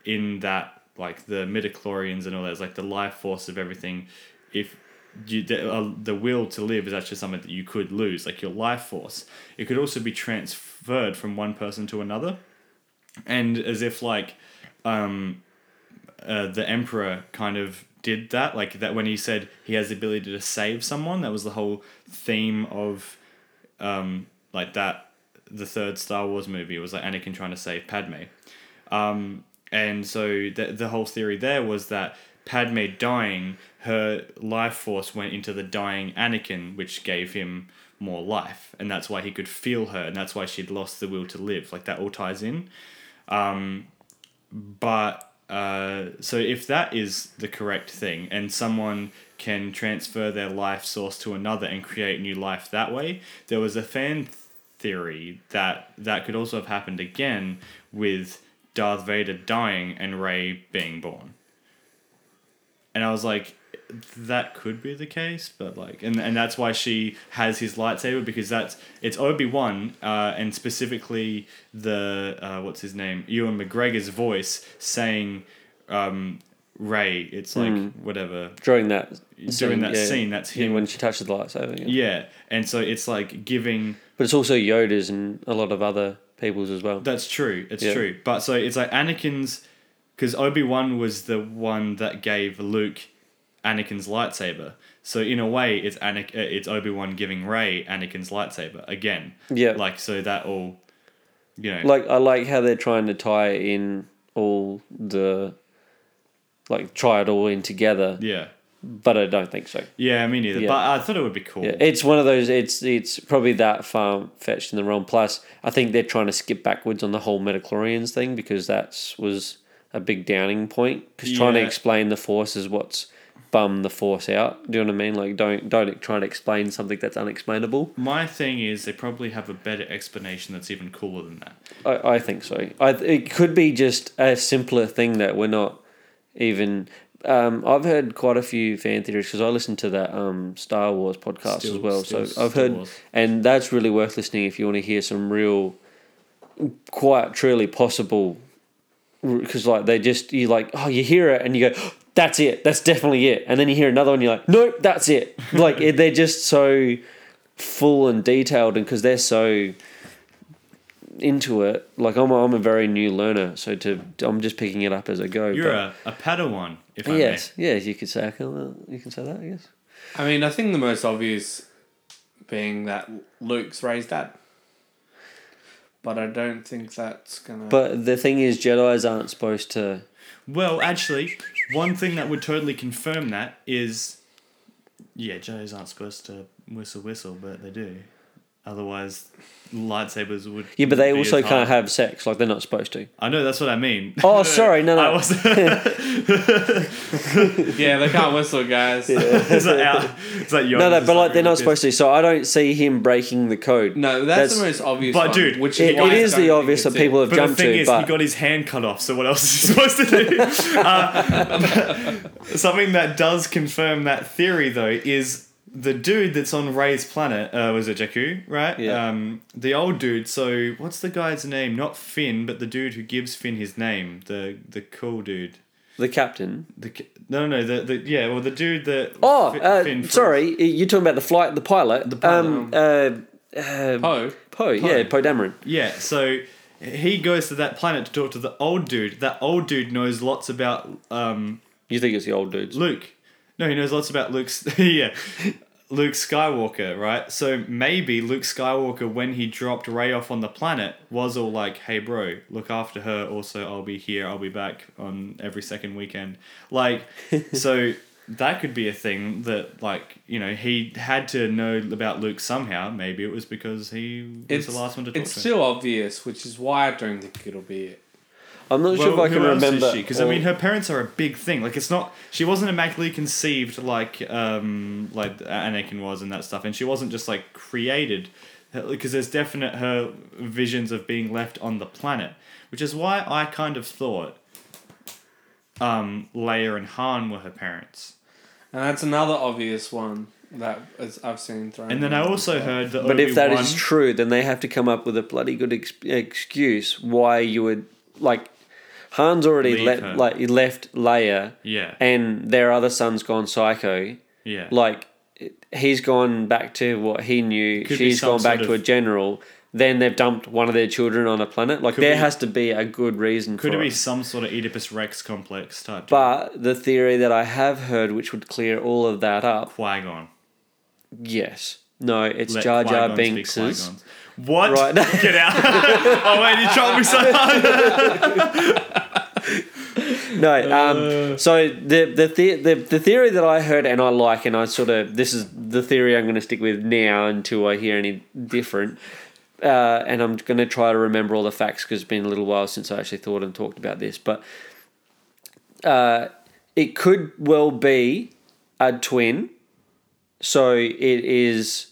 in that, like, the midichlorians and all that is, like, the life force of everything. If you, the, uh, the will to live is actually something that you could lose, like your life force. It could also be transferred from one person to another. And as if, like, uh, the emperor kind of did that like that when he said he has the ability to save someone that was the whole theme of um like that the third star wars movie was like anakin trying to save padme um and so the, the whole theory there was that padme dying her life force went into the dying anakin which gave him more life and that's why he could feel her and that's why she'd lost the will to live like that all ties in but uh, so if that is the correct thing and someone can transfer their life source to another and create new life that way there was a fan th- theory that that could also have happened again with darth vader dying and ray being born and i was like that could be the case but like and, and that's why she has his lightsaber because that's it's obi-wan uh, and specifically the uh, what's his name ewan mcgregor's voice saying um, ray it's like whatever
During that
during that
Hmm. yeah.
scene that's
Yeah,
him
when she touches the lightsaber. Yeah.
yeah and so it's like giving
But it's also Yoda's and a lot of other people's as well.
That's true. It's
Yeah.
true. But so it's like Anakin's, because Obi Wan was the one that gave Luke Anakin's lightsaber. So in a way, it's Anakin, it's Obi Wan giving Ray Anakin's lightsaber again.
Yeah.
Like so that all, you know.
like I like how they're trying to tie in all the like try it all in together,
yeah.
but I don't think so.
Yeah, me neither.
Yeah.
But I thought it would be cool.
Yeah, it's one of those. It's it's probably that far fetched in the wrong. Plus, I think they're trying to skip backwards on the whole metachlorians thing because that's was a big downing point. Because trying to
Yeah.
explain the force is what's bum the force out. Do you know what I mean? Like don't don't try to explain something that's unexplainable.
My thing is, they probably have a better explanation that's even cooler than that.
I, I think so. I, it could be just a simpler thing that we're not even. Um, I've heard quite a few fan theories because I listen to that um, Star Wars podcast
Still-
as well.
still
so I've
Star
heard,
Wars.
and that's really worth listening if you want to hear some real, quite truly possible. Because like they just you like oh you hear it and you go that's it that's definitely it and then you hear another one you're like nope that's it like it- they're just so full and detailed and because they're so into it like I'm a, I'm a very new learner so to I'm just picking it up as I go
You're
but-
a, a Padawan, if I
yes yes you could say I can, you can say that I guess
I mean, I think the most obvious being that Luke's Ray's dad. But I don't think that's gonna.
but the thing is Jedi's aren't supposed to
may. Well, actually, one thing that would totally confirm that is Yeah, Joes aren't supposed to whistle whistle, but they do. Otherwise, lightsabers would.
yeah but they
be
also
as
can't
hard.
have sex like they're not supposed to
I know that's what I mean.
Oh, sorry, no, no.
I was,
yeah, they can't whistle, guys.
it's like out, it's like
no no but like they're not supposed to so I don't see him breaking the code
No, that's,
That's-
the most obvious.
But
one,
dude,
which
it,
why
it
I
is
don't
the
think
obvious
it's
that
it.
people have
But the
jumped
thing
to
is,
but
he got his hand cut off. So what else is he supposed to do? uh, something that does confirm that theory, though, is the dude that's on Ray's planet. Uh, was it Jakku? Right.
Yeah.
Um, the old dude. So what's the guy's name? Not Finn, but the dude who gives Finn his name. The the cool dude.
The captain.
The, ki- no, no, no. The, the, yeah, well, the dude that.
Oh,
Fi-
uh,
Finn Fru-
sorry. You're talking about the flight, the pilot. The
pilot.
Um, uh, uh, Poe.
Oh,
yeah, Poe Dameron.
Yeah, so he goes to that planet to talk to the old dude. That old dude knows lots about um,
You think it's the old dudes?
Luke. No, he knows lots about Luke's. yeah. Luke Skywalker, right? So maybe Luke Skywalker, when he dropped Ray off on the planet, was all like, hey, bro, look after her. Also, I'll be here. I'll be back on every second weekend. Like, so that could be a thing that, like, you know, he had to know about Luke somehow. Maybe it was because he was
it's
the last one to talk
It's
to.
still obvious, which is why I don't think it'll be it.
I'm not sure if I can
who else is
remember.
she? Because
all-
I mean, her parents are a big thing. Like, it's not. She wasn't immaculately conceived like um like Anakin was and that stuff, and she wasn't just like created. Because there's definite her visions of being left on the planet, which is why I kind of thought um Leia and Han were her parents.
And that's another obvious one that is, I've seen thrown.
And then I
around.
also heard that.
But if that is
Obi-Wan-
true, then they have to come up with a bloody good ex- excuse why you would like. Han's already
Leave her.
let like he left Leia,
yeah,
and their other son's gone psycho.
yeah,
Like it- he's gone back to what he knew.
Could be
She's
some
gone back
sort
to a
of-
general. Then they've dumped one of their children on a planet. Like
Could
there
be-
has to be a good reason
could
for
it be
it.
some sort of Oedipus Rex complex type?
But the theory that I have heard, which would clear all of that up,
Qui Gon.
yes, no, it's Jar Jar Binks's.
What?
Right.
Get out. oh, wait, you trolled me so hard.
No, um, so the the, the the the theory that I heard and I like and I sort of this is the theory I'm going to stick with now until I hear any different, uh, and I'm going to try to remember all the facts because it's been a little while since I actually thought and talked about this, but uh, it could well be a twin, so it is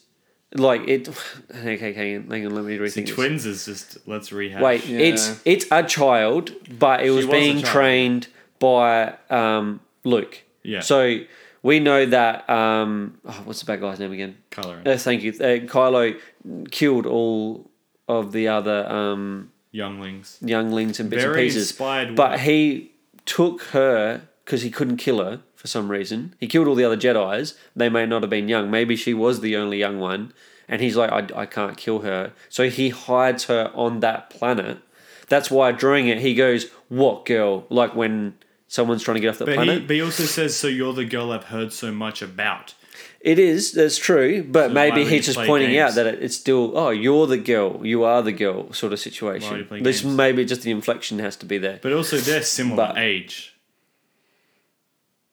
like it. Okay, hang on, hang on let me rethink.
The
this.
twins is just, let's rehash.
Wait,
Yeah.
it's it's a child, but it was,
was a
being
child.
trained by um, Luke.
Yeah.
So we know that um, oh, what's the bad guy's name again?
Kylo Ren.
Uh, thank you. Uh, Kylo killed all of the other um,
Younglings.
younglings and bits and
Very
pieces.
inspired
But
work.
he took her because he couldn't kill her for some reason. He killed all the other Jedi's. They may not have been young. Maybe she was the only young one. And he's like, I, I can't kill her. So he hides her on that planet. That's why during it, he goes, What girl? Like when someone's trying to get off the
But he,
planet.
but he also says, so you're the girl I've heard so much about.
It is, that's true. But
So why
maybe
would
he's
you
just
play
pointing out
games?
that it, it's still, Oh, you're the girl. You are the girl sort of
Why would you
situation.
play
This
games?
maybe just the inflection has to be there.
But also, they're similar
But-
age.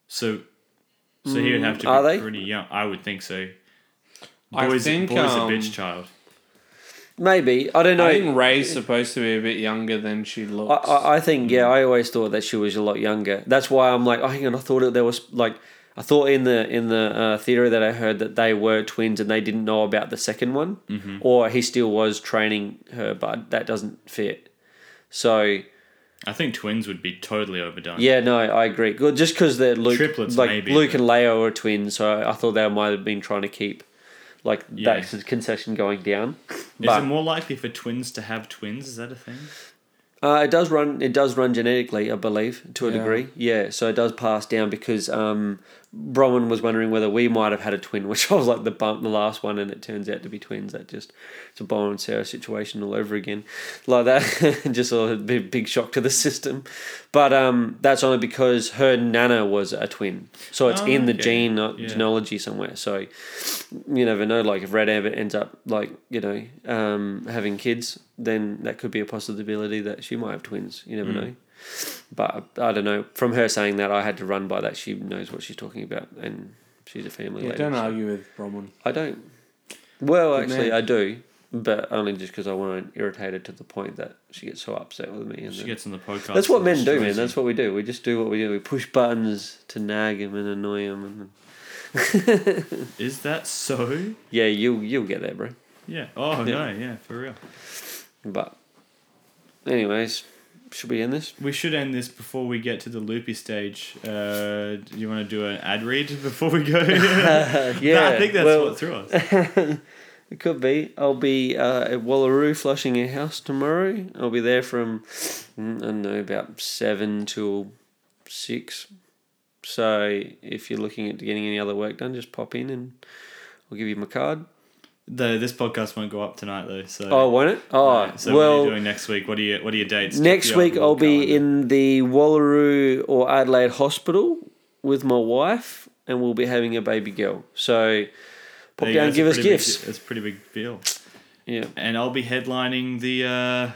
So so he would have to
Mm, are
be
they?
pretty young. I would think so.
I
Boy's,
think,
boy's
um,
a bitch child.
Maybe. I don't know.
I think Ray's supposed to be a bit younger than she
I,
looks.
I, I think yeah. I always thought that she was a lot younger. That's why I'm like, oh, hang on. I thought it, there was like, I thought in the in the uh, theory that I heard that they were twins and they didn't know about the second one,
Mm-hmm.
or he still was training her, but that doesn't fit. So
I think twins would be totally overdone.
yeah, no, I agree. Good, just because they're Luke,
Triplets
like
maybe,
Luke
but-
and Leia were twins, so I, I thought they might have been trying to keep like
Yeah.
that concession going down.
Is
But-
it more likely for twins to have twins? Is that a thing?
Uh, it does run. It does run genetically, I believe, to a
Yeah.
degree. Yeah, so it does pass down because um, Bronwyn was wondering whether we might have had a twin, which I was like the bump, the last one, and it turns out to be twins. That just it's a Bronwyn and Sarah situation all over again, like that. just a big, big shock to the system, but um, that's only because her nana was a twin, so it's
Oh,
in the
okay.
gene
Yeah.
genealogy somewhere. So you never know. Like if Red ever ends up like you know um, having kids, then that could be a possibility that she might have twins. You never know. But I don't know. From her saying that, I had to run by that. She knows what she's talking about, and she's a family
yeah,
lady.
don't
so-
argue with Bronwyn.
I don't. Well,
Good
actually,
man.
I do, but only just because I want to irritate her to the point that she gets so upset with me. And
She
then-
gets on the podcast.
that's what
and
men do, man.
she's-
That's what we do. We just do what we do. We push buttons to nag him and annoy him, and
Is that so?
yeah, you you'll get there, bro.
Yeah. Oh
Yeah.
no, yeah, for real.
But, anyways, should we end this?
We should end this before we get to the loopy stage. Uh, do you want to do an ad read before we go? Uh,
yeah,
I think that's
well,
what threw us.
it could be. I'll be uh, at Wallaroo flushing a house tomorrow. I'll be there from mm, I don't know about seven till six. So if you're looking at getting any other work done, just pop in and I'll give you my card.
The, this podcast won't go up tonight though, so
Oh, won't it? Oh,
so what are
well,
you doing next week? What are you what are your dates?
next
Check the
week
Outlook
I'll be
calendar.
in the Wallaroo or Adelaide Hospital with my wife, and we'll be having a baby girl. So pop
There you go,
down,
that's
give
a
us
pretty big
gifts.
de- That's a pretty big deal.
Yeah.
And I'll be headlining the uh,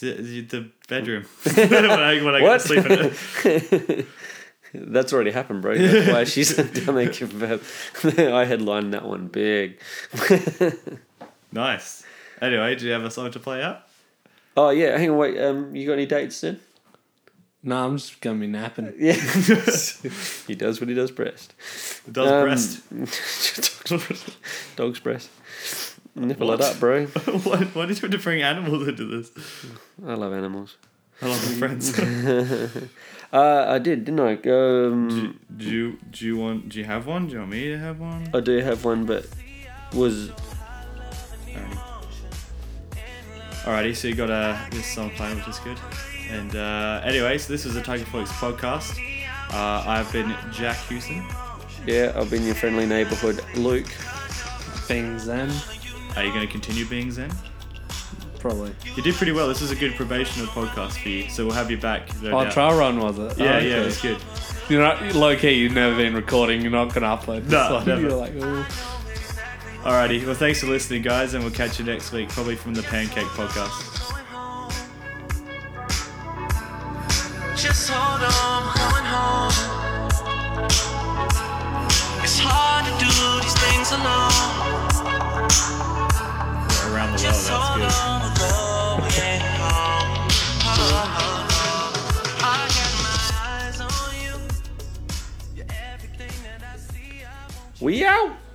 the, the the bedroom when I, when I go to
What?
sleep in it.
That's already happened, bro. That's why she's down there giving birth. I headlined that one big.
Nice. Anyway, do you have a song to play out?
Oh yeah, hang on, wait. Um, you got any dates then?
No, I'm just gonna be napping.
Yeah, he does what he does best.
It does
Um,
breast.
Dog's breast. Nipple
What?
it up, bro.
why, why did you have to bring animals into this?
I love animals.
I love my friends.
Uh, I did, didn't I? Um,
do, do you do you want do you have one? Do you want me to have one?
I do have one, but was
Alrighty. Alrighty, so you got uh, this song playing, which is good. And uh, anyway, so this is the Tiger Flux podcast. Uh, I've been Jack Houston.
yeah. I've been your friendly neighborhood, Luke.
Things then,
Are you going to continue being Zen?
probably.
You did pretty well. This is a good probational podcast for you, so we'll have you back. no
Oh,
doubt.
trial run was it?
Yeah, yeah,
Oh, okay.
it's good.
You're not low key. You've never been recording. You're not gonna upload. This
No,
one.
never.
You're like, "Ooh."
Alrighty, well, thanks for listening, guys, and we'll catch you next week, probably from the Pancake Podcast.
Just hold on, I'm going home. It's hard to do these things alone.
Around the world,
Just
Oh, that's
hold
good.
on, we're going home. Oh, oh, oh. I got my eyes on you. You're everything that I see. I want you.
We out.